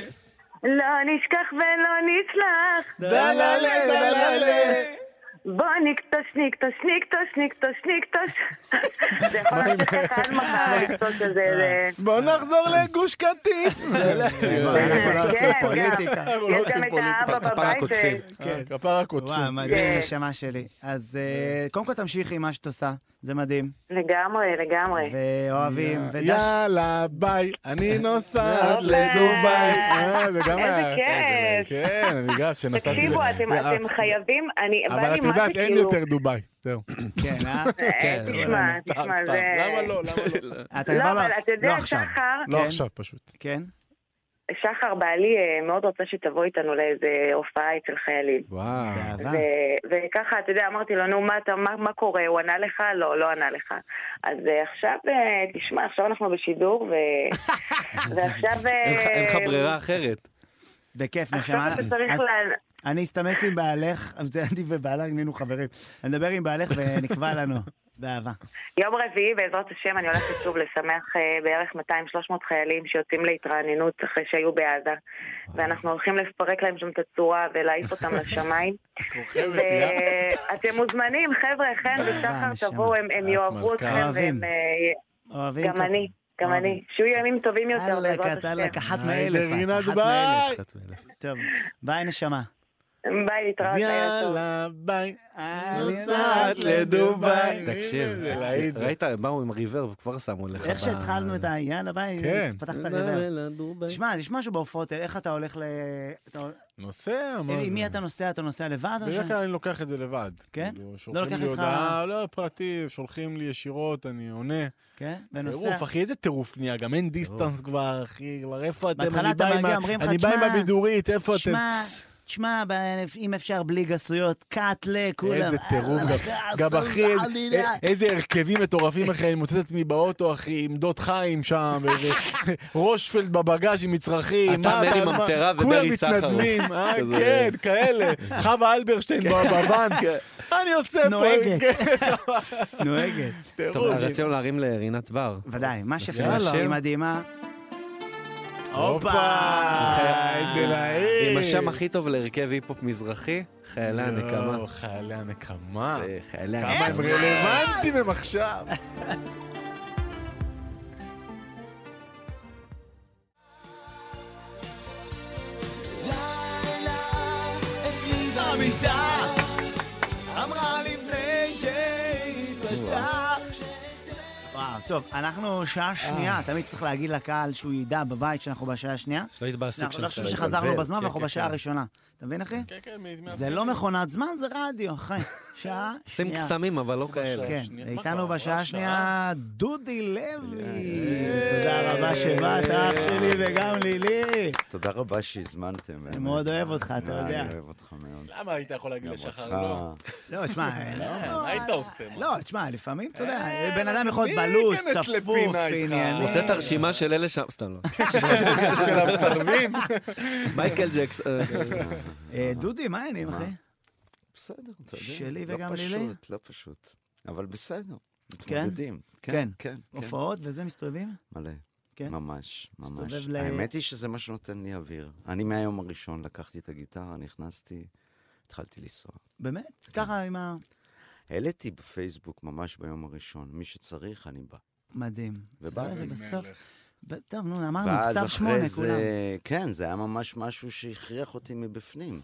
[SPEAKER 8] לא נשכח ולא נסלח,
[SPEAKER 4] דללה, דללה.
[SPEAKER 8] בוא נקטוש, נקטוש, נקטוש, נקטוש, נקטוש. זה יכול לתת לך עד
[SPEAKER 5] אה.
[SPEAKER 8] מחר לקטוש איזה... איזה-
[SPEAKER 5] בוא נחזור לגוש קטיף.
[SPEAKER 3] אנחנו לא עושים
[SPEAKER 8] כן,
[SPEAKER 3] פוליטיקה.
[SPEAKER 8] גם-
[SPEAKER 5] אנחנו לא
[SPEAKER 8] יש גם
[SPEAKER 5] עושים
[SPEAKER 8] את
[SPEAKER 5] פוליטיקה.
[SPEAKER 8] האבא
[SPEAKER 2] כפרה
[SPEAKER 8] בבית.
[SPEAKER 2] קוטפים.
[SPEAKER 8] ש-
[SPEAKER 5] אה, כפרה קוטפים.
[SPEAKER 3] וואי, מדהים,
[SPEAKER 8] כן.
[SPEAKER 3] נשמה שלי. אז אה, קודם כל תמשיכי עם מה שאת עושה, זה מדהים.
[SPEAKER 8] לגמרי, לגמרי.
[SPEAKER 3] ואוהבים, ודש...
[SPEAKER 5] יאללה, ביי, אני נוסעת
[SPEAKER 8] הופה.
[SPEAKER 5] לדובאי. אה, זה גם
[SPEAKER 8] איזה
[SPEAKER 5] היה-
[SPEAKER 8] כיף.
[SPEAKER 5] כן, אני גם, שנסעתי...
[SPEAKER 8] תקשיבו,
[SPEAKER 5] ל-
[SPEAKER 8] אתם
[SPEAKER 5] ל-
[SPEAKER 8] אתם חייבים, אני... בא
[SPEAKER 5] אה, אבל
[SPEAKER 8] לי
[SPEAKER 5] את יודעת,
[SPEAKER 8] משהו
[SPEAKER 5] אין
[SPEAKER 8] כאילו-
[SPEAKER 5] יותר דובאי. זהו.
[SPEAKER 3] כן, אה?
[SPEAKER 8] אה, תשמע,
[SPEAKER 5] סתם,
[SPEAKER 8] תשמע,
[SPEAKER 5] סתם.
[SPEAKER 8] זה...
[SPEAKER 5] למה לא? למה לא?
[SPEAKER 3] אתה כבר
[SPEAKER 8] לא, אבל אתה
[SPEAKER 3] לא
[SPEAKER 8] יודע,
[SPEAKER 3] עכשיו.
[SPEAKER 8] שחר,
[SPEAKER 5] לא
[SPEAKER 3] כן.
[SPEAKER 5] עכשיו פשוט.
[SPEAKER 3] כן?
[SPEAKER 8] שחר בעלי אה, מאוד רוצה שתבוא איתנו לאיזה הופעה אצל חיילים.
[SPEAKER 2] וואו.
[SPEAKER 8] אה.
[SPEAKER 3] באהבה.
[SPEAKER 8] ו- וככה, אתה יודע, אמרתי לו, נו, מה, אתה, מה, מה קורה? הוא ענה לך? לא, לא ענה לך. אז אה, עכשיו, אה, תשמע, עכשיו אנחנו בשידור, ו... ועכשיו...
[SPEAKER 2] אין לך- אין לך
[SPEAKER 8] אה,
[SPEAKER 2] ברירה אחרת.
[SPEAKER 3] בכיף,
[SPEAKER 8] עכשיו
[SPEAKER 3] נשמה.
[SPEAKER 8] אתה צריך
[SPEAKER 3] אז
[SPEAKER 8] לה...
[SPEAKER 3] אני אסתמס עם בעלך, אז אני ובעלה נהיינו חברים. אני אדבר עם בעלך ונקבע לנו. באהבה.
[SPEAKER 8] יום רביעי, בעזרת השם, אני הולכת שוב לשמח אה, בערך 200-300 חיילים שיוצאים להתרעננות אחרי שהיו בעזה. ואנחנו הולכים לפרק להם שם את הצורה ולהעיף אותם לשמיים. אה, ואתם מוזמנים, חבר'ה, חן
[SPEAKER 3] נשמה.
[SPEAKER 8] ושחר, תבואו, הם הם
[SPEAKER 5] את
[SPEAKER 8] יאהבו
[SPEAKER 5] מלכה.
[SPEAKER 8] אתכם, והם...
[SPEAKER 3] אוהבים.
[SPEAKER 8] אה,
[SPEAKER 3] אוהבים.
[SPEAKER 8] גם
[SPEAKER 3] כפ-
[SPEAKER 8] אני, גם
[SPEAKER 3] אוהבים.
[SPEAKER 8] אני. שיהיו ימים טובים יותר,
[SPEAKER 3] אללק,
[SPEAKER 8] בעזרת
[SPEAKER 3] את אללק,
[SPEAKER 8] השם.
[SPEAKER 3] אחת מאלף.
[SPEAKER 5] היידר
[SPEAKER 3] את,
[SPEAKER 5] רינת,
[SPEAKER 3] אחת מאלף.
[SPEAKER 5] ביי!
[SPEAKER 3] טוב, ביי נשמה.
[SPEAKER 8] ביי, להתראות, היה טוב.
[SPEAKER 5] יאללה, ביי.
[SPEAKER 2] נוסעת לדובאי. תקשיב,
[SPEAKER 5] זה להיט.
[SPEAKER 2] ראית, הם באו עם ריברב, כבר שמו לך.
[SPEAKER 3] איך שהתחלנו את ה... יאללה, ביי,
[SPEAKER 5] כן.
[SPEAKER 3] פתחת לדבר. תשמע, יש משהו בהופעות האלה, איך אתה הולך ל... אתה-
[SPEAKER 5] נוסע, מה
[SPEAKER 3] אלי,
[SPEAKER 5] זה?
[SPEAKER 3] מי אתה נוסע? אתה נוסע לבד או ש...
[SPEAKER 5] בדרך כלל אני לוקח את זה לבד.
[SPEAKER 3] כן?
[SPEAKER 5] כאילו,
[SPEAKER 3] לא
[SPEAKER 5] שולחים
[SPEAKER 3] לוקח
[SPEAKER 5] לי
[SPEAKER 3] איתך-
[SPEAKER 5] הודעה, לא, פרטי, שולחים לי ישירות, אני עונה.
[SPEAKER 3] כן? ונוסע?
[SPEAKER 5] טירוף, אחי, איזה טירוף נהיה, גם אין דיסטנס כבר, אחי, כבר איפה אתם?
[SPEAKER 3] בהתחלה
[SPEAKER 5] אני
[SPEAKER 3] אתה
[SPEAKER 5] בא עם
[SPEAKER 3] מגיע,
[SPEAKER 5] ה-
[SPEAKER 3] אומרים לך,
[SPEAKER 5] אני בא עם
[SPEAKER 3] "תשמע,
[SPEAKER 5] הבידורית, איפה אתם?
[SPEAKER 3] תשמע, תשמע, ב- אם אפשר בלי גסויות, קאטלה, כולם.
[SPEAKER 5] איזה טירוף,
[SPEAKER 3] אה,
[SPEAKER 5] גם-
[SPEAKER 3] גס,
[SPEAKER 5] גם אחי, אה, איזה-
[SPEAKER 3] חלילה.
[SPEAKER 5] א- איזה הרכבים מטורפים, אחי, אני מוצא את עצמי באוטו, אחי, עם דוד חיים שם, ואיזה רושפלד בבגאז' עם מצרכים,
[SPEAKER 2] אתה, מרי
[SPEAKER 5] מה-
[SPEAKER 2] ממטרה
[SPEAKER 5] כולם
[SPEAKER 2] וברי סחרוף.
[SPEAKER 5] מתנדבים, אה,
[SPEAKER 2] כזה. כן.
[SPEAKER 5] כן, כאלה, חווה אלברשטיין בבן, אני עושה פה,
[SPEAKER 3] נוהגת.
[SPEAKER 5] כן,
[SPEAKER 3] נוהגת.
[SPEAKER 5] טירוף.
[SPEAKER 2] טוב, רצינו להרים לרינת בר.
[SPEAKER 3] ודאי, מה
[SPEAKER 5] יאללה.
[SPEAKER 3] שפה, שהיא מדהימה.
[SPEAKER 5] הופה,
[SPEAKER 3] אה.
[SPEAKER 5] איזה להיט.
[SPEAKER 2] עם השם הכי טוב להרכב היפ-הופ מזרחי, חיילי הנקמה.
[SPEAKER 5] לא, חיילי הנקמה.
[SPEAKER 2] זה חיילי
[SPEAKER 5] כמה הם
[SPEAKER 2] הנקמה.
[SPEAKER 5] רלוונטיים הם עכשיו.
[SPEAKER 3] וואו, טוב, אנחנו שעה
[SPEAKER 2] אה.
[SPEAKER 3] שנייה, תמיד צריך להגיד לקהל שהוא ידע בבית שאנחנו בשעה השנייה.
[SPEAKER 2] שלא יתבאסו
[SPEAKER 3] אנחנו לא חושבים
[SPEAKER 2] כשנסיים.
[SPEAKER 3] שחזרנו בזמן,
[SPEAKER 2] כן,
[SPEAKER 3] ואנחנו
[SPEAKER 2] כן,
[SPEAKER 3] בשעה
[SPEAKER 2] כן.
[SPEAKER 3] הראשונה. אתה מבין, אחי?
[SPEAKER 5] כן, כן, מה-
[SPEAKER 3] זה לא מכונת זמן, זה רדיו, אחי. שעה
[SPEAKER 2] עושים
[SPEAKER 3] שנייה.
[SPEAKER 2] קסמים, אבל לא כאלה.
[SPEAKER 3] כן,
[SPEAKER 5] השנייה. מה אה,
[SPEAKER 3] איתנו
[SPEAKER 5] כבר,
[SPEAKER 3] בשעה
[SPEAKER 5] עברה
[SPEAKER 3] השנייה דודי לוי.
[SPEAKER 2] אה,
[SPEAKER 5] אה,
[SPEAKER 3] תודה רבה שבאת, אח שלי וגם לילי.
[SPEAKER 9] תודה רבה שהזמנתם.
[SPEAKER 3] אני מאוד אוהב אותך, אתה יודע.
[SPEAKER 9] אני אוהב אותך מאוד.
[SPEAKER 5] למה היית יכול להגיד
[SPEAKER 9] גם
[SPEAKER 5] לשחר
[SPEAKER 9] אותך.
[SPEAKER 5] לא?
[SPEAKER 3] לא, תשמע, לא,
[SPEAKER 5] מה היית עושה? מה?
[SPEAKER 3] לא, תשמע, לפעמים, אתה יודע, בן אדם יכול להיות
[SPEAKER 5] אה, מי
[SPEAKER 3] בלוס,
[SPEAKER 5] ייכנס
[SPEAKER 3] צפוף,
[SPEAKER 5] לפינה איתך?
[SPEAKER 3] ענייני.
[SPEAKER 2] רוצה את הרשימה של אלה שם, סתם לא.
[SPEAKER 5] של המסרבים? כן.
[SPEAKER 2] מייקל ג'קס. אה,
[SPEAKER 3] אה, דודי, מה העניינים, אחי?
[SPEAKER 9] בסדר, אתה יודע.
[SPEAKER 3] שלי
[SPEAKER 9] לא
[SPEAKER 3] וגם
[SPEAKER 9] פשוט,
[SPEAKER 3] לילי?
[SPEAKER 9] לא פשוט. אבל בסדר, מתמודדים.
[SPEAKER 3] כן.
[SPEAKER 9] כן, כן. כן.
[SPEAKER 3] הופעות וזה מסתובבים?
[SPEAKER 9] מלא.
[SPEAKER 3] כן?
[SPEAKER 9] ממש, ממש.
[SPEAKER 3] מסתובב ל-
[SPEAKER 9] האמת היא שזה מה שנותן לי אוויר. אני מהיום הראשון לקחתי את הגיטרה, נכנסתי, התחלתי לנסוע.
[SPEAKER 3] באמת? ככה עם ה...
[SPEAKER 9] העליתי בפייסבוק ממש ביום הראשון, מי שצריך, אני בא.
[SPEAKER 3] מדהים.
[SPEAKER 9] ובא
[SPEAKER 3] זה
[SPEAKER 9] זה
[SPEAKER 3] בסוף... ב- טוב, נו, אמרנו,
[SPEAKER 9] ואז
[SPEAKER 3] קצר
[SPEAKER 9] אחרי
[SPEAKER 3] אה, שמונה, כולם.
[SPEAKER 9] זה, כן, זה היה ממש משהו שהכריח אותי מבפנים.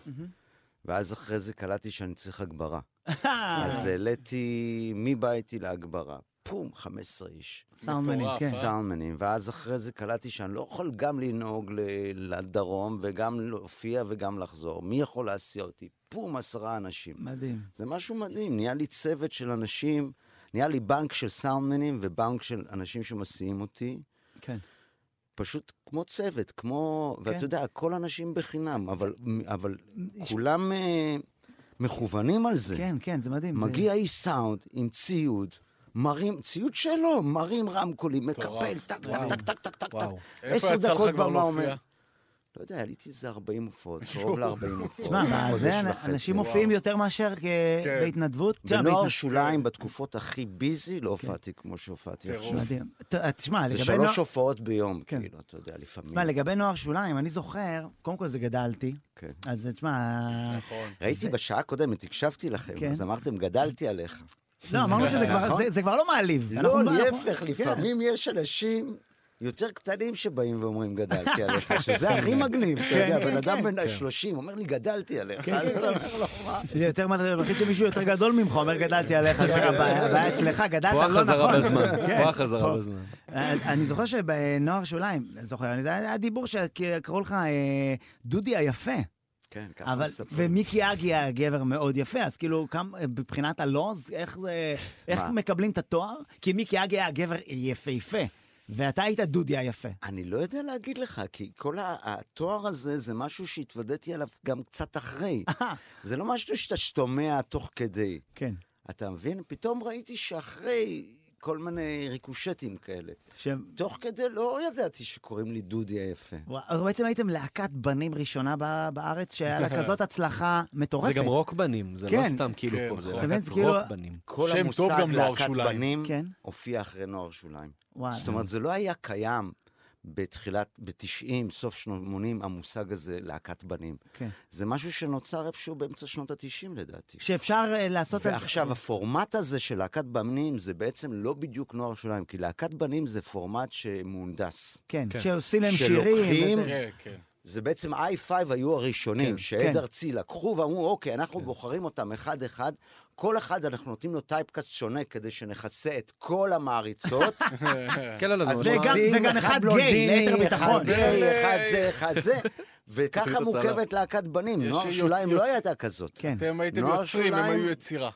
[SPEAKER 9] ואז אחרי זה קלטתי שאני צריך הגברה.
[SPEAKER 3] אה.
[SPEAKER 9] אז העליתי מבא איתי להגברה. פום, 15 איש.
[SPEAKER 3] סאונדמנים, כן.
[SPEAKER 5] אה?
[SPEAKER 9] סאונדמנים, ואז אחרי זה קלטתי שאני לא יכול גם לנהוג ל- לדרום וגם להופיע וגם לחזור. מי יכול להסיע אותי? פום, עשרה אנשים.
[SPEAKER 3] מדהים.
[SPEAKER 9] זה משהו מדהים, נהיה לי צוות של אנשים, נהיה לי בנק של סאונדמנים ובנק של אנשים שמסיעים אותי.
[SPEAKER 3] כן.
[SPEAKER 9] פשוט כמו צוות, כמו...
[SPEAKER 3] כן.
[SPEAKER 9] ואתה יודע, הכל אנשים בחינם, אבל, אבל כולם אה, מכוונים על זה.
[SPEAKER 3] כן, כן, זה מדהים. זה-
[SPEAKER 9] מגיע איש סאונד עם ציוד, מרים, ציוד שלו, מרים רמקולים, מקפל, טק, טק, טק, טק, טק, טק, טק,
[SPEAKER 2] וואו.
[SPEAKER 5] לא
[SPEAKER 9] עשר דקות במה אומר. לא יודע, עליתי איזה 40 הופעות, קרוב ל-40 הופעות.
[SPEAKER 3] תשמע, מה
[SPEAKER 9] בחודש
[SPEAKER 3] זה, אנ-
[SPEAKER 9] וחצי. לא
[SPEAKER 3] אנשים מופיעים יותר מאשר כ-
[SPEAKER 5] כן.
[SPEAKER 3] בהתנדבות. תשמע,
[SPEAKER 9] בנוער
[SPEAKER 3] בהתנדבות.
[SPEAKER 9] שוליים, בתקופות הכי ביזי, לא הופעתי כמו שהופעתי
[SPEAKER 5] טירוף.
[SPEAKER 9] עכשיו.
[SPEAKER 3] מדהים. ת- תשמע,
[SPEAKER 9] זה
[SPEAKER 3] כן. אה, לגבי נוער...
[SPEAKER 9] שלוש הופעות ביום,
[SPEAKER 3] כן.
[SPEAKER 9] כאילו, אתה יודע, לפעמים.
[SPEAKER 3] תשמע, לגבי נוער שוליים, אני זוכר, קודם כל זה גדלתי,
[SPEAKER 9] כן.
[SPEAKER 3] אז אה, תשמע,
[SPEAKER 5] נכון.
[SPEAKER 9] ראיתי
[SPEAKER 3] זה-
[SPEAKER 9] בשעה הקודמת, הקשבתי לכם,
[SPEAKER 3] כן.
[SPEAKER 9] אז אמרתם, גדלתי עליך.
[SPEAKER 3] לא, אמרנו שזה כבר-
[SPEAKER 9] נכון.
[SPEAKER 3] זה- זה כבר לא מעליב.
[SPEAKER 9] לא,
[SPEAKER 3] אנחנו- כן.
[SPEAKER 9] להפך,
[SPEAKER 3] אנחנו-
[SPEAKER 9] לפעמים יש אנשים יותר קטנים שבאים ואומרים, גדלתי עליך, שזה הכי מגניב, אתה
[SPEAKER 3] כן,
[SPEAKER 9] יודע,
[SPEAKER 3] כן,
[SPEAKER 9] בן אדם
[SPEAKER 3] כן.
[SPEAKER 9] בן ה-30 אומר לי, גדלתי עליך, אז אתה אומר לו, מה?
[SPEAKER 3] זה יותר מלחיץ שמישהו יותר גדול ממך אומר גדלתי עליך, יש לך בעיה הבעיה אצלך, גדלת לא
[SPEAKER 2] בוא
[SPEAKER 3] נכון.
[SPEAKER 2] החזרה בזמן,
[SPEAKER 3] כן.
[SPEAKER 2] בוא החזרה
[SPEAKER 3] פה. אה,
[SPEAKER 2] בזמן.
[SPEAKER 3] אני זוכר שבנוער שוליים, אני זוכר, אני- זה היה דיבור שקראו לך אה, דודי היפה.
[SPEAKER 9] כן, ככה
[SPEAKER 3] אבל,
[SPEAKER 9] מספרים.
[SPEAKER 3] ומיקי אגי היה גבר מאוד יפה, אז כאילו, כם, מבחינת הלוז, איך זה, איך
[SPEAKER 9] מה?
[SPEAKER 3] מקבלים את התואר? כי מיקי אגי היה גבר יפהפה, ואתה היית דודי היפה.
[SPEAKER 9] אני לא יודע להגיד לך, כי כל ה- התואר הזה זה משהו שהתוודעתי עליו גם קצת אחרי. זה לא משהו שאתה שומע תוך כדי.
[SPEAKER 3] אה, כן,
[SPEAKER 9] אתה מבין? פתאום ראיתי שאחרי כל מיני ריקושטים כאלה.
[SPEAKER 3] ש...
[SPEAKER 9] תוך כדי לא ידעתי שקוראים לי דודי היפה.
[SPEAKER 3] וואו, בעצם הייתם להקת בנים ראשונה ב- בארץ, שהיה לה כזאת הצלחה מטורפת.
[SPEAKER 2] זה גם רוק בנים, זה
[SPEAKER 3] כן.
[SPEAKER 2] לא סתם כאילו
[SPEAKER 5] כן,
[SPEAKER 2] פה, זה
[SPEAKER 5] נכון.
[SPEAKER 3] אתה מבין?
[SPEAKER 2] להקת
[SPEAKER 3] זה כאילו-
[SPEAKER 2] רוק בנים.
[SPEAKER 9] כל
[SPEAKER 5] שם
[SPEAKER 9] המושג
[SPEAKER 5] טוב גם נוער
[SPEAKER 9] להקת
[SPEAKER 5] שוליים.
[SPEAKER 9] בנים
[SPEAKER 3] כן.
[SPEAKER 9] הופיע אחרי נוער שוליים.
[SPEAKER 3] וואלה.
[SPEAKER 9] זאת אומרת, זה לא היה קיים בתחילת, ב-90, סוף שנות 80, המושג הזה להקת בנים.
[SPEAKER 3] כן.
[SPEAKER 9] זה משהו שנוצר איפשהו באמצע שנות ה-90 לדעתי.
[SPEAKER 3] שאפשר אה, לעשות... על-
[SPEAKER 9] ועכשיו, הפורמט הזה של להקת בנים זה בעצם לא בדיוק נוער שוליים, כי להקת בנים זה פורמט שמהונדס.
[SPEAKER 3] כן,
[SPEAKER 2] כן.
[SPEAKER 3] שעושים להם שירים.
[SPEAKER 9] שלוקחים-
[SPEAKER 3] וזה-
[SPEAKER 5] כן, כן.
[SPEAKER 9] זה בעצם איי-פייב היו הראשונים,
[SPEAKER 2] כן,
[SPEAKER 9] כן, שעד
[SPEAKER 3] כן.
[SPEAKER 9] כן. ארצי לקחו ואמרו, אוקיי, אנחנו כן. בוחרים אותם אחד-אחד, כל אחד אנחנו נותנים לו טייפקאסט שונה כדי שנכסה את כל המעריצות.
[SPEAKER 2] כן, לא, לא, זה
[SPEAKER 9] אז
[SPEAKER 2] ממש...
[SPEAKER 3] וגם-
[SPEAKER 2] מעניין.
[SPEAKER 9] מוצאים
[SPEAKER 3] וגם אחד
[SPEAKER 9] בלונדיני,
[SPEAKER 3] גיי, ליתר
[SPEAKER 9] אחד
[SPEAKER 3] ביטחון.
[SPEAKER 9] גיי, אחד זה, אחד זה, וככה
[SPEAKER 2] תוצאה.
[SPEAKER 9] מורכבת להקת בנים.
[SPEAKER 5] יש
[SPEAKER 9] נוער
[SPEAKER 5] שיוצ-
[SPEAKER 9] שוליים
[SPEAKER 5] יוצ-
[SPEAKER 9] לא הייתה כזאת.
[SPEAKER 3] כן.
[SPEAKER 5] אתם הייתם
[SPEAKER 9] נוער
[SPEAKER 5] יוצרים, הם
[SPEAKER 9] שוליים.
[SPEAKER 5] היו יצירה.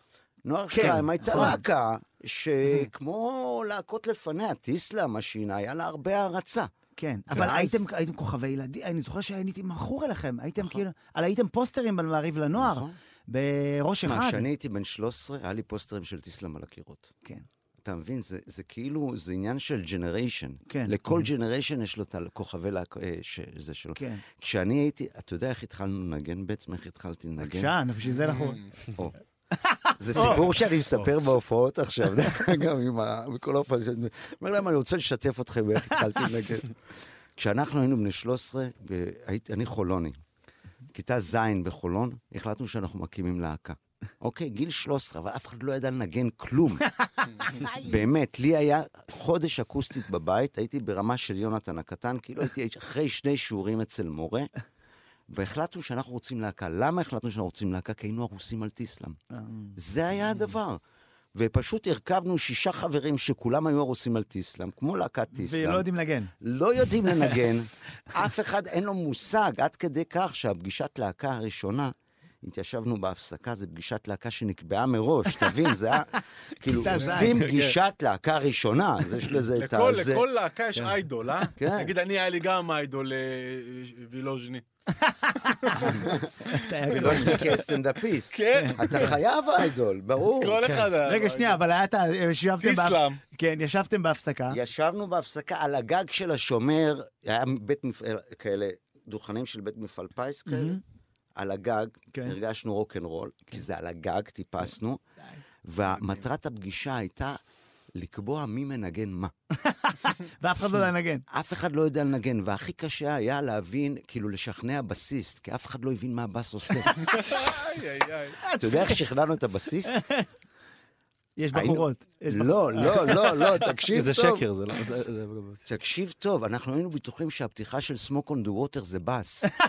[SPEAKER 9] נוער
[SPEAKER 3] כן,
[SPEAKER 9] שוליים הייתה
[SPEAKER 3] נכון.
[SPEAKER 9] להקה שכמו להקות לפניה, טיסלה, משינה, היה לה הרבה הערצה.
[SPEAKER 3] כן, אבל
[SPEAKER 9] ואז-
[SPEAKER 3] הייתם, הייתם כוכבי ילדים, אני זוכר שהייתי מכור אליכם, הייתם כאילו, אבל הייתם פוסטרים במעריב לנוער,
[SPEAKER 9] נכון?
[SPEAKER 3] בראש
[SPEAKER 9] מה,
[SPEAKER 3] אחד.
[SPEAKER 9] כשאני הייתי בן 13, היה לי פוסטרים של טיסלאם על הקירות.
[SPEAKER 3] כן.
[SPEAKER 9] אתה מבין, זה, זה כאילו, זה עניין של ג'נריישן.
[SPEAKER 3] כן.
[SPEAKER 9] לכל ג'נריישן יש לו את הכוכבי להק... אה, ש... זה שלו.
[SPEAKER 3] כן.
[SPEAKER 9] כשאני הייתי, אתה יודע איך התחלנו לנגן בעצם? איך התחלתי לנגן?
[SPEAKER 3] בבקשה, בשביל
[SPEAKER 9] כן.
[SPEAKER 3] זה נכון. אנחנו...
[SPEAKER 9] או. זה סיפור שאני מספר בהופעות עכשיו, דרך אגב, עם ה- בכל ההופעות שאני אומר להם, אני רוצה לשתף אתכם באיך התחלתי לנגן. כשאנחנו היינו בני 13, ב- הייתי- אני חולוני. כיתה ז' בחולון, החלטנו שאנחנו מקימים להקה. אוקיי, גיל 13, אבל אף אחד לא ידע לנגן כלום. באמת, לי היה חודש אקוסטית בבית, הייתי ברמה של יונתן הקטן, כאילו הייתי אחרי שני שיעורים אצל מורה, והחלטנו שאנחנו רוצים להקה. למה החלטנו שאנחנו רוצים להקה? כי היינו הרוסים על טיסלאם. זה היה הדבר. ופשוט הרכבנו שישה חברים שכולם היו הרוסים על טיסלאם, כמו להקת
[SPEAKER 3] ולא
[SPEAKER 9] טיסלאם.
[SPEAKER 3] יודעים לנגן.
[SPEAKER 9] לא יודעים לנגן, אף אחד אין לו מושג, עד כדי כך שהפגישת להקה הראשונה, התיישבנו בהפסקה, זו פגישת להקה שנקבעה מראש, תבין, זה היה, כאילו,
[SPEAKER 3] כיתה ז'.
[SPEAKER 9] עושים פגישת להקה ראשונה, אז יש לזה את
[SPEAKER 5] כן, לכל
[SPEAKER 9] הזה.
[SPEAKER 5] לכל להקה יש איידול, אה?
[SPEAKER 9] כן.
[SPEAKER 5] נגיד, אני, היה לי גם איידול אה, וילוז'ני.
[SPEAKER 3] אה,
[SPEAKER 9] לא שתהיה כסטנדאפיסט.
[SPEAKER 5] כן.
[SPEAKER 9] אתה חייב איידול, ברור.
[SPEAKER 5] כל אחד... היה לו
[SPEAKER 3] רגע, שנייה, אבל היה את ה... ישבתם... בהפ-
[SPEAKER 5] איסלאם.
[SPEAKER 3] כן, ישבתם בהפסקה.
[SPEAKER 9] ישבנו בהפסקה על הגג של השומר, היה בית מפעל, כאלה, דוכנים של בית מפעל פיס כאלה, על הגג,
[SPEAKER 3] כן.
[SPEAKER 9] הרגשנו רוקנרול, כי זה על הגג, טיפסנו, ומטרת הפגישה הייתה לקבוע מי מנגן מה.
[SPEAKER 3] ואף אחד לא יודע לנגן.
[SPEAKER 9] אף אחד לא יודע לנגן, והכי קשה היה להבין, כאילו לשכנע בסיסט, כי אף אחד לא הבין מה הבאס עושה.
[SPEAKER 5] איי, איי, איי.
[SPEAKER 9] אתה יודע איך שכנענו את הבסיסט?
[SPEAKER 3] יש
[SPEAKER 9] היינו-
[SPEAKER 3] בחורות. יש בחורות.
[SPEAKER 9] לא, לא, לא, לא, תקשיב טוב.
[SPEAKER 2] זה שקר, זה לא... זה- זה-
[SPEAKER 9] תקשיב טוב, אנחנו היינו בטוחים שהפתיחה של סמוק און דו ווטר זה באס.
[SPEAKER 2] אה.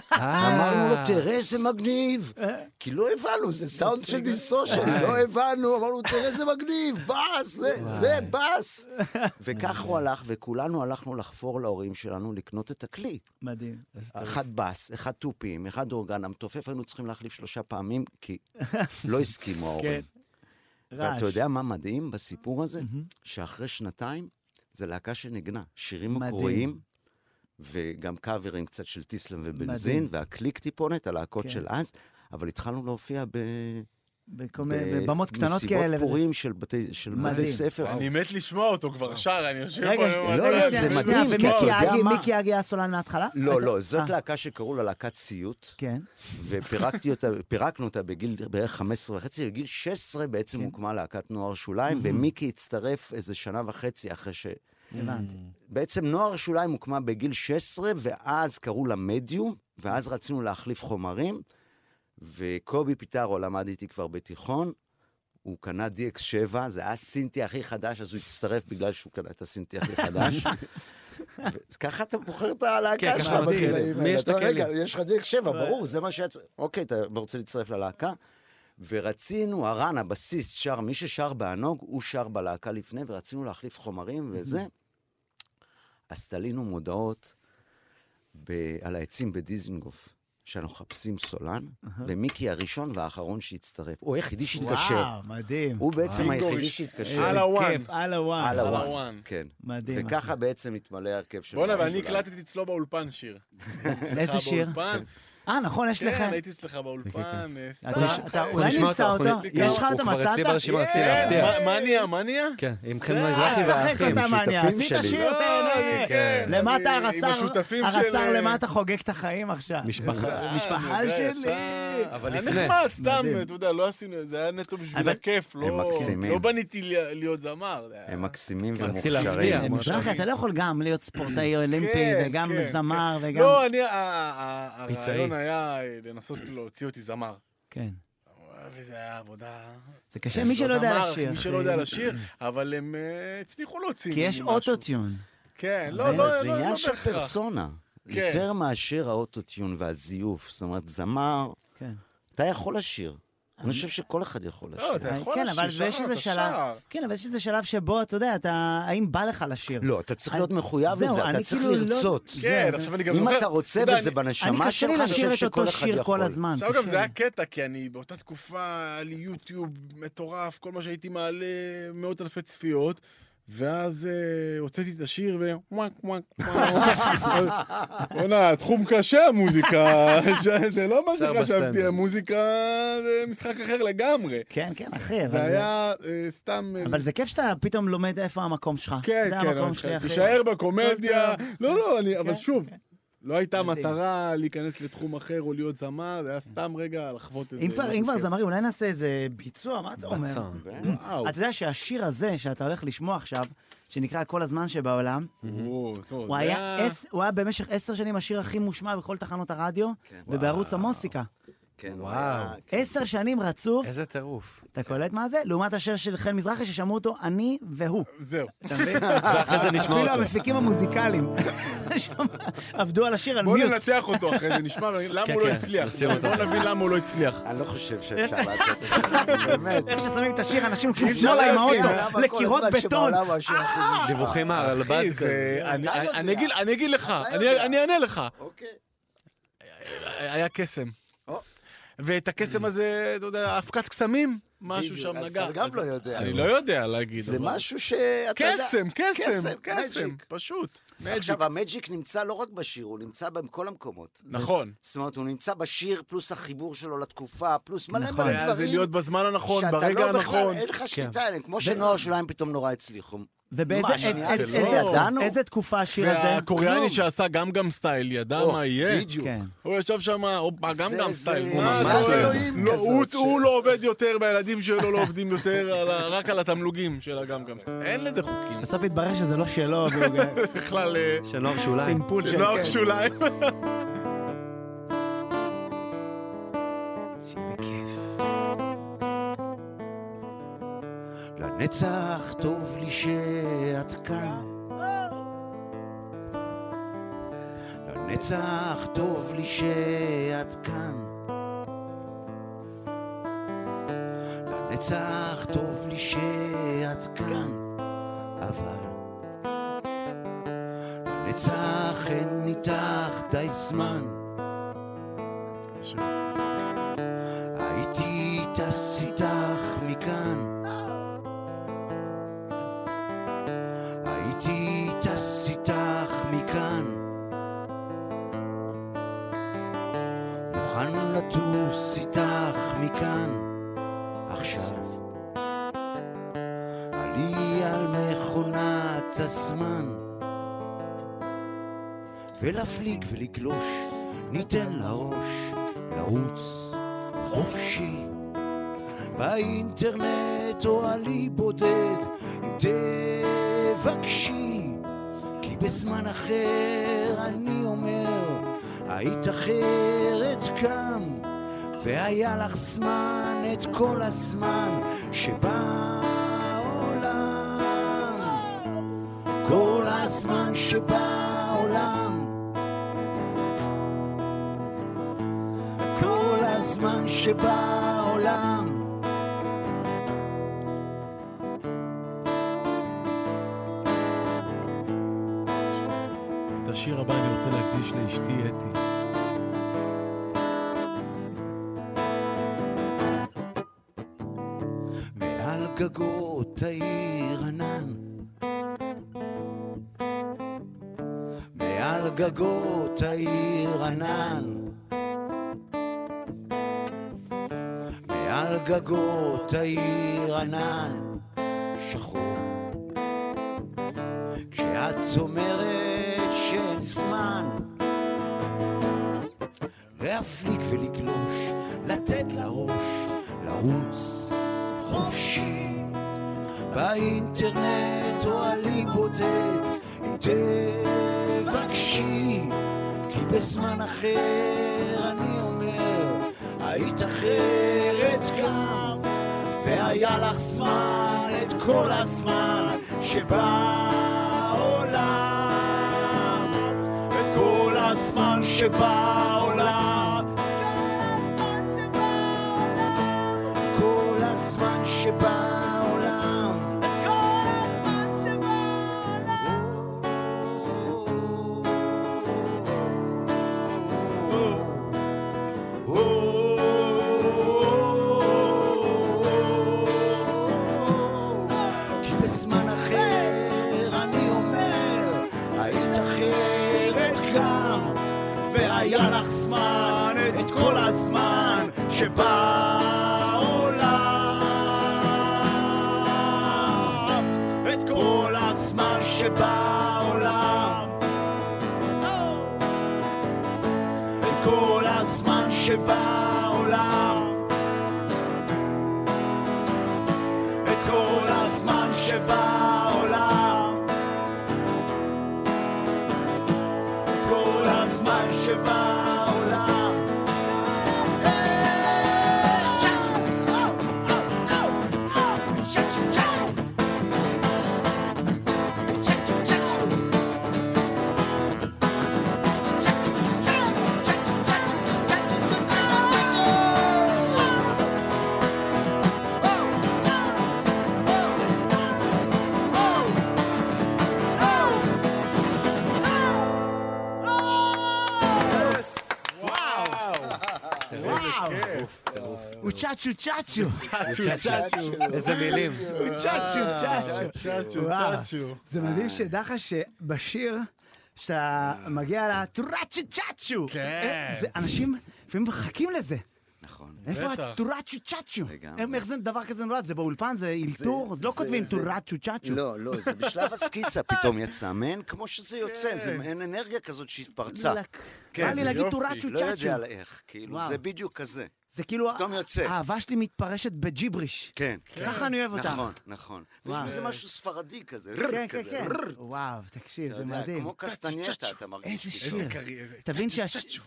[SPEAKER 9] אמרנו לו, תראה איזה מגניב. כי לא הבנו, זה סאונד של דיסטושן, לא הבנו, אמרנו, תראה איזה מגניב, באס, זה- זה באס. וכך הוא הלך, וכולנו הלכנו לחפור להורים שלנו לקנות את הכלי.
[SPEAKER 3] מדהים.
[SPEAKER 9] אחד באס, אחד תופים, אחד אורגן, המתופף היינו צריכים להחליף שלושה פעמים, כי לא הסכימו
[SPEAKER 3] כן.
[SPEAKER 9] ההורים.
[SPEAKER 3] רעש.
[SPEAKER 9] ואתה יודע מה מדהים בסיפור הזה? שאחרי שנתיים, זו להקה שנגנה. שירים
[SPEAKER 3] מדהים.
[SPEAKER 9] מקוריים, וגם קאברים קצת של טיסלם ובנזין,
[SPEAKER 3] מדהים.
[SPEAKER 9] והקליק טיפונת, הלהקות
[SPEAKER 3] כן.
[SPEAKER 9] של אז, אבל התחלנו להופיע ב...
[SPEAKER 3] בכל מיני- בבמות קטנות כאלה.
[SPEAKER 9] מסיבות
[SPEAKER 3] וזה-
[SPEAKER 9] פורים של בתי של
[SPEAKER 3] מדהים.
[SPEAKER 9] בתי ספר.
[SPEAKER 4] אני מת לשמוע אותו כבר שר, אני יושב פה.
[SPEAKER 3] רגע,
[SPEAKER 4] אני
[SPEAKER 3] שנייה,
[SPEAKER 4] אומר,
[SPEAKER 9] לא,
[SPEAKER 4] "אתה
[SPEAKER 9] לא,
[SPEAKER 4] יודע,
[SPEAKER 9] זה
[SPEAKER 4] אני מת
[SPEAKER 9] מדהים,
[SPEAKER 4] לשמוע."
[SPEAKER 9] כי אתה
[SPEAKER 3] ומיקי
[SPEAKER 9] יודע
[SPEAKER 3] אגי,
[SPEAKER 9] מה?
[SPEAKER 3] מיקי אגי היה סולן מההתחלה?
[SPEAKER 9] לא,
[SPEAKER 3] הייתה-
[SPEAKER 9] לא, זאת
[SPEAKER 3] אה,
[SPEAKER 9] להקה שקראו לה להקת סיוט,
[SPEAKER 3] כן.
[SPEAKER 9] ופירקתי אותה, פירקנו אותה בגיל בערך 15 וחצי, בגיל 16
[SPEAKER 3] כן.
[SPEAKER 9] בעצם הוקמה להקת נוער שוליים, ומיקי הצטרף איזה שנה וחצי אחרי ש...
[SPEAKER 3] הבנתי.
[SPEAKER 9] בעצם נוער שוליים הוקמה בגיל 16, ואז קראו לה מדיום, ואז רצינו להחליף חומרים, וקובי פיטרו למד איתי כבר בתיכון, הוא קנה DX7, זה היה הסינטי הכי חדש, אז הוא הצטרף בגלל שהוא קנה את הסינטי הכי חדש. אז ככה אתה בוחר את
[SPEAKER 2] כן,
[SPEAKER 9] הלהקה
[SPEAKER 2] ככה
[SPEAKER 9] שלך
[SPEAKER 2] מתאים.
[SPEAKER 9] בגילאים
[SPEAKER 2] מי
[SPEAKER 9] האלה.
[SPEAKER 2] יש
[SPEAKER 9] אתה
[SPEAKER 2] את
[SPEAKER 9] אומר,
[SPEAKER 2] הכלים?
[SPEAKER 9] רגע, יש לך DX7, ברור, זה מה שהיה צריך. אוקיי, אתה רוצה להצטרף ללהקה? ורצינו, הרן, הבסיסט, שר, מי ששר בענוג, הוא שר בלהקה לפני, ורצינו להחליף חומרים וזה. אז תלינו מודעות ב- על העצים בדיזינגוף, שאנחנו מחפשים סולן, ומיקי הראשון והאחרון שהצטרף. הוא היחידי שהתקשר.
[SPEAKER 3] וואו, מדהים.
[SPEAKER 9] הוא בעצם
[SPEAKER 4] אינגוריש.
[SPEAKER 9] היחידי
[SPEAKER 4] על
[SPEAKER 9] שהתקשר.
[SPEAKER 4] הוואן.
[SPEAKER 3] כיף, על הוואן.
[SPEAKER 9] על
[SPEAKER 4] על
[SPEAKER 9] הוואן.
[SPEAKER 4] הוואן.
[SPEAKER 9] כן.
[SPEAKER 3] מדהים.
[SPEAKER 9] וככה בעצם התמלא ההרכב שלנו.
[SPEAKER 4] בואנה, ואני הקלטתי אצלו באולפן שיר.
[SPEAKER 3] איזה שיר?
[SPEAKER 4] באולפן.
[SPEAKER 3] אה, נכון, יש לך...
[SPEAKER 4] כן, הייתי אצלך באולפן. אה,
[SPEAKER 3] אתה-
[SPEAKER 4] סתם.
[SPEAKER 3] אתה-
[SPEAKER 4] אה,
[SPEAKER 3] אולי
[SPEAKER 2] נשמע
[SPEAKER 3] נמצא
[SPEAKER 2] אנחנו
[SPEAKER 3] אותו?
[SPEAKER 2] נ-
[SPEAKER 3] יש לך
[SPEAKER 2] הוא-
[SPEAKER 3] אותו?
[SPEAKER 2] הוא כבר אצלי
[SPEAKER 3] מצאת?
[SPEAKER 2] ברשימה, רציתי
[SPEAKER 4] אה,
[SPEAKER 2] להפתיע.
[SPEAKER 4] מה- מה נהיה? מה נהיה?
[SPEAKER 2] כן, עם חן
[SPEAKER 3] אל
[SPEAKER 2] מזרחי
[SPEAKER 3] תשחק
[SPEAKER 2] והאחים.
[SPEAKER 3] אותה מניה,
[SPEAKER 9] שותפים
[SPEAKER 3] עשית
[SPEAKER 9] שלי.
[SPEAKER 3] שיר, תהנה.
[SPEAKER 4] כן.
[SPEAKER 3] למטה
[SPEAKER 4] אני- עם
[SPEAKER 3] הרס"ר,
[SPEAKER 4] השותפים
[SPEAKER 3] הרס"ר
[SPEAKER 4] של-
[SPEAKER 3] למטה חוגג את החיים עכשיו.
[SPEAKER 2] משפחה.
[SPEAKER 3] משפחה
[SPEAKER 4] אה,
[SPEAKER 3] שלי.
[SPEAKER 4] יצא.
[SPEAKER 2] אבל
[SPEAKER 4] היה
[SPEAKER 2] לפני.
[SPEAKER 4] נחמד, סתם,
[SPEAKER 3] מדהים.
[SPEAKER 4] אתה יודע, לא עשינו, זה היה נטו בשביל
[SPEAKER 3] אבל-
[SPEAKER 4] הכיף,
[SPEAKER 9] הם
[SPEAKER 4] לא
[SPEAKER 9] מקסימים.
[SPEAKER 4] לא בניתי לי- להיות זמר. זה היה-
[SPEAKER 9] הם מקסימים
[SPEAKER 2] רציתי להפתיע.
[SPEAKER 9] ומוכשרים.
[SPEAKER 3] מזרחי, אתה לא יכול גם להיות ספורטאי אולימפי
[SPEAKER 4] כן,
[SPEAKER 3] וגם
[SPEAKER 4] כן,
[SPEAKER 3] זמר וגם...
[SPEAKER 4] לא, אני, ה- ה- ה-
[SPEAKER 2] פיצאי.
[SPEAKER 4] הרעיון היה אה, לנסות להוציא אותי זמר.
[SPEAKER 3] כן.
[SPEAKER 4] וזה היה עבודה.
[SPEAKER 3] זה קשה, מי שלא יודע
[SPEAKER 4] כן, לא זמר,
[SPEAKER 3] לשיר.
[SPEAKER 4] מי שלא יודע לשיר, אבל הם אה, הצליחו להוציא.
[SPEAKER 3] כי יש
[SPEAKER 4] ממני משהו.
[SPEAKER 3] אוטוטיון.
[SPEAKER 4] כן, לא,
[SPEAKER 3] אבל
[SPEAKER 4] לא, לא,
[SPEAKER 9] אה, זה
[SPEAKER 4] לא
[SPEAKER 9] עניין של
[SPEAKER 4] בהכרח.
[SPEAKER 9] פרסונה.
[SPEAKER 4] כן.
[SPEAKER 9] יותר מאשר האוטוטיון והזיוף. זאת אומרת, זמר,
[SPEAKER 3] כן.
[SPEAKER 9] אתה יכול לשיר. אני חושב שכל אחד יכול לשיר.
[SPEAKER 4] לא, אתה יכול
[SPEAKER 3] כן, אבל
[SPEAKER 4] לשיר,
[SPEAKER 3] יש
[SPEAKER 4] שר,
[SPEAKER 3] איזה
[SPEAKER 4] אתה
[SPEAKER 3] שלב-
[SPEAKER 4] שר.
[SPEAKER 3] כן, אבל יש איזה שלב שבו, אתה יודע, אתה... האם בא לך לשיר?
[SPEAKER 9] לא, אתה צריך להיות
[SPEAKER 3] אני-
[SPEAKER 9] מחויב
[SPEAKER 3] זהו,
[SPEAKER 9] לזה,
[SPEAKER 3] אני
[SPEAKER 9] אתה צריך
[SPEAKER 3] כאילו לא-
[SPEAKER 9] לרצות.
[SPEAKER 4] כן, עכשיו אני גם
[SPEAKER 9] אם
[SPEAKER 4] זוכר-
[SPEAKER 9] אתה רוצה
[SPEAKER 4] יודע,
[SPEAKER 9] וזה
[SPEAKER 4] אני-
[SPEAKER 3] אני
[SPEAKER 9] בנשמה
[SPEAKER 3] קשה
[SPEAKER 9] שלך,
[SPEAKER 3] לי
[SPEAKER 9] אני
[SPEAKER 3] לשיר
[SPEAKER 9] חושב
[SPEAKER 3] את אותו
[SPEAKER 9] שכל אחד
[SPEAKER 3] שיר כל
[SPEAKER 9] יכול.
[SPEAKER 3] הזמן.
[SPEAKER 4] עכשיו גם
[SPEAKER 3] קשה
[SPEAKER 4] זה
[SPEAKER 3] לי.
[SPEAKER 4] היה קטע, כי אני באותה תקופה, היה לי יוטיוב מטורף, כל מה שהייתי מעלה מאות אלפי צפיות. ואז אה, הוצאתי את השיר ו... וואק וואק וואק. בוא'נה, תחום קשה המוזיקה, זה לא מה
[SPEAKER 2] שר
[SPEAKER 4] שחשבתי,
[SPEAKER 2] בסטנדר.
[SPEAKER 4] המוזיקה זה משחק אחר לגמרי.
[SPEAKER 3] כן, כן, אחי. אבל
[SPEAKER 4] זה היה אה, סתם... אה,
[SPEAKER 3] אבל זה כיף שאתה פתאום לומד איפה המקום שלך.
[SPEAKER 4] כן,
[SPEAKER 3] זה
[SPEAKER 4] כן,
[SPEAKER 3] המקום
[SPEAKER 4] אבל
[SPEAKER 3] שלי, אחי.
[SPEAKER 4] תישאר בקומדיה.
[SPEAKER 3] כל
[SPEAKER 4] לא, לא, אני, אבל
[SPEAKER 3] כן,
[SPEAKER 4] שוב, לא הייתה
[SPEAKER 3] מדהים.
[SPEAKER 4] מטרה להיכנס לתחום אחר או להיות זמר, זה היה סתם רגע לחוות את זה.
[SPEAKER 3] אם כבר- אם
[SPEAKER 4] משהו
[SPEAKER 3] כבר
[SPEAKER 4] כיף.
[SPEAKER 3] זמרי, אולי נעשה איזה ביצוע, מה אתה אומר?
[SPEAKER 2] רצון.
[SPEAKER 4] וואו,
[SPEAKER 3] אתה יודע שהשיר הזה שאתה הולך לשמוע עכשיו, שנקרא כל הזמן שבעולם,
[SPEAKER 4] וואו, טוב, אה, זה
[SPEAKER 3] הוא היה עש- הוא היה במשך עשר שנים השיר הכי מושמע בכל תחנות הרדיו ובערוץ המוסיקה.
[SPEAKER 9] כן,
[SPEAKER 2] וואו.
[SPEAKER 9] היה-
[SPEAKER 3] עשר שנים רצוף,
[SPEAKER 2] איזה טירוף.
[SPEAKER 3] אתה קולט מה זה? לעומת השיר של חן מזרחי ששמעו אותו אני והוא.
[SPEAKER 4] זהו.
[SPEAKER 3] אתה מבין?
[SPEAKER 2] ואחרי זה נשמע
[SPEAKER 3] אפילו
[SPEAKER 2] אותו.
[SPEAKER 3] המפיקים המוזיקליים שם עבדו על השיר על
[SPEAKER 4] בוא
[SPEAKER 3] מיוט.
[SPEAKER 4] ננצח אותו אחרי זה, נשמע למה הוא לא
[SPEAKER 2] כן,
[SPEAKER 4] הצליח.
[SPEAKER 2] נשים אותו.
[SPEAKER 4] בוא נבין למה הוא לא הצליח.
[SPEAKER 9] אני לא חושב שאפשר לעשות את זה, באמת.
[SPEAKER 3] איך ששמים את השיר, אנשים הולכים
[SPEAKER 9] אי אפשר כן.
[SPEAKER 3] שמאלה עם
[SPEAKER 9] להבין,
[SPEAKER 3] האוטו,
[SPEAKER 9] למה כל
[SPEAKER 3] לקירות
[SPEAKER 9] הזמן
[SPEAKER 3] בטון. אה!
[SPEAKER 9] שבעולם השיר הכי מושמע?
[SPEAKER 2] דיווחים מהרלב"ד.
[SPEAKER 4] אחי, זה- אני-
[SPEAKER 9] אתה יודע.
[SPEAKER 4] אני אגיד- אני אגיד לך,
[SPEAKER 9] אתה
[SPEAKER 4] אני-
[SPEAKER 9] יודע.
[SPEAKER 4] אני אענה לך.
[SPEAKER 9] אוקיי.
[SPEAKER 4] היה קסם.
[SPEAKER 9] או. Mm.
[SPEAKER 4] ואת הקסם הזה, אתה יודע, האבקת קסמים, משהו
[SPEAKER 9] בדיוק,
[SPEAKER 4] שם
[SPEAKER 9] אז
[SPEAKER 4] נגע.
[SPEAKER 9] אתה גם
[SPEAKER 4] אז-
[SPEAKER 9] לא יודע.
[SPEAKER 4] אני לא יודע להגיד.
[SPEAKER 9] זה
[SPEAKER 4] אבל-
[SPEAKER 9] משהו שאתה יודע...
[SPEAKER 4] קסם, קסם,
[SPEAKER 9] קסם,
[SPEAKER 4] קסם,
[SPEAKER 9] magic.
[SPEAKER 4] פשוט. מג'יק.
[SPEAKER 9] עכשיו, המג'יק נמצא לא רק בשיר, הוא נמצא בכל המקומות.
[SPEAKER 4] נכון.
[SPEAKER 9] זאת אומרת, הוא נמצא בשיר, פלוס החיבור שלו לתקופה, פלוס מלא מלא דברים.
[SPEAKER 4] היה זה נכון. להיות בזמן הנכון,
[SPEAKER 9] שאתה
[SPEAKER 4] ברגע
[SPEAKER 9] לא בכלל-
[SPEAKER 4] הנכון.
[SPEAKER 9] אין לך שליטה עליהם, כמו שנוער שוליים פתאום נורא הצליחו.
[SPEAKER 3] ובאיזה
[SPEAKER 9] מה, שנייה,
[SPEAKER 3] איזה-
[SPEAKER 9] זה
[SPEAKER 3] איזה-
[SPEAKER 9] לא ידענו?
[SPEAKER 3] איזה תקופה השיר הזה?
[SPEAKER 4] והקוריאני
[SPEAKER 9] כלום.
[SPEAKER 4] שעשה גם גם סטייל ידע
[SPEAKER 9] או,
[SPEAKER 4] מה יהיה.
[SPEAKER 9] בדיוק.
[SPEAKER 3] כן.
[SPEAKER 4] הוא ישב שם, הופה, גם
[SPEAKER 9] זה-
[SPEAKER 4] גם
[SPEAKER 9] זה-
[SPEAKER 4] סטייל.
[SPEAKER 9] הוא
[SPEAKER 4] מה,
[SPEAKER 2] ממש
[SPEAKER 4] לא,
[SPEAKER 9] אלוהים
[SPEAKER 4] לא,
[SPEAKER 9] כזאת
[SPEAKER 4] הוא-
[SPEAKER 9] ש-
[SPEAKER 4] הוא לא עובד יותר, והילדים שלו לא עובדים יותר, על ה- רק על התמלוגים של הגם גם סטייל. אין לזה חוקים.
[SPEAKER 3] בסוף התברר שזה לא שלו, והוא גם-
[SPEAKER 4] בכלל, אה,
[SPEAKER 2] של נוער שוליים.
[SPEAKER 3] סימפול
[SPEAKER 4] של
[SPEAKER 3] של...
[SPEAKER 4] נוער שוליים.
[SPEAKER 9] לנצח טוב לי שאת כאן. לנצח טוב לי שאת כאן. לנצח טוב לי שאת כאן, אבל לנצח אין איתך די זמן. הייתי טס איתך מכאן. הייתי טס איתך מכאן. מוכן לטוס איתך מכאן,
[SPEAKER 10] מכונת הזמן ולהפליג ולגלוש, ניתן לראש לרוץ חופשי באינטרנט או עלי בודד, תבקשי כי בזמן אחר אני אומר, היית אחרת קם והיה לך זמן את כל הזמן שבעולם כל הזמן שבעולם כל הזמן שבעולם
[SPEAKER 4] את השיר הבא אני רוצה להקדיש לאשתי אתי.
[SPEAKER 10] מעל גגות העיר ענן מעל גגות העיר ענן מעל גגות העיר ענן שחור כשאת אומרת שאין זמן להפליג ולגלוש, לתת לראש, לרוץ חופשי באינטרנט או עלי בודד אם תבקשי כי בזמן אחר אני אומר היית אחרת גם והיה לך זמן את כל הזמן שבעולם את כל הזמן שבעולם כל הזמן שבעולם. Oh, oh, כי בזמן אחר אני אומר, היית אחרת גם, והיה לך זמן, את כל הזמן שבעולם. את כל הזמן שבעולם. את כל הזמן שבעולם. את כל הזמן שבעולם. את כל הזמן שבעולם.
[SPEAKER 3] הוא צ'אצ'ו צ'אצ'ו.
[SPEAKER 5] איזה מילים.
[SPEAKER 3] הוא צ'אצ'ו צ'אצ'ו.
[SPEAKER 4] צ'אצ'ו,
[SPEAKER 3] וואו.
[SPEAKER 4] צ'אצ'ו.
[SPEAKER 3] זה מדהים שדחש בשיר, שאתה מגיע לטורצ'ו צ'אצ'ו.
[SPEAKER 4] כן.
[SPEAKER 3] זה- אנשים לפעמים מחכים לזה.
[SPEAKER 10] נכון.
[SPEAKER 3] איפה
[SPEAKER 4] בטח.
[SPEAKER 3] הטורצ'ו צ'אצ'ו?
[SPEAKER 10] לגמרי.
[SPEAKER 3] הם- איך זה דבר כזה נולד? זה באולפן? זה אלתור? אז לא
[SPEAKER 10] זה-
[SPEAKER 3] כותבים
[SPEAKER 10] זה-
[SPEAKER 3] טורצ'ו צ'אצ'ו.
[SPEAKER 10] לא, לא, זה בשלב הסקיצה פתאום יצא, מעין כמו שזה יוצא, זה מעין אנרגיה כזאת שהתפרצה.
[SPEAKER 3] לק-
[SPEAKER 10] כן,
[SPEAKER 3] כן. בא
[SPEAKER 10] זה
[SPEAKER 3] לי להגיד
[SPEAKER 4] יופי.
[SPEAKER 3] טורצ'ו
[SPEAKER 10] לא
[SPEAKER 3] צ'אצ'ו.
[SPEAKER 10] יודע על איך, כאילו,
[SPEAKER 3] וואו.
[SPEAKER 10] זה בדיוק כזה.
[SPEAKER 3] זה כאילו,
[SPEAKER 10] פתאום יוצא.
[SPEAKER 3] האהבה שלי מתפרשת בג'יבריש.
[SPEAKER 10] כן.
[SPEAKER 3] ככה אני אוהב אותה.
[SPEAKER 10] נכון, נכון. ויש
[SPEAKER 3] וואו.
[SPEAKER 10] בזה משהו ספרדי כזה,
[SPEAKER 3] כן,
[SPEAKER 10] רר
[SPEAKER 3] כן,
[SPEAKER 10] כזה,
[SPEAKER 3] כן.
[SPEAKER 10] רר.
[SPEAKER 3] וואו, תקשיב,
[SPEAKER 10] אתה
[SPEAKER 3] זה
[SPEAKER 10] יודע,
[SPEAKER 3] מדהים.
[SPEAKER 10] כמו קסטנייטה אתה מרגיש.
[SPEAKER 3] איזה
[SPEAKER 10] פתאום.
[SPEAKER 4] כן.
[SPEAKER 3] שיר.
[SPEAKER 4] קריירה.
[SPEAKER 3] תבין שה... ש-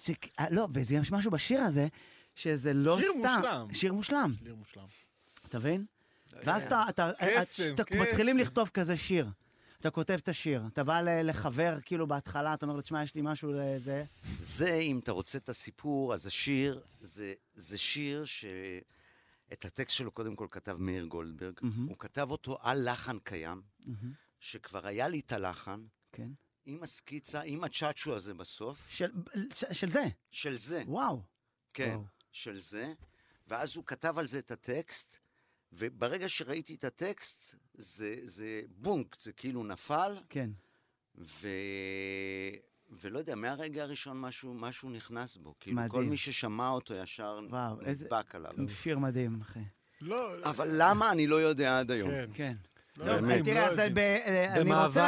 [SPEAKER 3] אה, לא, וזה יש משהו בשיר הזה, שזה לא
[SPEAKER 4] שיר
[SPEAKER 3] סתם...
[SPEAKER 4] מושלם.
[SPEAKER 3] שיר מושלם.
[SPEAKER 4] שיר מושלם.
[SPEAKER 3] אתה מבין? ואז אתה, אתה, אה,
[SPEAKER 4] קסם,
[SPEAKER 3] אתה, אתה
[SPEAKER 4] קסם.
[SPEAKER 3] מתחילים לכתוב כזה שיר. אתה כותב את השיר, אתה בא ל- לחבר, כאילו בהתחלה, אתה אומר לו, תשמע, יש לי משהו לזה.
[SPEAKER 10] זה, אם אתה רוצה את הסיפור, אז השיר, זה, זה שיר ש... את הטקסט שלו קודם כל כתב מאיר גולדברג.
[SPEAKER 3] מהמם.
[SPEAKER 10] הוא כתב אותו על לחן קיים,
[SPEAKER 3] מהמם.
[SPEAKER 10] שכבר היה לי את הלחן,
[SPEAKER 3] כן.
[SPEAKER 10] עם הסקיצה, עם הצ'אצ'ו הזה בסוף,
[SPEAKER 3] של, ש- של זה,
[SPEAKER 10] של זה,
[SPEAKER 3] וואו.
[SPEAKER 10] כן,
[SPEAKER 3] וואו.
[SPEAKER 10] של זה, ואז הוא כתב על זה את הטקסט, וברגע שראיתי את הטקסט, זה, זה בונק, זה כאילו נפל,
[SPEAKER 3] כן.
[SPEAKER 10] ו... ולא יודע, מהרגע הראשון משהו, משהו נכנס בו. כאילו, מדהים. כל
[SPEAKER 3] מדהים.
[SPEAKER 10] מי ששמע אותו ישר
[SPEAKER 3] וואו,
[SPEAKER 10] נדבק
[SPEAKER 3] איזה-
[SPEAKER 10] עליו.
[SPEAKER 3] שיר מדהים, אחי.
[SPEAKER 4] לא,
[SPEAKER 9] אה,
[SPEAKER 10] אבל למה אני לא יודע עד היום.
[SPEAKER 4] כן.
[SPEAKER 3] כן.
[SPEAKER 5] באמת.
[SPEAKER 3] תראה, אז ב- אה, אני רוצה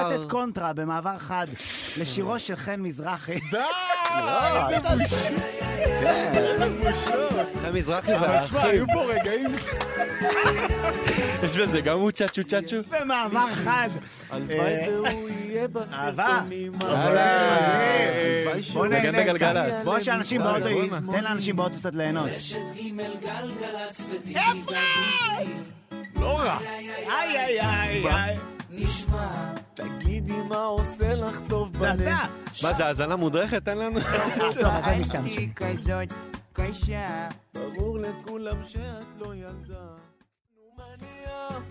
[SPEAKER 2] במעבר-
[SPEAKER 3] לתת קונטרה במעבר חד לשירו של חן מזרחי.
[SPEAKER 9] אל תעשה.
[SPEAKER 2] חן מזרחי
[SPEAKER 5] אבל תשמע,
[SPEAKER 2] והאחים.
[SPEAKER 5] היו פה רגעים...
[SPEAKER 2] יש בזה גם הוא צ'אצ'ו צ'אצ'ו?
[SPEAKER 3] במעבר חד. אה,
[SPEAKER 5] הלוואי והוא יהיה בסרטונים.
[SPEAKER 3] הלוואי בוא
[SPEAKER 2] נגן
[SPEAKER 3] נהנה
[SPEAKER 2] בגלגלצ.
[SPEAKER 3] קצת. בוא שאנשים
[SPEAKER 5] יאללה,
[SPEAKER 3] באוטו,
[SPEAKER 5] בואנה.
[SPEAKER 3] תן לאנשים באוטו קצת ליהנות.
[SPEAKER 5] לא רע.
[SPEAKER 3] איי איי איי איי.
[SPEAKER 5] תגידי מה עושה לך טוב
[SPEAKER 3] זה
[SPEAKER 5] בנט.
[SPEAKER 3] אתה.
[SPEAKER 2] מה זה, האזנה מודרכת? תן לנו.
[SPEAKER 3] אה, טוב, אז אני משתמש.
[SPEAKER 5] ברור לכולם שאת לא ילדה. נו,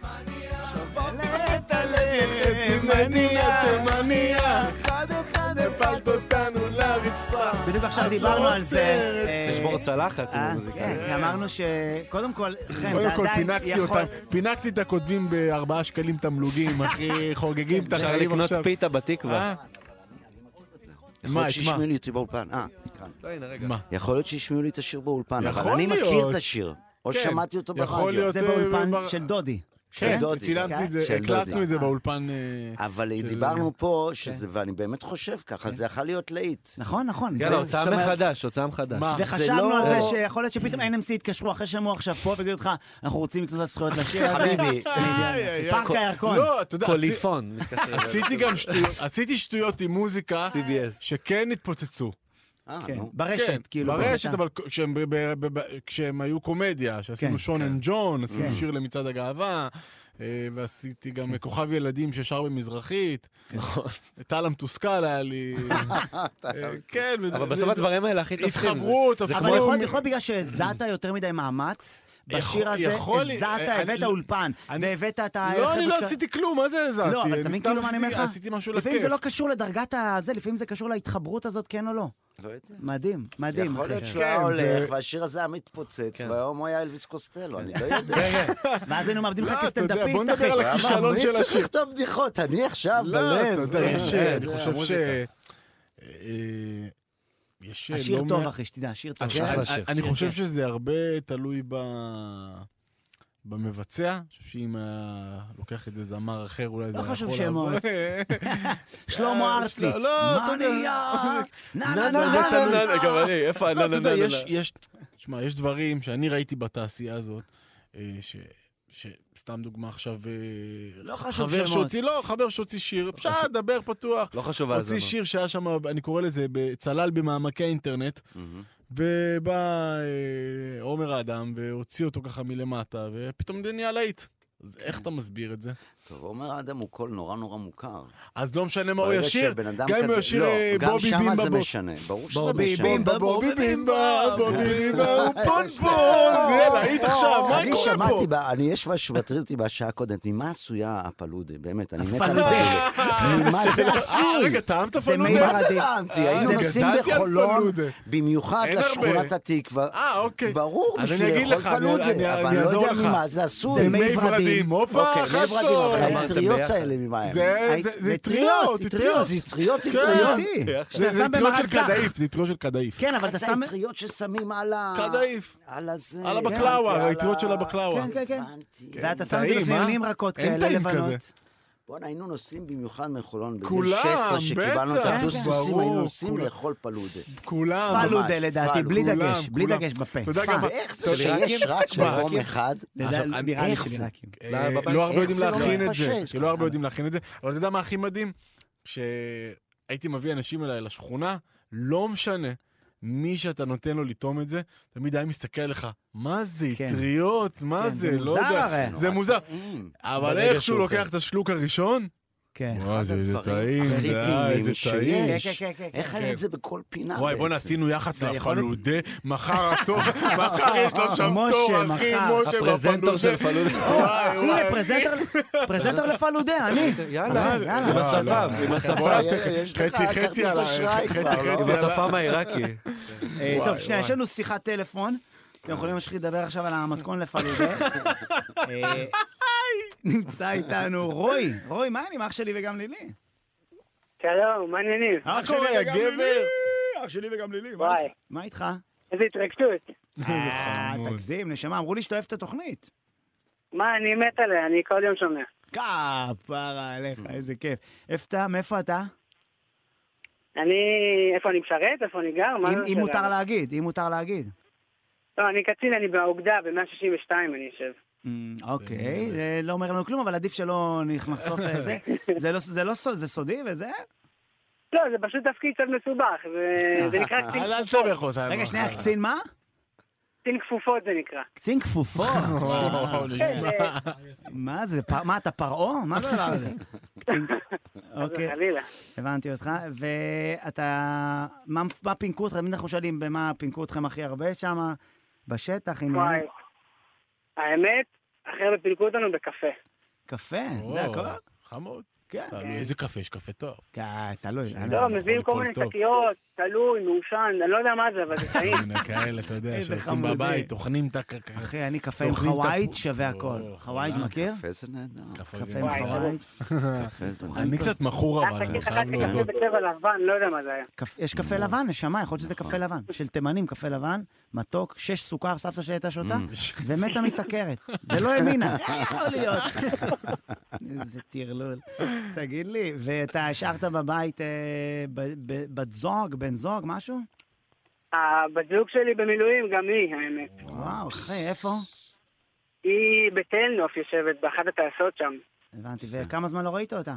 [SPEAKER 5] מנייה, שברת את הלב לחצי מדינה תימניה. אחד אחד הפלת אותנו לרצפה.
[SPEAKER 3] בדיוק עכשיו דיברנו על זה. אה,
[SPEAKER 2] לשבור צלחת. עם
[SPEAKER 3] אה,
[SPEAKER 2] המוזיקה.
[SPEAKER 3] כן, אמרנו שקודם כל, חן, כן, זה
[SPEAKER 4] קודם כל
[SPEAKER 3] עדיין
[SPEAKER 4] פינקתי
[SPEAKER 3] יכול...
[SPEAKER 4] אותם, פינקתי את הכותבים בארבעה שקלים תמלוגים, אחי, חוגגים את
[SPEAKER 2] אפשר
[SPEAKER 4] החיים
[SPEAKER 2] לקנות
[SPEAKER 4] עכשיו.
[SPEAKER 2] פיתה בתקווה.
[SPEAKER 9] יכול להיות
[SPEAKER 4] את מה?
[SPEAKER 9] שישמעו לי אותי באולפן. אה, כאן.
[SPEAKER 2] לא, הנה, רגע.
[SPEAKER 9] יכול להיות שישמעו לי את השיר באולפן, אבל
[SPEAKER 4] יכול
[SPEAKER 9] אני מכיר
[SPEAKER 4] להיות.
[SPEAKER 9] את השיר. או
[SPEAKER 4] כן,
[SPEAKER 9] שמעתי אותו
[SPEAKER 4] יכול
[SPEAKER 9] ברדיו.
[SPEAKER 4] להיות.
[SPEAKER 3] זה
[SPEAKER 4] אה,
[SPEAKER 3] באולפן
[SPEAKER 4] בר-
[SPEAKER 3] של דודי.
[SPEAKER 4] כן,
[SPEAKER 9] דודי.
[SPEAKER 4] צילמתי את זה,
[SPEAKER 9] של דודי.
[SPEAKER 4] הקלטנו את זה באולפן. אה,
[SPEAKER 9] אבל
[SPEAKER 4] של- כן.
[SPEAKER 9] דיברנו פה, שזה, ואני באמת חושב ככה, זה יכול להיות להיט.
[SPEAKER 3] נכון, נכון.
[SPEAKER 2] יאללה,
[SPEAKER 3] זה-
[SPEAKER 9] זאת
[SPEAKER 2] הוצאה
[SPEAKER 9] אומרת-
[SPEAKER 2] מחדש, הוצאה מחדש.
[SPEAKER 4] מה?
[SPEAKER 3] וחשבנו
[SPEAKER 9] זה
[SPEAKER 3] על
[SPEAKER 9] לא-
[SPEAKER 3] זה שיכול להיות שפתאום NMC יתקשרו אחרי שהם עכשיו פה ויגידו לך, אנחנו רוצים לקנות את הזכויות לשיר הזה.
[SPEAKER 4] לא
[SPEAKER 9] חביבי,
[SPEAKER 4] איי, איי,
[SPEAKER 3] פארק
[SPEAKER 4] איי.
[SPEAKER 3] הירקון.
[SPEAKER 4] לא, אתה יודע, עשי-
[SPEAKER 2] קוליפון. מתקשר אליו.
[SPEAKER 4] עשיתי גם שטויות, עשיתי שטויות עם מוזיקה
[SPEAKER 2] CBS.
[SPEAKER 4] שכן התפוצצו.
[SPEAKER 9] אה,
[SPEAKER 3] כן,
[SPEAKER 9] נו.
[SPEAKER 4] כן,
[SPEAKER 3] ברשת, כאילו.
[SPEAKER 4] ברשת,
[SPEAKER 3] בקטע.
[SPEAKER 4] אבל כשהם ב- ב- ב- ב- כשהם היו קומדיה,
[SPEAKER 3] כן,
[SPEAKER 4] שעשינו שון אנד ג'ון, עשינו
[SPEAKER 3] כן.
[SPEAKER 4] שיר למצעד הגאווה, אה, ועשיתי גם כוכב ילדים ששר במזרחית. נכון. טל המתוסכל היה לי. אה, כן, וזה-
[SPEAKER 2] אבל בסוף
[SPEAKER 4] זה-
[SPEAKER 2] הדברים האלה הכי תופסים. זה-
[SPEAKER 4] התחברות,
[SPEAKER 2] זה
[SPEAKER 3] אבל יכול-
[SPEAKER 4] מ-
[SPEAKER 3] יכול בגלל שהזעת יותר מדי מאמץ. בשיר
[SPEAKER 4] יכול-
[SPEAKER 3] הזה,
[SPEAKER 4] יכול-
[SPEAKER 3] הזעת,
[SPEAKER 4] אה,
[SPEAKER 3] הבאת
[SPEAKER 4] אה,
[SPEAKER 3] אולפן,
[SPEAKER 4] אני-
[SPEAKER 3] והבאת את ה...
[SPEAKER 4] לא, אני
[SPEAKER 3] החבר'ה
[SPEAKER 4] לא
[SPEAKER 3] שלך.
[SPEAKER 4] עשיתי כלום, מה זה הזעתי?
[SPEAKER 3] אה, לא, אבל
[SPEAKER 4] אני
[SPEAKER 3] אתה מבין
[SPEAKER 4] סתם
[SPEAKER 3] כאילו מה אני אומר
[SPEAKER 4] אה, עשיתי-
[SPEAKER 3] לך?
[SPEAKER 4] עשיתי משהו לכיף.
[SPEAKER 3] לפעמים זה לא קשור לדרגת הזה, לפעמים זה קשור להתחברות הזאת, כן או לא.
[SPEAKER 9] לא יודע.
[SPEAKER 3] מדהים, מדהים.
[SPEAKER 9] יכול להיות שהוא היה
[SPEAKER 4] כן,
[SPEAKER 9] הולך,
[SPEAKER 4] זה- כן.
[SPEAKER 9] והשיר הזה היה מתפוצץ, והיום הוא היה אלוויס קוסטלו, אני לא יודע.
[SPEAKER 3] ואז היינו מאבדים לך
[SPEAKER 4] לא, כן, אתה יודע,
[SPEAKER 3] כסטנדאפיסט, אחי.
[SPEAKER 4] בוא נדבר על
[SPEAKER 9] הוא היה
[SPEAKER 4] הכישלון
[SPEAKER 9] אמר, "מי
[SPEAKER 4] של
[SPEAKER 9] צריך
[SPEAKER 4] השיר".
[SPEAKER 9] לכתוב בדיחות, אני עכשיו
[SPEAKER 4] לא, אתה
[SPEAKER 9] בלב. כן,
[SPEAKER 4] יודע, יש,
[SPEAKER 3] כן,
[SPEAKER 2] אה,
[SPEAKER 4] אני
[SPEAKER 2] זה
[SPEAKER 4] חושב ש...
[SPEAKER 2] המוזיקה.
[SPEAKER 4] אה, אה, יש אה,
[SPEAKER 3] השיר
[SPEAKER 4] לא
[SPEAKER 3] כן, טוב,
[SPEAKER 4] מעט-
[SPEAKER 3] אחי, שתדע, השיר טוב.
[SPEAKER 4] השיר-
[SPEAKER 2] אחלה
[SPEAKER 4] אני-
[SPEAKER 2] שיר.
[SPEAKER 4] אני
[SPEAKER 3] כן,
[SPEAKER 4] חושב
[SPEAKER 3] כן.
[SPEAKER 4] שזה הרבה תלוי ב... במבצע, אני חושב שאם היה לוקח את זה זמר אחר, אולי זה
[SPEAKER 3] לא
[SPEAKER 4] היה
[SPEAKER 3] חשוב
[SPEAKER 4] יכול
[SPEAKER 3] שמות.
[SPEAKER 4] לעבוד.
[SPEAKER 3] כן. שלמה
[SPEAKER 4] אה,
[SPEAKER 3] ארצי.
[SPEAKER 4] של- לא, אתה יודע. לא,
[SPEAKER 3] מניאק! נה נה
[SPEAKER 4] נה,
[SPEAKER 3] נה
[SPEAKER 4] נה, נה,
[SPEAKER 3] נה נה.
[SPEAKER 4] נה.
[SPEAKER 2] גם אני, איפה
[SPEAKER 4] לא, אתה
[SPEAKER 2] נה,
[SPEAKER 4] יודע,
[SPEAKER 2] נה, נה,
[SPEAKER 4] יש-
[SPEAKER 2] נה.
[SPEAKER 4] יש, תשמע, יש דברים שאני ראיתי בתעשייה הזאת, אה, ש... שסתם דוגמה עכשיו, אה,
[SPEAKER 3] לא חשוב
[SPEAKER 4] חבר
[SPEAKER 3] שמות.
[SPEAKER 4] שהוציא, לא, חבר שהוציא שיר, אפשר לדבר פתוח,
[SPEAKER 2] לא חשוב
[SPEAKER 4] הוציא
[SPEAKER 2] האזנות.
[SPEAKER 4] שיר שהיה שם, אני קורא לזה, צלל במעמקי האינטרנט,
[SPEAKER 9] מהמם.
[SPEAKER 4] ובא אה, עומר האדם והוציא אותו ככה מלמטה, ופתאום זה נהיה להיט. אז איך אתה מסביר את זה?
[SPEAKER 9] טוב, עומר אדם הוא קול נורא נורא מוכר.
[SPEAKER 4] אז לא משנה מה הוא
[SPEAKER 9] ברגע
[SPEAKER 4] ישיר,
[SPEAKER 9] שבן אדם
[SPEAKER 4] גם אם הוא
[SPEAKER 9] כזה-
[SPEAKER 4] ישיר
[SPEAKER 9] לא,
[SPEAKER 4] אה,
[SPEAKER 9] גם
[SPEAKER 4] בובי
[SPEAKER 9] שמה
[SPEAKER 4] בימבה
[SPEAKER 9] זה
[SPEAKER 4] בו.
[SPEAKER 9] משנה, ברור שזה
[SPEAKER 3] בובי
[SPEAKER 9] משנה.
[SPEAKER 3] בימבה,
[SPEAKER 4] בובי בימבה, בובי בימבה, הוא פונפון, זה להיט עכשיו, מה
[SPEAKER 9] אני
[SPEAKER 4] קורה פה?
[SPEAKER 9] שמעתי, בה- אני יש משהו שמטריד אותי בשעה הקודמת, ממה עשויה הפלודה, באמת, אני מת על
[SPEAKER 3] הפלודה.
[SPEAKER 9] הפלודה. ממה זה
[SPEAKER 4] אה,
[SPEAKER 9] עשוי?
[SPEAKER 4] רגע, טעמת
[SPEAKER 3] זה
[SPEAKER 4] פלודה?
[SPEAKER 3] מי
[SPEAKER 9] מה זה
[SPEAKER 3] מדהים.
[SPEAKER 9] טעמתי?
[SPEAKER 4] אה,
[SPEAKER 9] היינו
[SPEAKER 4] זה
[SPEAKER 9] נוסעים
[SPEAKER 4] גדלתי על
[SPEAKER 9] בחולון,
[SPEAKER 4] פלודה.
[SPEAKER 9] במיוחד
[SPEAKER 4] אין הרבה.
[SPEAKER 9] לשכונת התקווה.
[SPEAKER 4] אה, אוקיי.
[SPEAKER 9] ברור,
[SPEAKER 4] אז אני
[SPEAKER 9] בשביל
[SPEAKER 4] אגיד
[SPEAKER 9] לאכול
[SPEAKER 4] לך, אני-
[SPEAKER 9] פלודה,
[SPEAKER 4] אני-
[SPEAKER 9] אבל
[SPEAKER 4] אני
[SPEAKER 9] אני לא
[SPEAKER 4] אעזור
[SPEAKER 9] יודע
[SPEAKER 4] לך.
[SPEAKER 9] ממה זה
[SPEAKER 4] זה
[SPEAKER 9] עשוי.
[SPEAKER 4] מי
[SPEAKER 3] ורדים.
[SPEAKER 4] ורדים, הופה,
[SPEAKER 9] אוקיי, מי
[SPEAKER 4] חסון.
[SPEAKER 9] ורדים, אבל
[SPEAKER 2] אמרתם
[SPEAKER 9] האטריות
[SPEAKER 2] ביחד.
[SPEAKER 9] האלה ממה הם?
[SPEAKER 4] זה-
[SPEAKER 3] היי,
[SPEAKER 4] זה-
[SPEAKER 3] זה
[SPEAKER 4] זה טריות,
[SPEAKER 3] טריות,
[SPEAKER 4] זה
[SPEAKER 3] טריות.
[SPEAKER 4] טריות.
[SPEAKER 9] זה אטריות
[SPEAKER 4] כן.
[SPEAKER 9] אטריות.
[SPEAKER 3] אותי.
[SPEAKER 4] זה זה
[SPEAKER 3] שם
[SPEAKER 4] טריות של
[SPEAKER 3] במעצר.
[SPEAKER 4] קדאיף, זה טריות של קדאיף.
[SPEAKER 3] כן, אבל
[SPEAKER 9] אבל
[SPEAKER 3] אתה
[SPEAKER 9] זה
[SPEAKER 3] שם...
[SPEAKER 9] האטריות ששמים על ה...
[SPEAKER 4] קדאיף.
[SPEAKER 9] על הזה.
[SPEAKER 4] על
[SPEAKER 9] הבנתי,
[SPEAKER 4] הבקלאווה,
[SPEAKER 9] על
[SPEAKER 4] האטריות
[SPEAKER 9] ה-
[SPEAKER 4] של הבקלאווה.
[SPEAKER 3] כן, כן, כן.
[SPEAKER 9] הבנתי.
[SPEAKER 3] ואתה שם את זה
[SPEAKER 4] טעים,
[SPEAKER 3] בפנים
[SPEAKER 4] אה?
[SPEAKER 3] נמרקות
[SPEAKER 4] אין
[SPEAKER 3] כאלה
[SPEAKER 4] טעים כזה.
[SPEAKER 3] לבנות.
[SPEAKER 9] בואנה, היינו נוסעים במיוחד מחולון בגיל
[SPEAKER 4] כולם,
[SPEAKER 9] 16, שקיבלנו את
[SPEAKER 4] בטח,
[SPEAKER 9] הטוסטוסים,
[SPEAKER 4] ברור,
[SPEAKER 9] היינו נוסעים
[SPEAKER 4] כולם.
[SPEAKER 9] לאכול פלודה.
[SPEAKER 4] כולם.
[SPEAKER 3] פלודה לדעתי,
[SPEAKER 9] פלודה.
[SPEAKER 3] בלי דגש,
[SPEAKER 4] כולם,
[SPEAKER 3] בלי
[SPEAKER 4] כולם.
[SPEAKER 3] דגש בפה.
[SPEAKER 4] אתה יודע
[SPEAKER 3] פל.
[SPEAKER 4] גם-
[SPEAKER 9] ואיך זה שיש רק מקום אחד?
[SPEAKER 3] לדע-
[SPEAKER 4] עכשיו, אני-
[SPEAKER 3] נראה לי
[SPEAKER 9] איך זה?
[SPEAKER 3] שבירקים.
[SPEAKER 4] אה,
[SPEAKER 2] בבית.
[SPEAKER 4] לא הרבה
[SPEAKER 9] איך
[SPEAKER 4] יודעים
[SPEAKER 9] זה לא
[SPEAKER 4] להכין את
[SPEAKER 9] מתפשט?
[SPEAKER 4] זה, שלא הרבה יודעים להכין את זה, אבל אתה יודע מה הכי מדהים? כשהייתי מביא אנשים אליי לשכונה, לא משנה. מי שאתה נותן לו לטעום את זה, תמיד היה מסתכל עליך, מה זה,
[SPEAKER 3] כן.
[SPEAKER 4] אטריות, מה
[SPEAKER 3] כן,
[SPEAKER 4] זה,
[SPEAKER 3] זה
[SPEAKER 4] לא
[SPEAKER 3] מוזר
[SPEAKER 4] יודע,
[SPEAKER 3] הרי.
[SPEAKER 4] זה
[SPEAKER 9] נורא
[SPEAKER 4] מוזר.
[SPEAKER 9] טעים.
[SPEAKER 4] אבל
[SPEAKER 2] ברגע
[SPEAKER 4] איכשהו
[SPEAKER 2] שהוא
[SPEAKER 4] לוקח
[SPEAKER 2] אוכל.
[SPEAKER 4] את השלוק הראשון,
[SPEAKER 3] כן.
[SPEAKER 4] וואי, זה
[SPEAKER 9] אחד
[SPEAKER 4] זה טעים,
[SPEAKER 9] הדברים הכי
[SPEAKER 4] זה אה,
[SPEAKER 9] טעימים
[SPEAKER 4] איזה
[SPEAKER 9] שיש.
[SPEAKER 4] טעים.
[SPEAKER 3] כן, כן, כן, כן.
[SPEAKER 9] איך היה את זה בכל פינה בעצם?
[SPEAKER 4] וואי, בוא'נה, עשינו יח"צ
[SPEAKER 3] זה יכול להיות-
[SPEAKER 4] לפלודה, מחר התור, מחר יש לו שם
[SPEAKER 3] משה,
[SPEAKER 4] תור, אחי,
[SPEAKER 3] מחר.
[SPEAKER 4] משה בפלודה.
[SPEAKER 2] הפרזנטור של פלודה.
[SPEAKER 4] וואי, וואי.
[SPEAKER 3] הנה, פרזנטור- פרזנטור לפלודה, אני.
[SPEAKER 2] יאללה,
[SPEAKER 3] אה, יאללה.
[SPEAKER 5] לא,
[SPEAKER 2] עם השפם, עם
[SPEAKER 4] בוא
[SPEAKER 2] השפם.
[SPEAKER 4] נעשה
[SPEAKER 9] יש לך
[SPEAKER 4] חצי
[SPEAKER 9] כרטיס
[SPEAKER 4] חצי על ה...
[SPEAKER 9] אשראי
[SPEAKER 4] חצי
[SPEAKER 9] כבר, לא?
[SPEAKER 4] חצי
[SPEAKER 2] עם
[SPEAKER 4] על ה...
[SPEAKER 2] השפם העיראקי.
[SPEAKER 3] אה, טוב,
[SPEAKER 4] וואי,
[SPEAKER 3] שנייה, יש
[SPEAKER 4] וואי.
[SPEAKER 3] לנו שיחת טלפון. אתם יכולים להמשיך לדבר עכשיו על המתכון לפלודה. אה, נמצא איתנו רוי. רוי, מה אני? עם אח שלי וגם לילי.
[SPEAKER 11] שלום, מה העניינים?
[SPEAKER 3] אה?
[SPEAKER 4] אח שלי
[SPEAKER 3] וגם
[SPEAKER 4] הגבר.
[SPEAKER 3] אח שלי וגם לילי. מה
[SPEAKER 11] וואי.
[SPEAKER 3] איתך? מה איתך?
[SPEAKER 11] איזה התרגשות.
[SPEAKER 3] אה,
[SPEAKER 4] חמוד.
[SPEAKER 3] תגזים, נשמה, אמרו לי שאתה אוהב את התוכנית.
[SPEAKER 11] מה, אני מת עליה, אני כל יום שומע.
[SPEAKER 3] כפרה עליך, איזה כיף. איפה, מאיפה אתה?
[SPEAKER 11] אני, איפה אני משרת? איפה אני גר? מה
[SPEAKER 3] אם-
[SPEAKER 11] זה
[SPEAKER 3] אם
[SPEAKER 11] השאלה?
[SPEAKER 3] מותר להגיד, אם מותר להגיד.
[SPEAKER 11] לא, אני קצין, אני באוגדה, ב-162 אני יושב.
[SPEAKER 3] אמ, אוקיי, זה לא אומר לנו כלום, אבל עדיף שלא נח- נחשוף אה, זה. זה לא- זה לא סוד, זה סודי וזה?
[SPEAKER 11] לא, זה פשוט תפקיד קצת מסובך,
[SPEAKER 3] אה,
[SPEAKER 11] זה- זה נקרא קצין
[SPEAKER 3] אל- אל
[SPEAKER 11] כפופות.
[SPEAKER 3] תסבך אותנו. רגע,
[SPEAKER 5] אה,
[SPEAKER 3] שנייה, קצין מה?
[SPEAKER 11] קצין כפופות זה נקרא. אה,
[SPEAKER 3] קצין כפופות.
[SPEAKER 4] נכון.
[SPEAKER 11] וואו,
[SPEAKER 3] אה,
[SPEAKER 5] אה,
[SPEAKER 11] נשמע.
[SPEAKER 3] מה זה, פר- מה אתה פרעה? מה זה הדבר הזה? קצין... אוקיי.
[SPEAKER 11] חלילה.
[SPEAKER 3] הבנתי אותך, ואתה... מה מה פינקו אותך? תמיד אנחנו שואלים במה פינקו אתכם הכי הרבה שם, בשטח,
[SPEAKER 5] Mm-hmm.
[SPEAKER 11] וואי.
[SPEAKER 3] עניינים.
[SPEAKER 11] האמת, הכי הרבה פילקו אותנו בקפה.
[SPEAKER 5] אה,
[SPEAKER 3] קפה, זה הכל?
[SPEAKER 5] חמוד.
[SPEAKER 3] כן.
[SPEAKER 5] תלוי איזה קפה, יש קפה טוב.
[SPEAKER 3] כן, תלוי.
[SPEAKER 11] לא, מביאים כל מיני שקיות, תלוי, מעושן, אני לא יודע מה זה, אבל
[SPEAKER 8] אה.
[SPEAKER 11] זה טעים.
[SPEAKER 5] הנה, כאלה, אתה יודע,
[SPEAKER 3] איזה
[SPEAKER 5] שעושים
[SPEAKER 3] חמודי.
[SPEAKER 5] בבית, טוחנים את הקקה.
[SPEAKER 3] אחי, אני קפה עם
[SPEAKER 5] טוחנים את
[SPEAKER 3] חווייד
[SPEAKER 5] הפ-
[SPEAKER 3] שווה
[SPEAKER 5] או,
[SPEAKER 3] הכל.
[SPEAKER 5] או,
[SPEAKER 3] חווייד
[SPEAKER 5] אה,
[SPEAKER 3] מכיר?
[SPEAKER 9] קפה זה נהדר.
[SPEAKER 5] קפה אה,
[SPEAKER 3] קפה
[SPEAKER 5] זה
[SPEAKER 3] עם
[SPEAKER 5] נהדר.
[SPEAKER 3] חווייד.
[SPEAKER 9] קפה זה נהדר.
[SPEAKER 5] אני קצת
[SPEAKER 8] אה,
[SPEAKER 5] מכור, אבל אני חייב
[SPEAKER 11] קפה
[SPEAKER 5] להודות.
[SPEAKER 11] בצבע לבן, לא יודע מה זה היה.
[SPEAKER 3] קפ- יש קפה לבן, נשמה, יכול להיות שזה קפה לבן. של תימנים, קפה לבן, מתוק, שש סוכר, סבתא שלי הייתה שותה, ומתה מסכרת. ולא האמינה, איך יכול להיות? איזה טרלול. תגיד לי, ואתה השארת בבית אה, ב- ב- בת זוג, בן זוג, משהו?
[SPEAKER 11] הבת זוג שלי במילואים, גם היא, האמת.
[SPEAKER 3] וואו, אחי, איפה?
[SPEAKER 11] היא בתל נוף יושבת, באחת הטייסות שם.
[SPEAKER 3] הבנתי, וכמה זמן לא ראית אותה?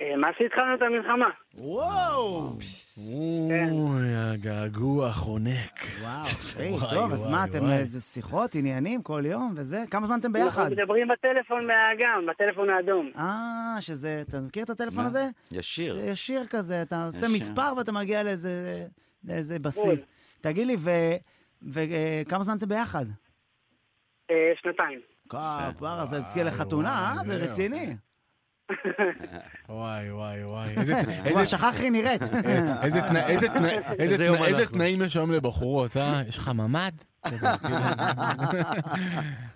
[SPEAKER 11] אה, מה שהתחלנו את המלחמה.
[SPEAKER 3] וואו!
[SPEAKER 5] אוי, הגעגוע חונק.
[SPEAKER 3] וואו, אחי,
[SPEAKER 5] וואי,
[SPEAKER 3] טוב, אז
[SPEAKER 5] וואי,
[SPEAKER 3] מה, אתם
[SPEAKER 5] וואי.
[SPEAKER 3] אה, שיחות, עניינים, כל יום וזה? כמה זמן אתם ביחד?
[SPEAKER 11] אנחנו
[SPEAKER 8] נכון,
[SPEAKER 11] מדברים בטלפון מהאגם, בטלפון האדום.
[SPEAKER 3] אה, שזה, אתה מכיר את הטלפון
[SPEAKER 9] מה? אה,
[SPEAKER 3] הזה?
[SPEAKER 9] ישיר.
[SPEAKER 3] זה ישיר כזה, אתה עושה
[SPEAKER 9] ישיר.
[SPEAKER 3] מספר ואתה מגיע לאיזה, לאיזה
[SPEAKER 11] בול.
[SPEAKER 3] בסיס. תגיד לי, וכמה זמן אתם ביחד?
[SPEAKER 11] אה, שנתיים.
[SPEAKER 3] כפרה, זה הזכיר לחתונה, אה? זה
[SPEAKER 5] זהו.
[SPEAKER 3] רציני.
[SPEAKER 5] וואי, וואי, וואי. איזה-
[SPEAKER 3] וואי,
[SPEAKER 5] איזה-
[SPEAKER 3] שכח איך היא נראית.
[SPEAKER 11] אה,
[SPEAKER 5] איזה תנא- איזה תנא- איזה
[SPEAKER 2] איזה יום
[SPEAKER 5] תנא- איזה
[SPEAKER 2] אנחנו.
[SPEAKER 5] תנאים יש היום לבחורות, אה? יש לך ממ"ד? אתה יודע, כאילו,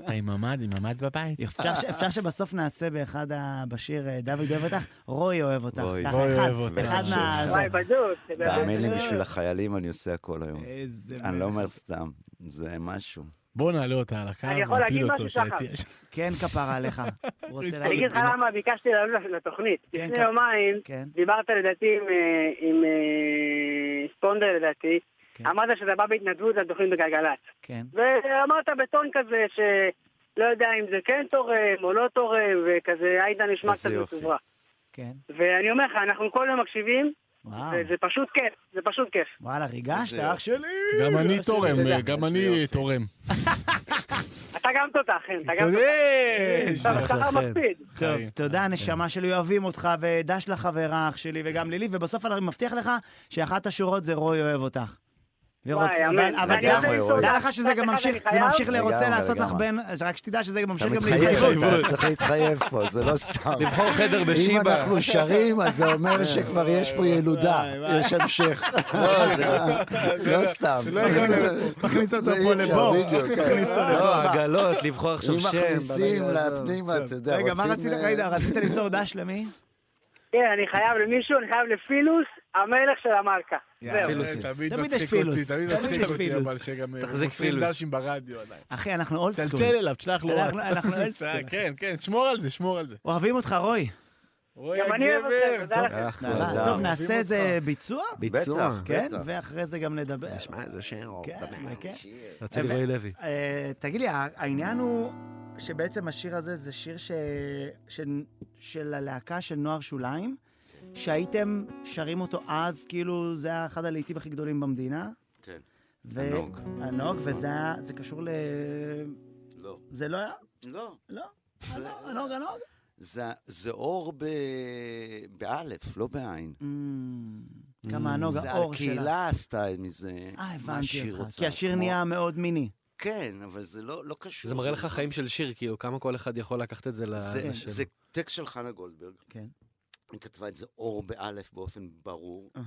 [SPEAKER 5] אתה עם ממ"ד, עם ממ"ד בבית.
[SPEAKER 3] אפשר ש- אפשר שבסוף נעשה באחד ה... בשיר אה, דוד אוהב אותך, רוי אוהב אותך.
[SPEAKER 9] רוי.
[SPEAKER 3] ככה,
[SPEAKER 5] רוי
[SPEAKER 3] אחד-
[SPEAKER 5] אוהב אותך.
[SPEAKER 3] אחד מה...
[SPEAKER 11] וואי, בת זוג. זה
[SPEAKER 9] תאמין
[SPEAKER 11] באמת-
[SPEAKER 9] לי, בשביל החיילים אני עושה הכל היום.
[SPEAKER 3] איזה...
[SPEAKER 9] אני לא אומר סתם, זה משהו.
[SPEAKER 5] בוא נעלה אותה על הקו,
[SPEAKER 11] אני יכול להגיד
[SPEAKER 5] נפיל אותו,
[SPEAKER 11] משהו, שחר?
[SPEAKER 5] שיציע.
[SPEAKER 3] כן, כפרה עליך. הוא רוצה
[SPEAKER 11] אני
[SPEAKER 3] להגיד...
[SPEAKER 11] אגיד לך למה ביקשתי לעלות לתוכנית.
[SPEAKER 3] כן,
[SPEAKER 11] לפני
[SPEAKER 3] כן.
[SPEAKER 11] יומיים
[SPEAKER 3] כן.
[SPEAKER 11] דיברת לדעתי עם, אה, עם אה, ספונדר לדעתי,
[SPEAKER 3] כן.
[SPEAKER 11] אמרת שאתה בא בהתנדבות לתוכנית בגלגלצ.
[SPEAKER 3] כן.
[SPEAKER 11] ואמרת בטון כזה שלא יודע אם זה כן תורם או לא תורם, וכזה היית נשמע
[SPEAKER 9] איזה
[SPEAKER 11] קצת
[SPEAKER 9] יופי.
[SPEAKER 11] מסוברח.
[SPEAKER 3] כן.
[SPEAKER 11] ואני אומר לך, אנחנו כל יום מקשיבים,
[SPEAKER 9] אה.
[SPEAKER 3] וואו.
[SPEAKER 11] וזה פשוט כיף, זה פשוט כיף.
[SPEAKER 3] וואלה, ריגשת,
[SPEAKER 9] איזה-
[SPEAKER 3] אח שלי.
[SPEAKER 5] גם אני תורם,
[SPEAKER 9] איזה
[SPEAKER 5] אה, גם אני
[SPEAKER 9] יופי.
[SPEAKER 5] תורם.
[SPEAKER 11] אתה גם תותח, כן, אתה גם אה,
[SPEAKER 5] אז
[SPEAKER 11] תותח.
[SPEAKER 9] אה,
[SPEAKER 5] יש!
[SPEAKER 11] אתה שחר
[SPEAKER 9] כן.
[SPEAKER 11] מקפיד.
[SPEAKER 3] טוב,
[SPEAKER 5] חיים.
[SPEAKER 2] אה,
[SPEAKER 3] תודה,
[SPEAKER 2] כן.
[SPEAKER 3] נשמה שלי, אוהבים אותך, ודש לחברה, אח שלי, וגם לילי, ובסוף אני מבטיח לך שאחת השורות זה רוי אוהב אותך. ורוצה-
[SPEAKER 11] וואי, אמן.
[SPEAKER 3] אבל- אבל
[SPEAKER 11] ואני
[SPEAKER 3] דע-
[SPEAKER 9] רוצה למסור
[SPEAKER 3] דע
[SPEAKER 11] לך
[SPEAKER 3] לך שזה
[SPEAKER 11] דבר
[SPEAKER 3] גם
[SPEAKER 11] אחד,
[SPEAKER 3] ממשיך,
[SPEAKER 11] אני
[SPEAKER 3] זה
[SPEAKER 11] חייב.
[SPEAKER 3] ממשיך לרוצה
[SPEAKER 9] לגמרי,
[SPEAKER 3] לעשות לך
[SPEAKER 9] לגמרי.
[SPEAKER 3] בן, אז רק שתדע שזה גם
[SPEAKER 9] אתה
[SPEAKER 3] ממשיך גם
[SPEAKER 9] מתחייב,
[SPEAKER 3] להתחייב.
[SPEAKER 9] אתה צריך להתחייב פה, זה לא סתם.
[SPEAKER 2] לבחור חדר
[SPEAKER 9] אם
[SPEAKER 2] בשיבא.
[SPEAKER 9] אנחנו שרים, אז זה
[SPEAKER 3] אה,
[SPEAKER 9] אומר שכבר יש פה ילודה, יש המשך. לא, זה לא סתם.
[SPEAKER 3] לא יכול להיות. מכניס אותו פה לבור. מכניס אותו
[SPEAKER 2] לא,
[SPEAKER 3] לבור.
[SPEAKER 2] עגלות, לבחור
[SPEAKER 9] כן. אם
[SPEAKER 2] עכשיו שם.
[SPEAKER 9] מכניסים
[SPEAKER 2] ברגע הזה.
[SPEAKER 9] לפנימה, אתה יודע,
[SPEAKER 3] רגע, מה רצית
[SPEAKER 9] אה,
[SPEAKER 3] להגיד? רצית למסור דש למי?
[SPEAKER 11] כן, אני חייב למישהו, אני חייב לפילוס, המלך של המלכה. זהו.
[SPEAKER 2] פילוסים.
[SPEAKER 5] אה, תמיד
[SPEAKER 3] תמיד יש
[SPEAKER 5] מצחיק
[SPEAKER 3] פילוס.
[SPEAKER 5] אותי, תמיד
[SPEAKER 3] תמיד
[SPEAKER 5] מצחיק
[SPEAKER 3] יש
[SPEAKER 5] אותי,
[SPEAKER 3] פילוס.
[SPEAKER 5] אבל שגם אה,
[SPEAKER 2] תחזיק
[SPEAKER 5] מוסרים
[SPEAKER 2] פילוס.
[SPEAKER 5] דשים ברדיו עדיין.
[SPEAKER 3] אחי, אנחנו אולד סקול.
[SPEAKER 5] צלצל אליו, תשלח לו.
[SPEAKER 3] אנחנו-
[SPEAKER 5] וואטסאפ.
[SPEAKER 3] אנחנו לא אולדסקול.
[SPEAKER 5] כן, כן, שמור על זה, שמור על זה.
[SPEAKER 3] אוהבים אותך, רוי.
[SPEAKER 5] רועי
[SPEAKER 11] גם אני אוהב
[SPEAKER 5] הגבר.
[SPEAKER 11] אתכם, תודה לכם.
[SPEAKER 2] אנחנו
[SPEAKER 9] נהדר.
[SPEAKER 2] אדם.
[SPEAKER 3] טוב, נעשה איזה ביצוע?
[SPEAKER 2] ביצוע.
[SPEAKER 9] בטח.
[SPEAKER 3] כן, ואחרי זה גם נדבר.
[SPEAKER 2] נשמע איזה שיר.
[SPEAKER 3] כן, כן.
[SPEAKER 2] רציתי לרועי לוי.
[SPEAKER 3] אה, תגיד לי, ה- העניין הוא שבעצם השיר הזה זה שיר ש... של... של הלהקה של נוער שוליים, שהייתם שרים אותו אז, כאילו זה היה אחד הלהיטים הכי גדולים במדינה.
[SPEAKER 9] כן.
[SPEAKER 3] ו...
[SPEAKER 9] ענוג.
[SPEAKER 3] ענוג, וזה היה, זה קשור ל...
[SPEAKER 9] לא.
[SPEAKER 3] זה לא היה?
[SPEAKER 9] לא,
[SPEAKER 3] לא.
[SPEAKER 9] זה-
[SPEAKER 3] ענוג, ענוג, ענוג.
[SPEAKER 9] זה- זה אור ב- באלף, לא בעין.
[SPEAKER 3] Mm, כמה ענוג,
[SPEAKER 9] זה
[SPEAKER 3] האור שלה.
[SPEAKER 9] הקהילה עשתה מזה,
[SPEAKER 3] אה,
[SPEAKER 9] מה
[SPEAKER 3] הבנתי
[SPEAKER 9] השיר
[SPEAKER 3] אותך.
[SPEAKER 9] רוצה.
[SPEAKER 3] כי השיר
[SPEAKER 9] כמו-
[SPEAKER 3] נהיה מאוד מיני.
[SPEAKER 9] כן, אבל זה לא לא קשור.
[SPEAKER 2] זה מראה לך חיים של שיר, כאילו, כמה כל אחד יכול לקחת את זה ל...
[SPEAKER 9] זה-
[SPEAKER 2] של-
[SPEAKER 9] זה טקסט של חנה גולדברג.
[SPEAKER 3] כן.
[SPEAKER 9] היא כתבה את זה אור באלף באופן ברור,
[SPEAKER 3] אהה,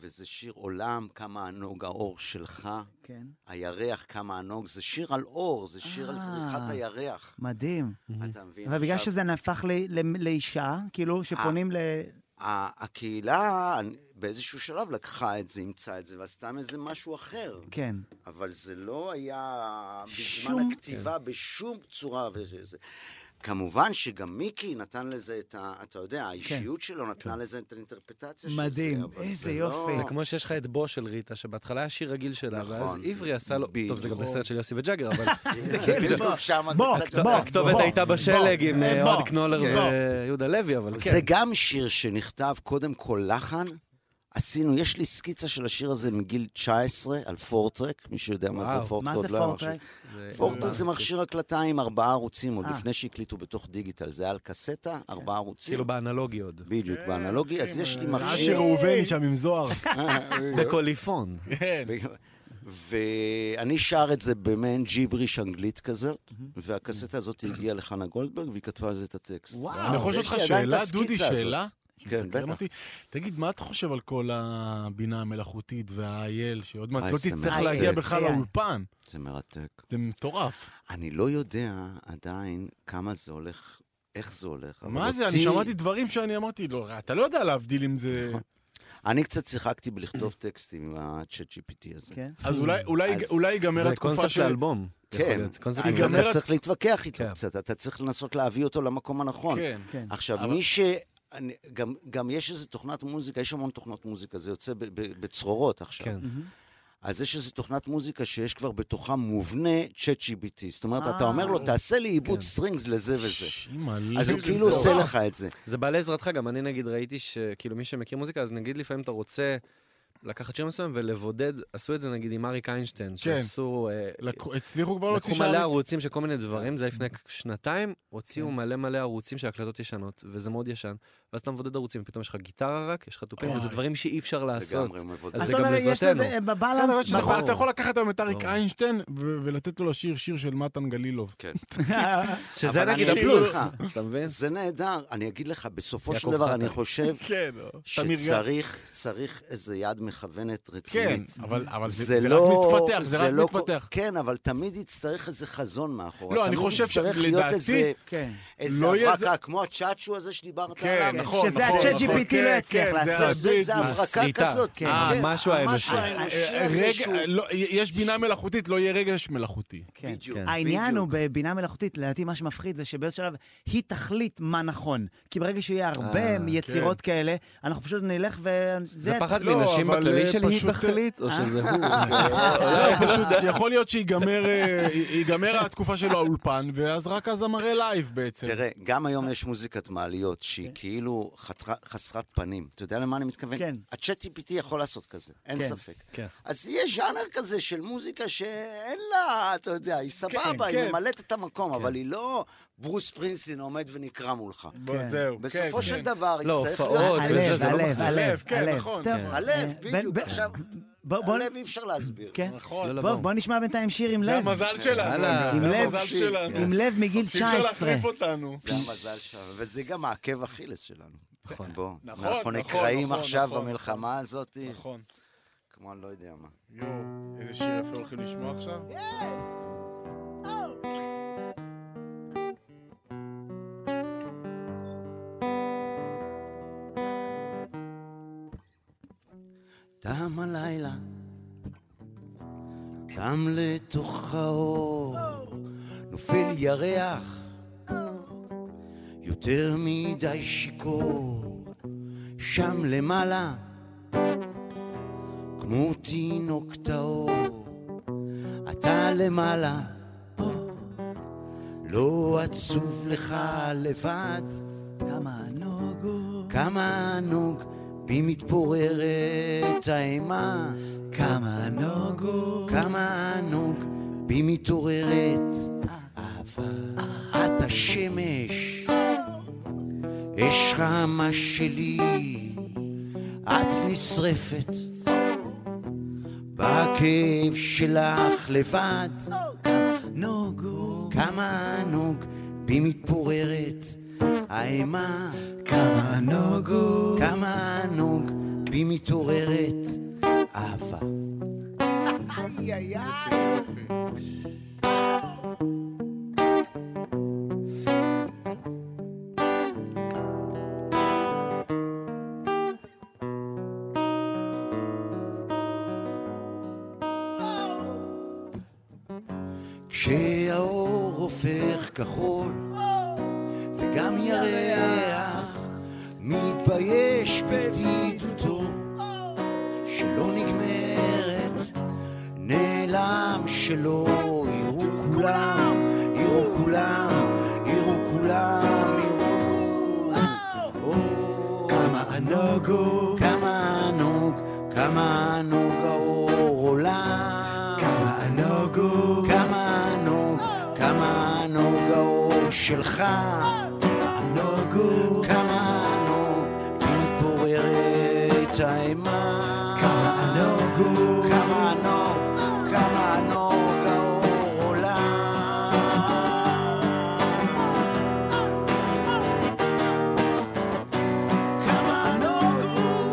[SPEAKER 9] וזה שיר עולם, כמה ענוג האור שלך,
[SPEAKER 3] כן.
[SPEAKER 9] הירח, כמה ענוג, זה שיר על אור, זה שיר על
[SPEAKER 3] אה.
[SPEAKER 9] זריחת הירח.
[SPEAKER 3] מדהים.
[SPEAKER 9] אתה מבין?
[SPEAKER 3] אבל בגלל
[SPEAKER 9] עכשיו,
[SPEAKER 3] שזה נהפך ל- ל- לאישה, כאילו,
[SPEAKER 9] אה.
[SPEAKER 3] שפונים ל...
[SPEAKER 9] ה- הקהילה אני- באיזשהו שלב לקחה את זה, אימצה את זה, ועשתה מזה משהו אחר.
[SPEAKER 3] כן.
[SPEAKER 9] אבל זה לא היה בזמן
[SPEAKER 3] שום- כן.
[SPEAKER 9] הכתיבה בשום צורה. וזה, זה. כמובן שגם מיקי נתן לזה את ה... אתה יודע, האישיות שלו נתנה לזה את האינטרפטציה של זה.
[SPEAKER 3] כן. מדהים,
[SPEAKER 9] אבל
[SPEAKER 3] איזה
[SPEAKER 9] זה לא-
[SPEAKER 3] יופי.
[SPEAKER 2] זה כמו שיש לך את בו של ריטה, שבהתחלה היה שיר רגיל שלה, ואז
[SPEAKER 9] נכון,
[SPEAKER 2] עברי עשה לו,
[SPEAKER 9] בדיוק.
[SPEAKER 2] טוב, זה גם בסרט של יוסי וג'אגר, אבל כאילו-
[SPEAKER 9] זה בדיוק שמה זה
[SPEAKER 3] בוא,
[SPEAKER 9] קצת...
[SPEAKER 3] בוא,
[SPEAKER 2] הכתובת
[SPEAKER 3] בוא,
[SPEAKER 2] הייתה בשלג
[SPEAKER 3] בוא,
[SPEAKER 2] עם אה,
[SPEAKER 3] בוא,
[SPEAKER 2] אוהד קנולר
[SPEAKER 3] בוא.
[SPEAKER 2] ויהודה לוי, אבל כן.
[SPEAKER 9] זה גם שיר שנכתב קודם כל לחן. עשינו, יש לי סקיצה של השיר הזה מגיל 19 על פורטרק, מי שיודע מה
[SPEAKER 2] וואו,
[SPEAKER 9] זה פורטרק.
[SPEAKER 3] מה
[SPEAKER 9] עוד
[SPEAKER 3] זה
[SPEAKER 9] לא היה
[SPEAKER 3] פורטרק?
[SPEAKER 9] מכשיר.
[SPEAKER 2] כן.
[SPEAKER 9] פורטרק זה מכשיר הקלטה עם ארבעה ערוצים, עוד
[SPEAKER 3] אה. כן.
[SPEAKER 9] לפני שהקליטו בתוך דיגיטל. זה היה על קסטה, ארבעה ערוצים.
[SPEAKER 2] כאילו באנלוגי עוד.
[SPEAKER 9] בדיוק, באנלוגי, אז יש לי
[SPEAKER 5] אה,
[SPEAKER 4] אשר
[SPEAKER 9] מכשיר...
[SPEAKER 4] ראובני שם עם זוהר.
[SPEAKER 2] בקוליפון.
[SPEAKER 3] כן.
[SPEAKER 9] ואני שר את זה במעין ג'יבריש אנגלית כזאת, והקסטה הזאת הגיעה לחנה גולדברג, והיא כתבה על זה את הטקסט.
[SPEAKER 4] אני יכול לשאול אותך
[SPEAKER 9] יש לי עדיין את
[SPEAKER 4] שאלה,
[SPEAKER 9] הסקיצה
[SPEAKER 4] דודי,
[SPEAKER 9] הזאת.
[SPEAKER 4] שאלה?
[SPEAKER 9] כן,
[SPEAKER 4] מסקרן
[SPEAKER 9] בטח.
[SPEAKER 4] אותי. תגיד, מה אתה חושב על כל הבינה המלאכותית והאייל, שעוד מעט
[SPEAKER 9] איי,
[SPEAKER 4] לא
[SPEAKER 9] זה
[SPEAKER 4] תצטרך
[SPEAKER 9] מרתק.
[SPEAKER 4] להגיע בכלל
[SPEAKER 3] איי.
[SPEAKER 4] לאולפן?
[SPEAKER 9] זה מרתק.
[SPEAKER 4] זה מטורף.
[SPEAKER 9] אני לא יודע עדיין כמה זה הולך, איך זה הולך. אבל
[SPEAKER 4] מה זה? אני
[SPEAKER 9] אותי-
[SPEAKER 4] שמעתי דברים שאני אמרתי, לא, אתה לא יודע להבדיל אם זה...
[SPEAKER 9] אני קצת שיחקתי בלכתוב טקסטים עם ה-chat GPT הזה.
[SPEAKER 3] כן.
[SPEAKER 4] אז אולי- אולי-
[SPEAKER 9] אז-
[SPEAKER 4] אולי ייגמר
[SPEAKER 2] זה
[SPEAKER 4] התקופה
[SPEAKER 2] קונספט
[SPEAKER 4] של...
[SPEAKER 2] לאלבום. יכול
[SPEAKER 9] כן,
[SPEAKER 2] להיות. קונספט
[SPEAKER 9] אז
[SPEAKER 2] לאלבום.
[SPEAKER 9] אתה
[SPEAKER 4] ייגמר-
[SPEAKER 9] צריך להתווכח איתו
[SPEAKER 2] כן.
[SPEAKER 9] קצת, אתה צריך לנסות להביא אותו למקום הנכון.
[SPEAKER 4] כן.
[SPEAKER 3] כן.
[SPEAKER 9] עכשיו, מי ש... אני- גם, גם יש איזו תוכנת מוזיקה, יש המון תוכנות מוזיקה, זה יוצא ב- ב- בצרורות עכשיו.
[SPEAKER 2] כן.
[SPEAKER 9] אז יש איזו תוכנת מוזיקה שיש כבר בתוכה מובנה צ'אט GBT. זאת אומרת, אתה אומר לו,
[SPEAKER 3] אה.
[SPEAKER 9] תעשה לי
[SPEAKER 2] כן.
[SPEAKER 9] עיבוד סטרינגס לזה וזה.
[SPEAKER 4] אימא'לה.
[SPEAKER 9] אז הוא
[SPEAKER 4] זה
[SPEAKER 9] כאילו עושה
[SPEAKER 4] מטורף.
[SPEAKER 9] לך את זה.
[SPEAKER 2] זה בא לעזרתך, גם אני נגיד ראיתי שכאילו מי שמכיר מוזיקה, אז נגיד לפעמים אתה רוצה לקחת שיר מסוים ולבודד, עשו את זה נגיד עם אריק איינשטיין, שעשו... אה,
[SPEAKER 4] כן. לקחו- כן. הצליחו כבר להוציא
[SPEAKER 2] לקחו
[SPEAKER 4] שערים.
[SPEAKER 2] מלא ערוצים של כל מיני דברים, זה היה לפני שנתיים,
[SPEAKER 4] כן.
[SPEAKER 2] הוציאו מלא מלא ערוצים של הקלטות ישנות, וזה מאוד ישן, ואז אתה מבודד ערוצים, פתאום יש לך גיטרה רק, יש לך תופים, וזה
[SPEAKER 4] אוי.
[SPEAKER 2] דברים שאי אפשר לעשות.
[SPEAKER 9] לגמרי, הוא מבודד.
[SPEAKER 2] אז
[SPEAKER 3] אז
[SPEAKER 2] זה
[SPEAKER 3] אתה
[SPEAKER 2] גם
[SPEAKER 3] אומר, יש
[SPEAKER 2] בעזרתנו.
[SPEAKER 3] לזה, אה, נכון.
[SPEAKER 4] כן, האמת
[SPEAKER 3] בבלנס,
[SPEAKER 4] שאתה יכול- אתה יכול לקחת היום את אריק
[SPEAKER 2] ברור.
[SPEAKER 4] איינשטיין ו- ולתת לו לשיר שיר של מתן גלילוב.
[SPEAKER 2] שזה
[SPEAKER 9] אבל
[SPEAKER 2] נגיד
[SPEAKER 9] אני-
[SPEAKER 2] הפלוס,
[SPEAKER 9] כאילו-
[SPEAKER 2] אתה מבין?
[SPEAKER 9] זה נהדר. אני אגיד לך, בסופו של
[SPEAKER 2] יעקב
[SPEAKER 9] דבר,
[SPEAKER 2] חטא.
[SPEAKER 9] אני חושב
[SPEAKER 4] כן, או תמיר גל.
[SPEAKER 9] שצריך צריך איזה יד מכוונת
[SPEAKER 4] כן,
[SPEAKER 9] רצינית.
[SPEAKER 4] אבל אבל זה
[SPEAKER 9] זה
[SPEAKER 4] זה רק
[SPEAKER 9] לא...
[SPEAKER 4] מתפתח, זה רק
[SPEAKER 9] לא-
[SPEAKER 4] מתפתח.
[SPEAKER 9] כן, אבל תמיד יצטרך איזה חזון מאחורי.
[SPEAKER 4] לא, אני
[SPEAKER 9] תמיד
[SPEAKER 4] חושב
[SPEAKER 9] יצטרך
[SPEAKER 4] ש-
[SPEAKER 9] להיות
[SPEAKER 4] לדעתי-
[SPEAKER 9] איזה-
[SPEAKER 3] כן.
[SPEAKER 9] איזה
[SPEAKER 4] לא יהיה
[SPEAKER 9] הברקה, כמו הצ'אצ'ו הזה שדיברת עליו.
[SPEAKER 4] כן, נכון,
[SPEAKER 3] שזה
[SPEAKER 4] נכון.
[SPEAKER 3] ה-chat
[SPEAKER 4] נכון.
[SPEAKER 3] GPT לא
[SPEAKER 4] כן,
[SPEAKER 3] יצליח
[SPEAKER 4] כן,
[SPEAKER 3] לעשות.
[SPEAKER 4] זה-
[SPEAKER 9] זה אה, זה
[SPEAKER 4] בדיוק. אה,
[SPEAKER 9] הברקה
[SPEAKER 2] הסליטה.
[SPEAKER 9] כזאת.
[SPEAKER 3] כן.
[SPEAKER 2] המשהו האנושי.
[SPEAKER 9] האנושי הזה
[SPEAKER 4] רגע,
[SPEAKER 9] שהוא...
[SPEAKER 4] לא, יש בינה מלאכותית, לא יהיה רגש מלאכותי.
[SPEAKER 3] כן.
[SPEAKER 9] בדיוק,
[SPEAKER 3] העניין
[SPEAKER 9] בדיוק.
[SPEAKER 3] הוא בבינה מלאכותית, לדעתי מה שמפחיד זה שבאיזשהו שלב היא תחליט מה נכון. כי ברגע שיהיה הרבה
[SPEAKER 2] אה,
[SPEAKER 3] יצירות כאלה, אנחנו פשוט נלך ו...
[SPEAKER 2] זה פחד
[SPEAKER 4] לא,
[SPEAKER 2] מנשים
[SPEAKER 4] אבל,
[SPEAKER 2] בכללי
[SPEAKER 4] אה,
[SPEAKER 2] של היא
[SPEAKER 4] פשוט-
[SPEAKER 2] תחליט, או
[SPEAKER 3] אה?
[SPEAKER 2] שזה הוא?
[SPEAKER 4] לא, פשוט יכול להיות שיגמר אה, י- ייגמר התקופה של האולפן, ואז רק אז המראה לייב בעצם.
[SPEAKER 9] תראה, גם
[SPEAKER 4] אה.
[SPEAKER 9] היום יש מוזיקת מעליות
[SPEAKER 4] כן.
[SPEAKER 9] שהיא כאילו חתרה- חסרת פנים. אתה יודע למה אני מתכוון?
[SPEAKER 3] כן.
[SPEAKER 9] הצ'אט GPT יכול לעשות כזה, אין
[SPEAKER 3] כן.
[SPEAKER 9] ספק.
[SPEAKER 2] כן.
[SPEAKER 9] אז יהיה ז'אנר כזה של מוזיקה שאין לה, אתה יודע, היא סבבה, היא
[SPEAKER 4] כן.
[SPEAKER 9] ממלאת את המקום, אבל היא לא ברוס פרינסטין עומד ונקרע מולך.
[SPEAKER 4] בוא,
[SPEAKER 3] כן.
[SPEAKER 4] זהו,
[SPEAKER 9] בסופו
[SPEAKER 4] כן,
[SPEAKER 9] של
[SPEAKER 4] כן.
[SPEAKER 9] דבר,
[SPEAKER 2] לא,
[SPEAKER 9] יצטרך
[SPEAKER 2] הופעות
[SPEAKER 9] להיות...
[SPEAKER 2] וזה,
[SPEAKER 3] הלב,
[SPEAKER 2] זה לא
[SPEAKER 3] הלב,
[SPEAKER 2] מחליף.
[SPEAKER 3] הלב,
[SPEAKER 4] כן,
[SPEAKER 3] הלב.
[SPEAKER 4] נכון.
[SPEAKER 3] טוב,
[SPEAKER 2] כן.
[SPEAKER 9] הלב,
[SPEAKER 3] אה,
[SPEAKER 9] בדיוק,
[SPEAKER 3] ב- ב-
[SPEAKER 9] עכשיו,
[SPEAKER 3] בוא- בוא-
[SPEAKER 9] הלב אי אפשר להסביר.
[SPEAKER 3] כן.
[SPEAKER 4] נכון.
[SPEAKER 2] לא, לא,
[SPEAKER 3] בוא,
[SPEAKER 2] ברור.
[SPEAKER 3] בוא נשמע בינתיים שיר עם
[SPEAKER 4] זה
[SPEAKER 3] לב.
[SPEAKER 4] המזל שלנו.
[SPEAKER 2] יאללה.
[SPEAKER 4] גם,
[SPEAKER 3] עם
[SPEAKER 4] זה
[SPEAKER 3] לב-
[SPEAKER 4] המזל שלנו.
[SPEAKER 3] עם לב מגיל
[SPEAKER 4] שאי אפשר
[SPEAKER 3] 19.
[SPEAKER 4] להחריף אותנו.
[SPEAKER 9] זה המזל שלנו, וזה גם העקב אכילס שלנו.
[SPEAKER 2] נכון.
[SPEAKER 9] בוא,
[SPEAKER 4] נכון,
[SPEAKER 9] אנחנו
[SPEAKER 4] נכון,
[SPEAKER 9] נקרעים
[SPEAKER 4] נכון,
[SPEAKER 9] עכשיו
[SPEAKER 4] נכון,
[SPEAKER 9] במלחמה הזאת,
[SPEAKER 4] נכון.
[SPEAKER 9] כמו אני לא יודע מה.
[SPEAKER 4] יואו, איזה שיר יפה הולכים לשמוע עכשיו.
[SPEAKER 9] תם הלילה, תם לתוך האור, נופל ירח, יותר מדי שיכור, שם למעלה, כמו תינוק טהור, אתה למעלה, לא עצוב לך לבד.
[SPEAKER 3] כמה נוגו,
[SPEAKER 9] כמה נוג בי מתפוררת האימה,
[SPEAKER 3] כמה נוגו.
[SPEAKER 9] כמה נוג בי מתעוררת אהבה. את השמש, אש חמה שלי, את נשרפת. בכאב שלך לבד,
[SPEAKER 3] נוגו,
[SPEAKER 9] כמה נוג בי מתפוררת האימה.
[SPEAKER 3] כמה נוגו.
[SPEAKER 9] כמה נוג בי מתעוררת אהבה. כשהאור הופך כחול,
[SPEAKER 10] גם ירח מתבייש בבדידותו שלא נגמרת, נעלם שלא יראו כולם, יראו כולם, יראו כולם, יראו. כמה ענוגו, כמה ענוג, כמה ענוג האור עולם. כמה ענוגו, כמה ענוג, כמה ענוג האור שלך. ענוגו, כמה ענוג, מתפוררת האימה. כמה ענוגו, כמה ענוג, כמה ענוג האור עולם. כמה ענוגו,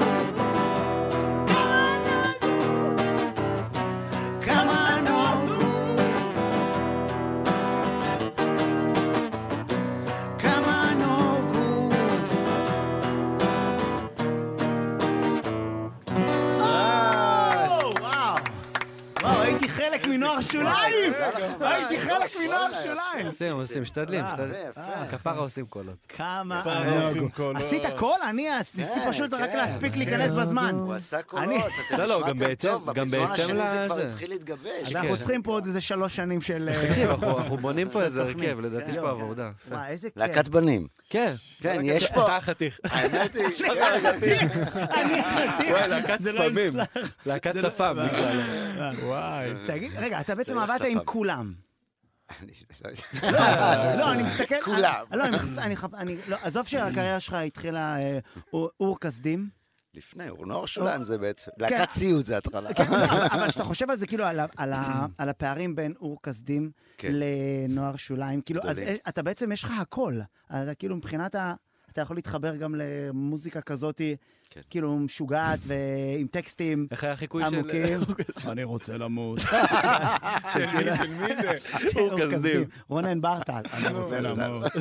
[SPEAKER 10] כמה ענוגו, כמה ענוגו.
[SPEAKER 3] וואו, הייתי חלק מנוער שוליים! הייתי חלק מנוער
[SPEAKER 2] וואלה,
[SPEAKER 3] שוליים!
[SPEAKER 2] עושים, עושים, משתדלים,
[SPEAKER 3] אה,
[SPEAKER 2] משתדלים. כפרה עושים קולות.
[SPEAKER 3] כמה
[SPEAKER 2] כפרה
[SPEAKER 3] ענוג.
[SPEAKER 2] עושים קולות.
[SPEAKER 3] עשית קול? אני עשיתי
[SPEAKER 9] כן,
[SPEAKER 3] פשוט רק
[SPEAKER 9] כן.
[SPEAKER 3] להספיק להיכנס בזמן.
[SPEAKER 9] הוא עשה קולות,
[SPEAKER 3] אני-
[SPEAKER 9] אתם
[SPEAKER 2] לא, לא, גם
[SPEAKER 9] נשמעתם
[SPEAKER 2] בהתאם-
[SPEAKER 9] טוב,
[SPEAKER 2] גם
[SPEAKER 9] בפזמון
[SPEAKER 2] בהתאם
[SPEAKER 9] השני זה כבר
[SPEAKER 2] לזה.
[SPEAKER 9] התחיל להתגבש.
[SPEAKER 3] אז אנחנו צריכים פה עוד איזה שלוש שנים של... אה,
[SPEAKER 2] תקשיב, אנחנו אנחנו בונים פה
[SPEAKER 3] של
[SPEAKER 2] איזה
[SPEAKER 3] תוכנית.
[SPEAKER 2] הרכב, לדעתי יש
[SPEAKER 3] כן.
[SPEAKER 2] פה עבודה.
[SPEAKER 3] וואי, איזה כיף.
[SPEAKER 9] להקת בנים.
[SPEAKER 2] כן.
[SPEAKER 9] כן, יש פה...
[SPEAKER 2] אתה החתיך.
[SPEAKER 9] האמת היא...
[SPEAKER 3] אני החלטתי.
[SPEAKER 2] וואי, להקת
[SPEAKER 3] זה לא
[SPEAKER 2] שפמים.
[SPEAKER 3] יצלח.
[SPEAKER 2] להקת
[SPEAKER 3] זה לא-
[SPEAKER 2] שפם נקרא לזה.
[SPEAKER 5] וואי.
[SPEAKER 3] תגיד, רגע, אתה בעצם
[SPEAKER 9] זה
[SPEAKER 3] עבדת עם
[SPEAKER 9] שפם.
[SPEAKER 3] כולם.
[SPEAKER 9] לא,
[SPEAKER 3] לא, אני מסתכל...
[SPEAKER 9] כולם.
[SPEAKER 3] לא, אני מחפש- אני חפ- אני... לא, עזוב שהקריירה שלך התחילה אה, אור- אור כסדים.
[SPEAKER 9] לפני, הוא נוער שוליים זה בעצם. להקת סיוט זה התחלה.
[SPEAKER 3] לא, אבל כשאתה חושב על זה, כאילו, על ה- על ה- על הפערים בין אור כסדים
[SPEAKER 9] כן.
[SPEAKER 3] לנוער שוליים, כאילו, אז
[SPEAKER 9] גדולים.
[SPEAKER 3] אה, אתה בעצם, יש לך הכל. אתה כאילו, מבחינת ה... אתה יכול להתחבר גם למוזיקה כזאת,
[SPEAKER 9] כן.
[SPEAKER 3] כאילו, משוגעת ועם טקסטים
[SPEAKER 2] איך היה החיקוי של...
[SPEAKER 3] עמוקים.
[SPEAKER 5] אני רוצה למות.
[SPEAKER 2] אור כסדים.
[SPEAKER 3] רונן ברטל.
[SPEAKER 5] אני רוצה למות.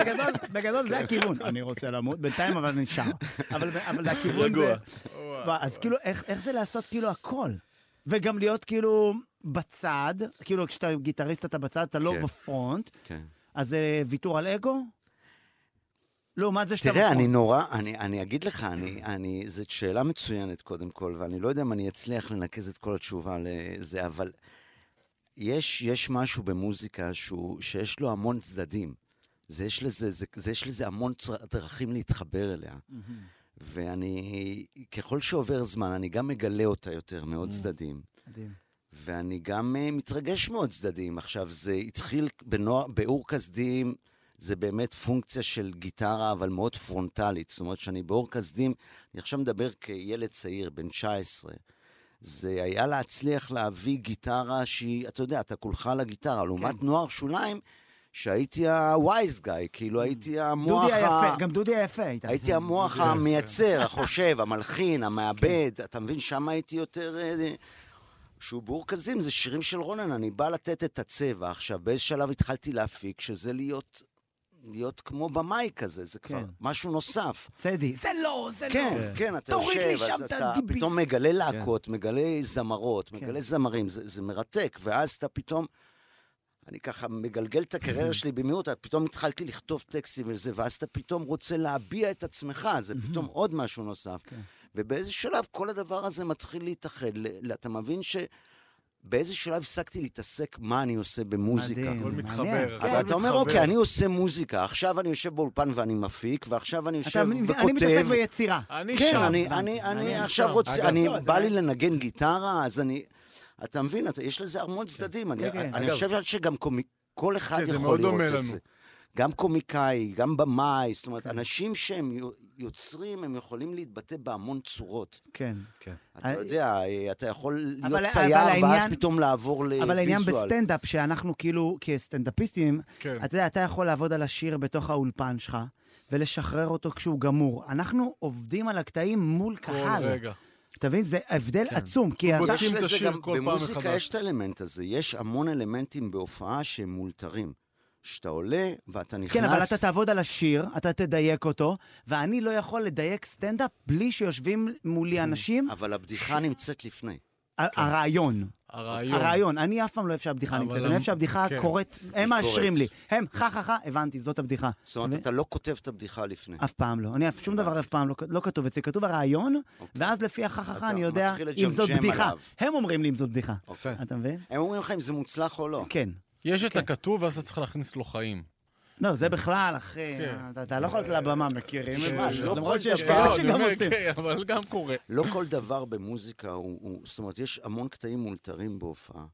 [SPEAKER 3] בגדול- בגדול זה הכיוון. אני רוצה למות, בינתיים אבל אני שר. אבל אבל הכיוון זה... וואי, אז כאילו, איך איך זה לעשות כאילו הכל? וגם להיות כאילו בצד, כאילו כשאתה גיטריסט אתה בצד, אתה לא
[SPEAKER 9] כן.
[SPEAKER 3] בפרונט,
[SPEAKER 9] כן.
[SPEAKER 3] אז זה ויתור על אגו? לעומת זה שאתה...
[SPEAKER 9] תראה, אני
[SPEAKER 3] בפרונט.
[SPEAKER 9] נורא, אני, אני אגיד לך, אני, אני, זאת שאלה מצוינת קודם כל, ואני לא יודע אם אני אצליח לנקז את כל התשובה לזה, אבל יש, יש משהו במוזיקה שהוא, שיש לו המון צדדים. זה יש לזה, זה, זה יש לזה המון צר- דרכים להתחבר אליה. ואני, ככל שעובר זמן, אני גם מגלה אותה יותר מעוד צדדים.
[SPEAKER 3] מדהים.
[SPEAKER 9] ואני גם uh, מתרגש מאוד צדדים. עכשיו, זה התחיל בנוע... באור כסדים, זה באמת פונקציה של גיטרה, אבל מאוד פרונטלית. זאת אומרת שאני באור כסדים, אני עכשיו מדבר כילד צעיר, בן 19. זה היה להצליח להביא גיטרה שהיא, אתה יודע, אתה כולך על הגיטרה.
[SPEAKER 3] כן.
[SPEAKER 9] לעומת נוער שוליים, שהייתי ה-wise guy, כאילו הייתי המוח
[SPEAKER 3] כן. דודי
[SPEAKER 9] ה...
[SPEAKER 3] היפה, גם דודי היפה היית.
[SPEAKER 9] הייתי המוח המייצר, החושב, המלחין, המעבד, אתה מבין? שם הייתי יותר... אה, שהוא בורקזים, זה שירים של רונן, אני בא לתת את הצבע. עכשיו, באיזה שלב התחלתי להפיק, שזה להיות... להיות כמו במאי כזה, זה כבר
[SPEAKER 3] כן.
[SPEAKER 9] משהו נוסף.
[SPEAKER 3] צדי, זה לא, זה לא.
[SPEAKER 9] כן, כן, אתה
[SPEAKER 3] תוריד לי
[SPEAKER 9] יושב,
[SPEAKER 3] שם
[SPEAKER 9] אז
[SPEAKER 3] את כן.
[SPEAKER 9] אתה
[SPEAKER 3] הדיבי.
[SPEAKER 9] פתאום מגלה להקות, מגלה זמרות, מגלה זמרים, זה זה מרתק, ואז אתה פתאום... אני ככה מגלגל את הקריירה שלי במהירות, אבל פתאום התחלתי לכתוב טקסטים וזה, ואז אתה פתאום רוצה להביע את עצמך, זה פתאום עוד משהו נוסף.
[SPEAKER 3] כן.
[SPEAKER 9] ובאיזה שלב כל הדבר הזה מתחיל להתאחד. ל- ל- אתה מבין שבאיזה שלב הפסקתי להתעסק מה אני עושה במוזיקה.
[SPEAKER 3] מדהים,
[SPEAKER 5] הכל מתחבר.
[SPEAKER 3] מעניין.
[SPEAKER 5] אבל
[SPEAKER 3] כן.
[SPEAKER 9] אבל אתה אומר,
[SPEAKER 5] מתחבר.
[SPEAKER 9] אוקיי, אני עושה מוזיקה, עכשיו אני יושב באולפן ואני מפיק, ועכשיו אני
[SPEAKER 3] אתה-
[SPEAKER 9] יושב
[SPEAKER 3] אני מתעסק
[SPEAKER 9] וכותב,
[SPEAKER 3] ביצירה.
[SPEAKER 5] אני
[SPEAKER 9] כן,
[SPEAKER 5] שם.
[SPEAKER 9] אני, אני, אני
[SPEAKER 3] אני
[SPEAKER 9] עכשיו
[SPEAKER 3] שם.
[SPEAKER 9] רוצה,
[SPEAKER 3] אגב,
[SPEAKER 9] אני,
[SPEAKER 3] לא, זה
[SPEAKER 9] בא לי
[SPEAKER 3] לא-
[SPEAKER 9] לנגן גיטרה, אז אני, אתה מבין, אתה, יש לזה המון צדדים. אני,
[SPEAKER 3] כן.
[SPEAKER 9] אני
[SPEAKER 2] אגב-
[SPEAKER 9] חושב שגם קומי, כל אחד
[SPEAKER 5] כן, זה
[SPEAKER 9] יכול
[SPEAKER 5] מאוד
[SPEAKER 9] לראות
[SPEAKER 5] דומה
[SPEAKER 9] את
[SPEAKER 5] לנו.
[SPEAKER 9] זה. גם קומיקאי, גם במאי, זאת אומרת, אנשים שהם יו- יוצרים, הם יכולים להתבטא בהמון צורות.
[SPEAKER 3] כן.
[SPEAKER 9] אתה
[SPEAKER 3] אה,
[SPEAKER 9] יודע, אה, אתה יכול להיות
[SPEAKER 3] אבל
[SPEAKER 9] צייר, ואז
[SPEAKER 3] העניין-
[SPEAKER 9] פתאום לעבור לוויזואל.
[SPEAKER 3] אבל העניין בסטנדאפ, שאנחנו כאילו, כסטנדאפיסטים,
[SPEAKER 5] כן.
[SPEAKER 3] אתה יודע, אתה יכול לעבוד על השיר בתוך האולפן שלך, ולשחרר אותו כשהוא גמור. אנחנו עובדים על הקטעים מול
[SPEAKER 5] כל
[SPEAKER 3] קהל.
[SPEAKER 5] רגע.
[SPEAKER 3] אתה מבין? זה הבדל
[SPEAKER 9] כן.
[SPEAKER 3] עצום, כי אתה...
[SPEAKER 5] בודקים את השיר כל פעם
[SPEAKER 9] במוזיקה
[SPEAKER 5] מחדש.
[SPEAKER 9] יש את האלמנט הזה, יש המון אלמנטים בהופעה שהם מאולתרים. שאתה עולה ואתה נכנס...
[SPEAKER 3] כן, אבל אתה תעבוד על השיר, אתה תדייק אותו, ואני לא יכול לדייק
[SPEAKER 9] כן.
[SPEAKER 3] סטנדאפ בלי שיושבים מולי אנשים,
[SPEAKER 9] אבל הבדיחה נמצאת לפני.
[SPEAKER 3] ה- הרעיון.
[SPEAKER 4] הרעיון.
[SPEAKER 3] הרעיון, אני אף פעם לא אוהב שהבדיחה
[SPEAKER 4] אבל
[SPEAKER 3] נמצאת, אני
[SPEAKER 4] המ-
[SPEAKER 3] אוהב שהבדיחה
[SPEAKER 4] כן.
[SPEAKER 3] קורית,
[SPEAKER 9] היא
[SPEAKER 3] הם מאשרים לי.
[SPEAKER 9] קורית.
[SPEAKER 3] הם, חה חה חה, הבנתי, זאת הבדיחה.
[SPEAKER 9] זאת אומרת, אתה לא כותב את הבדיחה לפני.
[SPEAKER 3] אף פעם לא. אני אף, שום דבר אף פעם לא, לא כתוב אצלי, כתוב הרעיון, ואז לפי החככה אני יודע
[SPEAKER 9] אוקיי. מתחיל
[SPEAKER 3] אם זאת
[SPEAKER 9] לג'מג'ם
[SPEAKER 3] בדיחה.
[SPEAKER 9] עליו.
[SPEAKER 3] הם אומרים לי אם זאת בדיחה. אתה מבין?
[SPEAKER 9] הם אומרים לך אם זה מוצלח או לא.
[SPEAKER 3] כן.
[SPEAKER 5] יש את הכתוב, ואז אתה צריך להכניס לו חיים.
[SPEAKER 3] לא, זה בכלל, אחי, אתה- אתה לא יכול לעלות לבמה, מכירים את
[SPEAKER 9] כן. תשמע,
[SPEAKER 3] זה?
[SPEAKER 9] לא כל
[SPEAKER 3] למרות שיש
[SPEAKER 9] דבר-
[SPEAKER 3] כאלה
[SPEAKER 9] לא, אני
[SPEAKER 3] שגם
[SPEAKER 9] אומר,
[SPEAKER 3] עושים.
[SPEAKER 9] כן,
[SPEAKER 5] אבל גם קורה.
[SPEAKER 9] לא כל דבר במוזיקה הוא, הוא... זאת אומרת, יש המון קטעים מאולתרים בהופעה,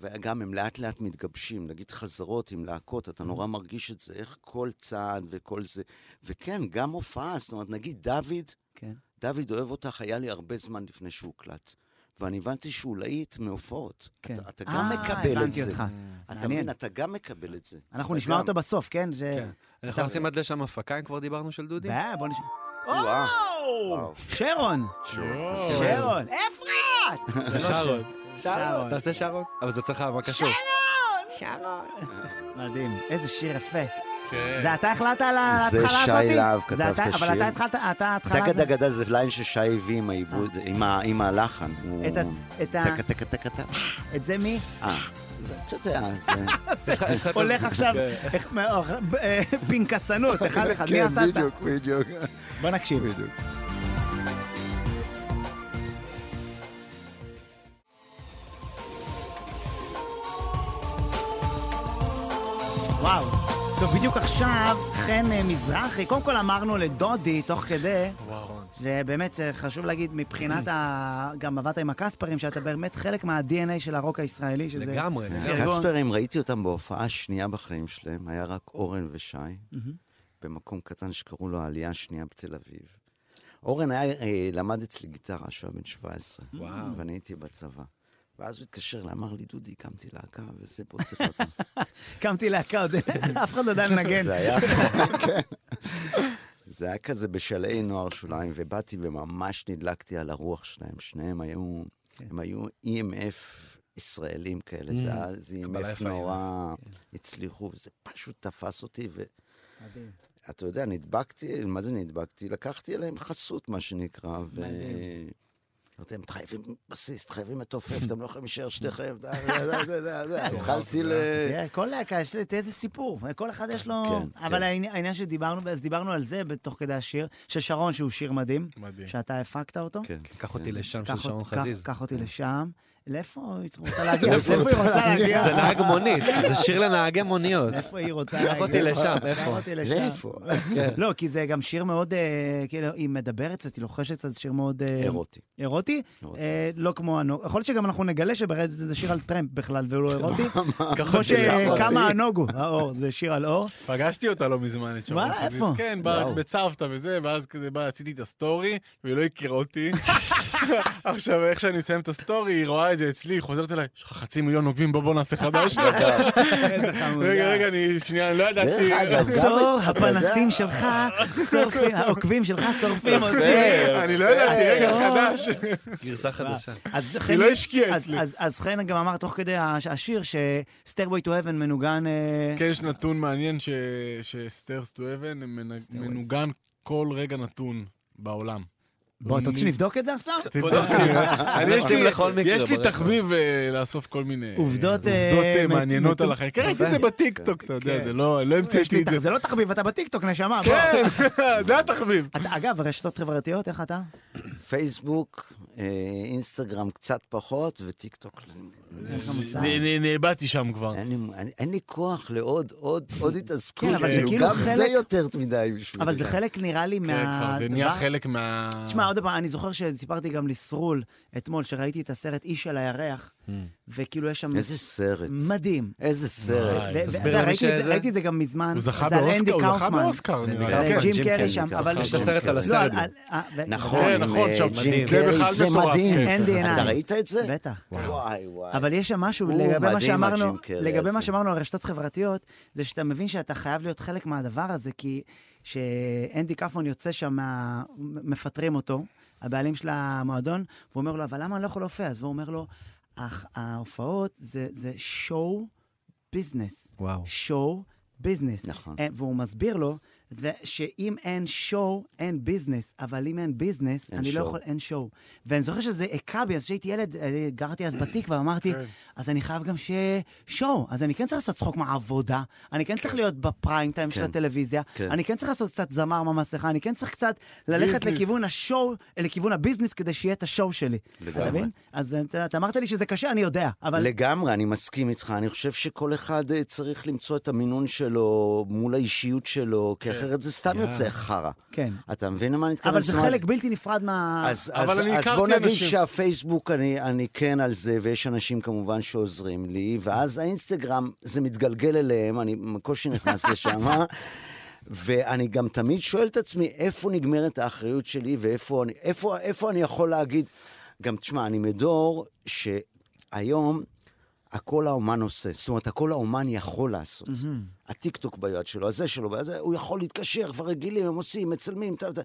[SPEAKER 9] וגם הם לאט לאט מתגבשים. נגיד חזרות עם להקות, אתה נורא מרגיש את זה, איך כל צעד וכל זה. וכן, גם הופעה, זאת אומרת, נגיד דוד,
[SPEAKER 3] כן.
[SPEAKER 9] דוד אוהב אותך, היה לי הרבה זמן לפני שהוקלט. ואני הבנתי שהוא להיט מהופעות.
[SPEAKER 3] כן.
[SPEAKER 9] אתה, אתה
[SPEAKER 3] אה,
[SPEAKER 9] גם מקבל את
[SPEAKER 3] הבנתי
[SPEAKER 9] זה.
[SPEAKER 3] אותך.
[SPEAKER 9] אתה
[SPEAKER 3] מעניין.
[SPEAKER 9] מבין, אתה גם מקבל את זה.
[SPEAKER 3] אנחנו
[SPEAKER 9] אתה
[SPEAKER 3] נשמע
[SPEAKER 9] גם.
[SPEAKER 3] אותו בסוף, כן? ש-
[SPEAKER 2] אנחנו עושים עד לשם הפקה, אם כבר דיברנו של דודי?
[SPEAKER 3] אה, בוא נשמע.
[SPEAKER 9] כן. וואו.
[SPEAKER 3] וואו. שרון! שרון! אפרת!
[SPEAKER 2] זה לא שרון.
[SPEAKER 3] שרון.
[SPEAKER 2] תעשה שרון. אבל זה צריך להבא קשור.
[SPEAKER 3] שרון! מדהים, איזה שיר יפה.
[SPEAKER 2] כן.
[SPEAKER 3] זה אתה החלטת על
[SPEAKER 9] זה
[SPEAKER 3] ההתחלה
[SPEAKER 9] שי
[SPEAKER 3] הזאתי?
[SPEAKER 9] להב
[SPEAKER 3] זה
[SPEAKER 9] כתב את
[SPEAKER 3] אתה- אבל
[SPEAKER 9] השיר.
[SPEAKER 3] אתה התחלת, אתה ההתחלה
[SPEAKER 9] טקה
[SPEAKER 3] הזאת.
[SPEAKER 9] דגה דה זה ליין ששי הביא עם העיבוד, עם ה- עם הלחן. הוא-
[SPEAKER 3] אה. את ה- את ה-
[SPEAKER 9] טקה טקה טקה טקה.
[SPEAKER 3] את זה מי?
[SPEAKER 9] אה, זה, אתה יודע, זה...
[SPEAKER 2] יש לך- יש לך את
[SPEAKER 3] הולך
[SPEAKER 2] הזמן.
[SPEAKER 3] עכשיו,
[SPEAKER 2] כן.
[SPEAKER 3] איך- מה- אה, פנקסנות, אחד אחד, מי עשה את
[SPEAKER 9] כן, בדיוק, בדיוק.
[SPEAKER 3] בוא נקשיב.
[SPEAKER 9] בדיוק.
[SPEAKER 3] וואו. טוב, בדיוק עכשיו, חן אה, מזרחי, קודם כל אמרנו לדודי, תוך כדי, זה באמת אה, חשוב להגיד, מבחינת ה... גם עבדת עם הקספרים, שאתה באמת חלק מה-DNA של הרוק הישראלי, שזה...
[SPEAKER 2] לגמרי,
[SPEAKER 3] פרגון.
[SPEAKER 9] הקספרים, ראיתי אותם בהופעה שנייה בחיים שלהם, היה רק אורן ושי, במקום קטן שקראו לו העלייה השנייה בתל אביב. אורן היה, אה, למד אצלי גיטרה כשהוא היה בן 17,
[SPEAKER 2] וואו.
[SPEAKER 9] ואני הייתי בצבא. ואז הוא התקשר אליי, אמר לי, דודי, הקמתי להקה, וזה בוא תראה אותם.
[SPEAKER 3] הקמתי להקה עוד, אף אחד לא יודע לנגן.
[SPEAKER 9] זה היה, כן. זה היה כזה בשלהי נוער שוליים, ובאתי וממש נדלקתי על הרוח שלהם. שניהם היו, הם היו EMF ישראלים כאלה, זה היה
[SPEAKER 2] Mm,
[SPEAKER 9] זה
[SPEAKER 2] קבלה
[SPEAKER 9] EMF
[SPEAKER 2] יפה,
[SPEAKER 9] נורא הצליחו, וזה פשוט תפס אותי, ו...
[SPEAKER 3] מדהים.
[SPEAKER 9] אתה יודע, נדבקתי, מה זה נדבקתי? לקחתי אליהם חסות, מה שנקרא, ו...
[SPEAKER 3] מדהים.
[SPEAKER 9] אמרתי להם, אתם חייבים בסיסט, חייבים מתופף, אתם לא יכולים להישאר שניכם, די, די, די, די, די." התחלתי ל...
[SPEAKER 3] תראה, כל להקה, יש לה איזה סיפור, כל אחד יש לו...
[SPEAKER 9] כן,
[SPEAKER 3] אבל
[SPEAKER 9] כן.
[SPEAKER 3] העני- העניין שדיברנו, אז דיברנו על זה תוך כדי השיר, של שרון, שהוא שיר מדהים.
[SPEAKER 5] מדהים.
[SPEAKER 3] שאתה הפקת אותו.
[SPEAKER 9] כן.
[SPEAKER 2] קח אותי לשם
[SPEAKER 3] קח
[SPEAKER 2] של שרון
[SPEAKER 3] אות- קח-
[SPEAKER 2] חזיז. כן.
[SPEAKER 3] קח אותי לשם. לאיפה היא רוצה להגיע?
[SPEAKER 2] לאיפה היא רוצה להגיע? זה לא- נהג מונית, זה שיר לנהגי מוניות.
[SPEAKER 3] איפה היא רוצה
[SPEAKER 2] קח
[SPEAKER 3] להגיע?
[SPEAKER 2] אותי לשם,
[SPEAKER 3] קח
[SPEAKER 2] איפה? כן.
[SPEAKER 3] אותי לשם. לא, כי זה גם שיר מאוד, אה, כאילו, היא מדברת קצת, היא לוחשת קצת, זה שיר מאוד... אה,
[SPEAKER 9] אירוטי.
[SPEAKER 3] אירוטי?
[SPEAKER 9] אירוטי.
[SPEAKER 3] אה, לא כמו הנוג. יכול להיות שגם אנחנו נגלה שברד זה שיר על טרמפ בכלל, והוא לא אירוטי.
[SPEAKER 5] קח
[SPEAKER 3] כמו
[SPEAKER 5] אותי לשם.
[SPEAKER 3] שכמה הנוגו, האור, זה שיר על אור.
[SPEAKER 5] פגשתי אותה לא מזמן, את שרון
[SPEAKER 3] וואלה,
[SPEAKER 5] חזיז.
[SPEAKER 3] איפה?
[SPEAKER 5] כן, בא-
[SPEAKER 3] וואו.
[SPEAKER 5] בצוותא וזה, ואז כזה בא, עשיתי את הסטורי, והיא לא הכירה אותי. עכשיו, איך שאני מסיים את הסטורי, היא רואה את זה אצלי, היא חוזרת אליי, יש לך חצי מיליון עוקבים, בוא בוא נעשה חדש.
[SPEAKER 3] איזה חמודה.
[SPEAKER 5] רגע, רגע, אני, שנייה, אני לא ידעתי.
[SPEAKER 3] צור, הפנסים שלך, שורפים, העוקבים שלך שורפים אותי.
[SPEAKER 5] אני לא ידעתי, רגע,
[SPEAKER 3] צור.
[SPEAKER 5] חדש.
[SPEAKER 2] גרסה חדשה.
[SPEAKER 3] אז
[SPEAKER 5] היא
[SPEAKER 3] חן,
[SPEAKER 5] לא השקיעה
[SPEAKER 3] אז-
[SPEAKER 5] אצלי.
[SPEAKER 3] אז- אז חן גם אמר תוך כדי הש- השיר שסטיירבוי טו אבן מנוגן... אה,
[SPEAKER 5] כן, יש נתון מעניין ש- שסטיירס טו אבן מנ- מנוגן כל רגע נתון בעולם.
[SPEAKER 3] בוא, אתה רוצה שנבדוק את זה עכשיו?
[SPEAKER 5] אה, אני יש לי-
[SPEAKER 2] לכל מקרה,
[SPEAKER 5] יש לי
[SPEAKER 2] ברקע.
[SPEAKER 5] תחביב אה, לאסוף כל מיני
[SPEAKER 3] עובדות, אה,
[SPEAKER 5] עובדות אה,
[SPEAKER 3] מת-
[SPEAKER 5] מעניינות
[SPEAKER 3] מת-
[SPEAKER 5] על החיים. כן, ראיתי את זה בטיקטוק, אתה יודע, זה לא לא
[SPEAKER 3] יש לי
[SPEAKER 5] המצאתי את
[SPEAKER 3] ת-
[SPEAKER 5] זה.
[SPEAKER 3] זה לא תחביב, אתה בטיקטוק, נשמה. בוא.
[SPEAKER 5] כן, זה התחביב.
[SPEAKER 3] אתה- אגב, רשתות חברתיות, איך אתה?
[SPEAKER 9] פייסבוק, אה, אינסטגרם קצת פחות, וטיקטוק. לא-
[SPEAKER 3] מושג.
[SPEAKER 5] נאבדתי שם כבר.
[SPEAKER 3] אה,
[SPEAKER 9] אין לי- אין- אין לי כוח לעוד עוד עוד התעסקות.
[SPEAKER 3] כן, אבל זה
[SPEAKER 9] כאילו,
[SPEAKER 3] כאילו
[SPEAKER 9] גם
[SPEAKER 3] חלק-
[SPEAKER 9] זה יותר מדי בשבילי.
[SPEAKER 3] אבל זה חלק, נראה לי,
[SPEAKER 5] כן,
[SPEAKER 3] מה...
[SPEAKER 5] כבר זה נהיה חלק מה...
[SPEAKER 3] תשמע, עוד פעם, אני זוכר שסיפרתי גם לסרול אתמול, שראיתי את הסרט איש על הירח,
[SPEAKER 5] Hmm.
[SPEAKER 3] וכאילו יש שם...
[SPEAKER 9] איזה סרט.
[SPEAKER 3] מדהים.
[SPEAKER 9] איזה סרט.
[SPEAKER 3] זה-
[SPEAKER 2] תסביר
[SPEAKER 3] אתה
[SPEAKER 2] למי
[SPEAKER 3] ראיתי את זה-
[SPEAKER 2] שזה.
[SPEAKER 3] ראיתי את זה גם מזמן.
[SPEAKER 5] הוא זכה
[SPEAKER 3] זה על
[SPEAKER 5] באוסקר,
[SPEAKER 3] אנדי
[SPEAKER 5] הוא זכה
[SPEAKER 3] קאופמן.
[SPEAKER 5] באוסקר, נראה
[SPEAKER 3] כן,
[SPEAKER 5] לי. כן.
[SPEAKER 3] ג'ים קרי
[SPEAKER 9] קרי
[SPEAKER 3] שם,
[SPEAKER 9] ככה.
[SPEAKER 3] אבל...
[SPEAKER 2] יש לו סרט על
[SPEAKER 3] לא,
[SPEAKER 2] הסרט.
[SPEAKER 3] על- על- ו-
[SPEAKER 9] נכון,
[SPEAKER 5] כן, נכון,
[SPEAKER 9] אה,
[SPEAKER 5] שם
[SPEAKER 9] ג'ים
[SPEAKER 5] זה
[SPEAKER 9] קרי,
[SPEAKER 5] בכלל
[SPEAKER 9] זה
[SPEAKER 5] מטורף,
[SPEAKER 9] מדהים.
[SPEAKER 5] כן.
[SPEAKER 3] Andy and
[SPEAKER 9] אתה
[SPEAKER 3] I.
[SPEAKER 9] ראית את זה?
[SPEAKER 3] בטח.
[SPEAKER 9] וואי וואי.
[SPEAKER 3] אבל יש שם משהו
[SPEAKER 9] הוא
[SPEAKER 3] לגבי מה
[SPEAKER 9] מדהים,
[SPEAKER 3] שאמרנו,
[SPEAKER 9] הג'ים קרי
[SPEAKER 3] לגבי מה
[SPEAKER 9] הזה.
[SPEAKER 3] שאמרנו על רשתות חברתיות, זה שאתה מבין שאתה חייב להיות חלק מהדבר הזה, כי שאנדי קפון יוצא שם, מה- מפטרים אותו, הבעלים של המועדון, והוא אומר לו, אבל למה אני לא יכול להופיע? אז הוא אומר לו, "הח- ההופעות זה, זה show business.
[SPEAKER 2] וואו.
[SPEAKER 3] show business.
[SPEAKER 9] נכון.
[SPEAKER 3] אה, והוא מסביר לו זה שאם אין שואו, אין ביזנס, אבל אם אין ביזנס,
[SPEAKER 9] אין
[SPEAKER 3] אני לא
[SPEAKER 9] show.
[SPEAKER 3] יכול, אין שואו. ואני זוכר שזה הכה בי, אז כשהייתי ילד, אה, גרתי אז בתקווה, אמרתי,
[SPEAKER 9] כן.
[SPEAKER 3] אז אני חייב גם שואו, אז אני כן צריך לעשות צחוק מהעבודה, אני כן צריך להיות בפריים טיים של
[SPEAKER 9] כן.
[SPEAKER 3] הטלוויזיה,
[SPEAKER 9] כן.
[SPEAKER 3] אני כן צריך לעשות קצת זמר מהמסכה, אני כן צריך קצת ללכת
[SPEAKER 9] ביזנס.
[SPEAKER 3] לכיוון השואו, לכיוון הביזנס, כדי שיהיה את השואו שלי.
[SPEAKER 9] לגמרי.
[SPEAKER 3] אתה מבין? אז אה, אתה- אתה אמרת לי שזה קשה, אני יודע, אבל...
[SPEAKER 9] לגמרי, אני מסכים איתך. אני חושב שכל אחד אה, צריך למצוא את המינון שלו מול האישיות שלו, כי
[SPEAKER 3] כן.
[SPEAKER 9] אחרת זה סתם
[SPEAKER 3] יאללה.
[SPEAKER 9] יוצא חרא.
[SPEAKER 3] כן.
[SPEAKER 9] אתה מבין למה אני מתכוון?
[SPEAKER 3] אבל זה
[SPEAKER 9] זאת אומרת,
[SPEAKER 3] חלק בלתי נפרד מה...
[SPEAKER 9] אז, אז, אז בוא נגיד שהפייסבוק, אני, אני כן על זה, ויש אנשים כמובן שעוזרים לי, ואז האינסטגרם, זה מתגלגל אליהם, אני בקושי נכנס לשם, ואני גם תמיד שואל את עצמי, איפה נגמרת האחריות שלי, ואיפה אני, איפה, איפה אני יכול להגיד... גם, תשמע, אני מדור שהיום הכל האומן עושה. זאת אומרת, הכל האומן יכול לעשות. הטיקטוק ביד שלו, הזה שלו, ביד הזה, הוא יכול להתקשר, כבר רגילים, הם עושים, מצלמים, טה, טה.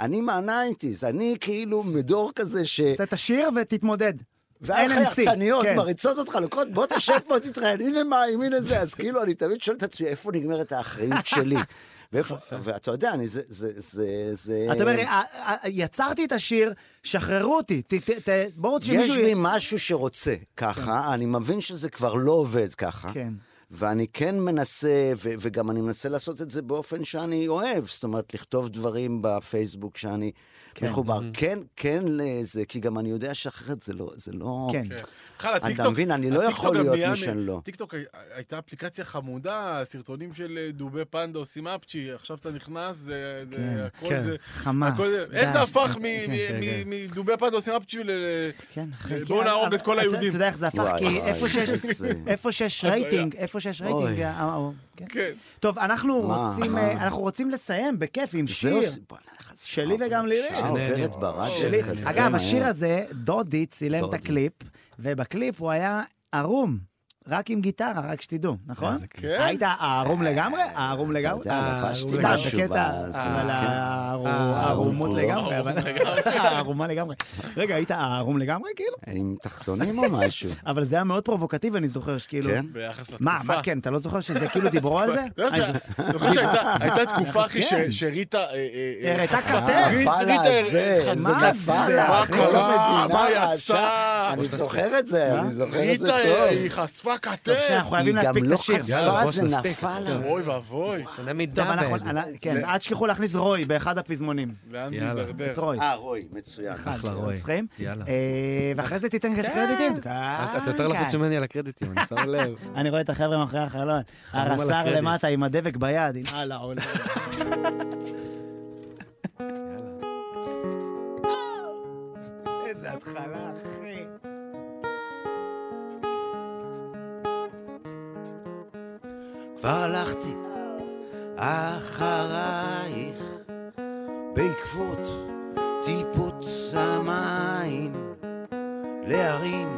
[SPEAKER 9] אני מהניינטיז, אני כאילו מדור כזה ש... עשה
[SPEAKER 3] את השיר ותתמודד.
[SPEAKER 9] ואז
[SPEAKER 3] NMC,
[SPEAKER 9] היחצניות
[SPEAKER 3] כן.
[SPEAKER 9] מריצות אותך, לוקחות, בוא תשב פה, תתראיין, הנה מים, הנה זה. אז כאילו, אני תמיד שואל את עצמי, איפה נגמרת האחריות שלי? ואיפה, ואתה יודע, אני, זה, זה, זה, זה...
[SPEAKER 3] אתה אומר, "אה, אה, יצרתי את השיר, שחררו אותי, ת- ת- ת- בואו שמישהו...
[SPEAKER 9] יש בי משהו שרוצה ככה, אני מבין שזה כבר לא עובד ככה.
[SPEAKER 3] כן.
[SPEAKER 9] ואני כן מנסה, ו- וגם אני מנסה לעשות את זה באופן שאני אוהב, זאת אומרת, לכתוב דברים בפייסבוק שאני
[SPEAKER 4] כן.
[SPEAKER 9] מחובר.
[SPEAKER 5] Mm-hmm.
[SPEAKER 9] כן, כן לזה, כי גם אני יודע שאחרת זה לא... זה לא...
[SPEAKER 3] כן.
[SPEAKER 5] כן. בכלל, הטיקטוק-
[SPEAKER 9] אתה מבין, אני לא
[SPEAKER 5] הטיקטוק
[SPEAKER 9] יכול
[SPEAKER 5] גם
[SPEAKER 9] להיות
[SPEAKER 5] נהיה
[SPEAKER 9] מי
[SPEAKER 5] מ-
[SPEAKER 9] שאני לא.
[SPEAKER 5] טיקטוק הי- הייתה אפליקציה חמודה, סרטונים של אה, דובי פנדה עושים אפצ'י, עכשיו אתה נכנס, זה זה-
[SPEAKER 3] כן,
[SPEAKER 5] הכל
[SPEAKER 3] כן.
[SPEAKER 5] זה...
[SPEAKER 3] חמאס,
[SPEAKER 5] הכל זה- איך זה
[SPEAKER 3] דאעש,
[SPEAKER 5] הפך
[SPEAKER 3] כן,
[SPEAKER 5] מ-
[SPEAKER 3] כן,
[SPEAKER 5] מ-
[SPEAKER 3] כן.
[SPEAKER 5] מ- מדובי פנדה עושים אפצ'י ל...
[SPEAKER 3] כן,
[SPEAKER 5] אה, בואו נהרוג את כל היהודים.
[SPEAKER 3] אתה יודע איך זה הפך,
[SPEAKER 5] וואי,
[SPEAKER 3] כי
[SPEAKER 5] וואי,
[SPEAKER 3] איפה שיש-
[SPEAKER 5] איזה-
[SPEAKER 3] איפה שיש
[SPEAKER 5] הזיה.
[SPEAKER 3] רייטינג, איפה שיש רייטינג,
[SPEAKER 9] אוי.
[SPEAKER 3] אה, אה, אה, כן.
[SPEAKER 5] כן.
[SPEAKER 3] טוב, אנחנו
[SPEAKER 9] מה?
[SPEAKER 3] רוצים, אה, אנחנו רוצים לסיים בכיף עם
[SPEAKER 9] זה
[SPEAKER 3] שיר.
[SPEAKER 9] עושה-
[SPEAKER 3] שלי וגם לירי.
[SPEAKER 9] שעה עוברת ברק
[SPEAKER 3] שלי.
[SPEAKER 9] של כזה
[SPEAKER 3] אגב,
[SPEAKER 9] מהר.
[SPEAKER 3] השיר הזה, דודי צילם את הקליפ, ובקליפ הוא היה ערום. רק עם גיטרה, רק שתדעו, נכון?
[SPEAKER 9] איזה
[SPEAKER 3] כן. היית ערום לגמרי? ערום לגמרי? אה,
[SPEAKER 9] יודע, לבשתי
[SPEAKER 3] סתם,
[SPEAKER 9] משהו
[SPEAKER 3] בקטע,
[SPEAKER 9] בזה,
[SPEAKER 3] אבל
[SPEAKER 9] כן.
[SPEAKER 5] אה,
[SPEAKER 3] הערו-
[SPEAKER 9] הערום
[SPEAKER 3] הערומות
[SPEAKER 9] כולו.
[SPEAKER 3] לגמרי. אבל- הערומה לגמרי. רגע, היית ערום לגמרי, כאילו?
[SPEAKER 9] עם תחתונים או משהו.
[SPEAKER 3] אבל זה היה מאוד פרובוקטיבי, אני זוכר שכאילו...
[SPEAKER 9] כן?
[SPEAKER 5] ביחס
[SPEAKER 3] מה,
[SPEAKER 5] לתקופה.
[SPEAKER 3] מה כן, אתה לא זוכר שזה כאילו דיברו על זה?
[SPEAKER 5] אתה יודע ש- אתה זוכר שהייתה הייתה תקופה, אחי, ש-
[SPEAKER 3] כן.
[SPEAKER 5] שריטה... אה, אה, אה,
[SPEAKER 3] הראתה
[SPEAKER 5] חשפה-
[SPEAKER 3] כתף.
[SPEAKER 5] ריטה-
[SPEAKER 3] וואלה,
[SPEAKER 5] ריטה
[SPEAKER 3] זה,
[SPEAKER 5] חשפה-
[SPEAKER 3] איזה
[SPEAKER 5] מה
[SPEAKER 3] וואלה,
[SPEAKER 5] מה
[SPEAKER 3] אחי,
[SPEAKER 5] קרה?
[SPEAKER 9] לא
[SPEAKER 3] המדינה
[SPEAKER 5] מה היא
[SPEAKER 3] רעשה.
[SPEAKER 5] עשתה?
[SPEAKER 9] אני זוכר את זה, אני זוכר את זה
[SPEAKER 5] ריטה,
[SPEAKER 9] טוב. לא
[SPEAKER 5] אה, היא חשפה כתף.
[SPEAKER 3] אנחנו חייבים להספיק את השיר.
[SPEAKER 5] אוי ואבוי.
[SPEAKER 2] שנה
[SPEAKER 3] טוב, אנחנו- אנ- כן, אל תשכחו להכניס רוי באחד הפזמונים.
[SPEAKER 5] לאן
[SPEAKER 9] זה יאללה. הידרדר?
[SPEAKER 3] את רוי.
[SPEAKER 9] אה, רוי, מצוין. נכון.
[SPEAKER 2] אחלה,
[SPEAKER 3] אחלה,
[SPEAKER 2] רוי.
[SPEAKER 3] רוי. צריכים?
[SPEAKER 2] יאללה.
[SPEAKER 3] אה, ואחרי זה תיתן
[SPEAKER 5] כן.
[SPEAKER 3] קרדיטים.
[SPEAKER 2] אתה יותר לחוץ
[SPEAKER 3] כן.
[SPEAKER 2] ממני על הקרדיטים, אני שם לב.
[SPEAKER 3] אני רואה את החבר'ה מאחורי החלון.
[SPEAKER 2] חמור על
[SPEAKER 3] הרס"ר
[SPEAKER 2] הקרדיט.
[SPEAKER 3] למטה עם הדבק ביד. עם הלאה, עולה. איזה התחלה, אחי.
[SPEAKER 10] כבר הלכתי אחרייך בעקבות טיפות המים להרים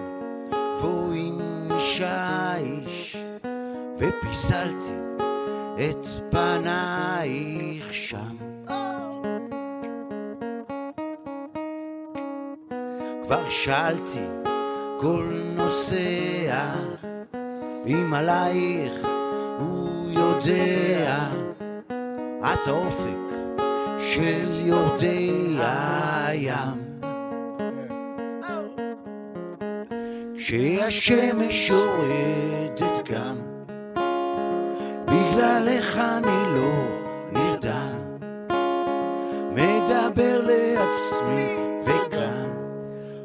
[SPEAKER 10] גבוהים משיש ופיסלתי את פנייך שם כבר שאלתי כל נוסע אם עלייך הוא יודע את האופק של יורדי הים. כשהשמש יורדת גם, בגללך אני לא נרדם, מדבר לעצמי וגם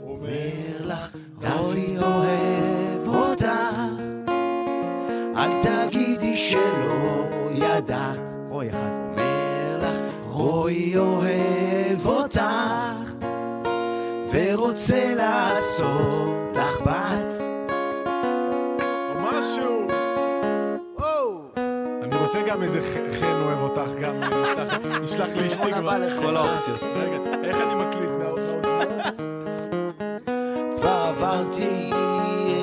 [SPEAKER 10] אומר לך דוד אוהב אותך אל תגידי שלא ידעת.
[SPEAKER 3] רוי אחד.
[SPEAKER 10] אומר לך, רוי אוהב אותך, ורוצה לעשות לך בת.
[SPEAKER 5] או משהו. אני רוצה גם איזה ח- חן אוהב אותך, גם ישלח- ישלח לי אשתי כבר.
[SPEAKER 2] כל האופציות.
[SPEAKER 5] רגע, איך אני מקליט מהאופציות?
[SPEAKER 10] כבר עברתי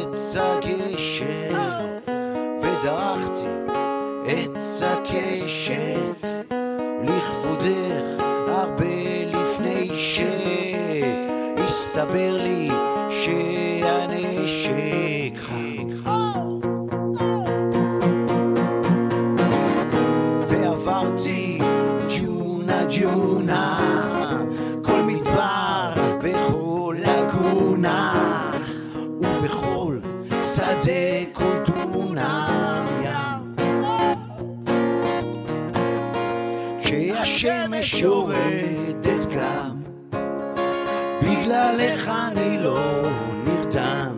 [SPEAKER 10] את הגשר, ודרכתי את הקשת, לכבודך הרבה לפני שהסתבר לי שהנשק חם. ועברתי השמש יורדת גם, בגללך אני לא נרדם,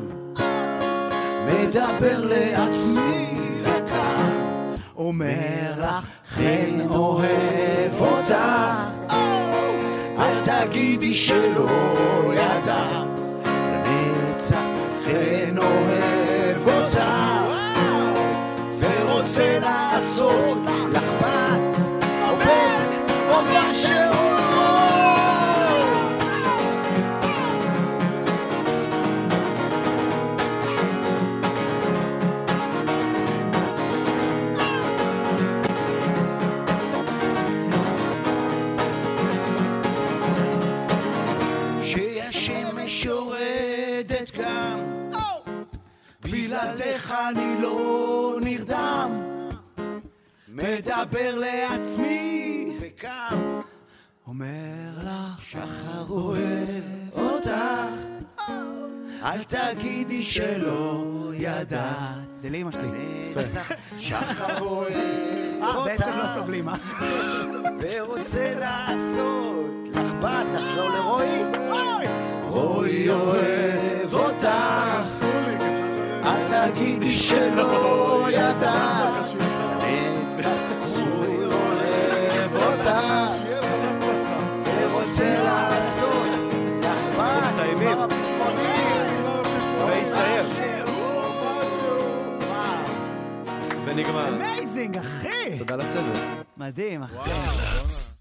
[SPEAKER 10] מדבר לעצמי וקם, אומר לך, חן אוהב אותך, "Oh, אל תגידי שלא ידעת, לנצח חן אוהב אותך, ורוצה לעשות לך בת, עובד, או מה שהוא. שהשמש יורדת גם, בלעדיך אני לא נרדם, מדבר לעצמי וקם, אומר לך שחר אוהב אותך, אל תגידי שלא ידעת.
[SPEAKER 3] זה לאמא שלי.
[SPEAKER 10] נצח שחר אוהב
[SPEAKER 3] אה,
[SPEAKER 10] אותך,
[SPEAKER 3] בעצם לא טוב לאמא.
[SPEAKER 10] ורוצה לעשות לך בת, נחזור לרועי. רועי אוהב אותך, אל תגידי שלא ידעת. נצח צורי אוהב אותך, ורוצה לעשות לך בת. מסיימים.
[SPEAKER 2] והסתיים. ונגמר.
[SPEAKER 3] אייזינג, אחי!
[SPEAKER 2] תודה לצוות.
[SPEAKER 3] מדהים, אחי.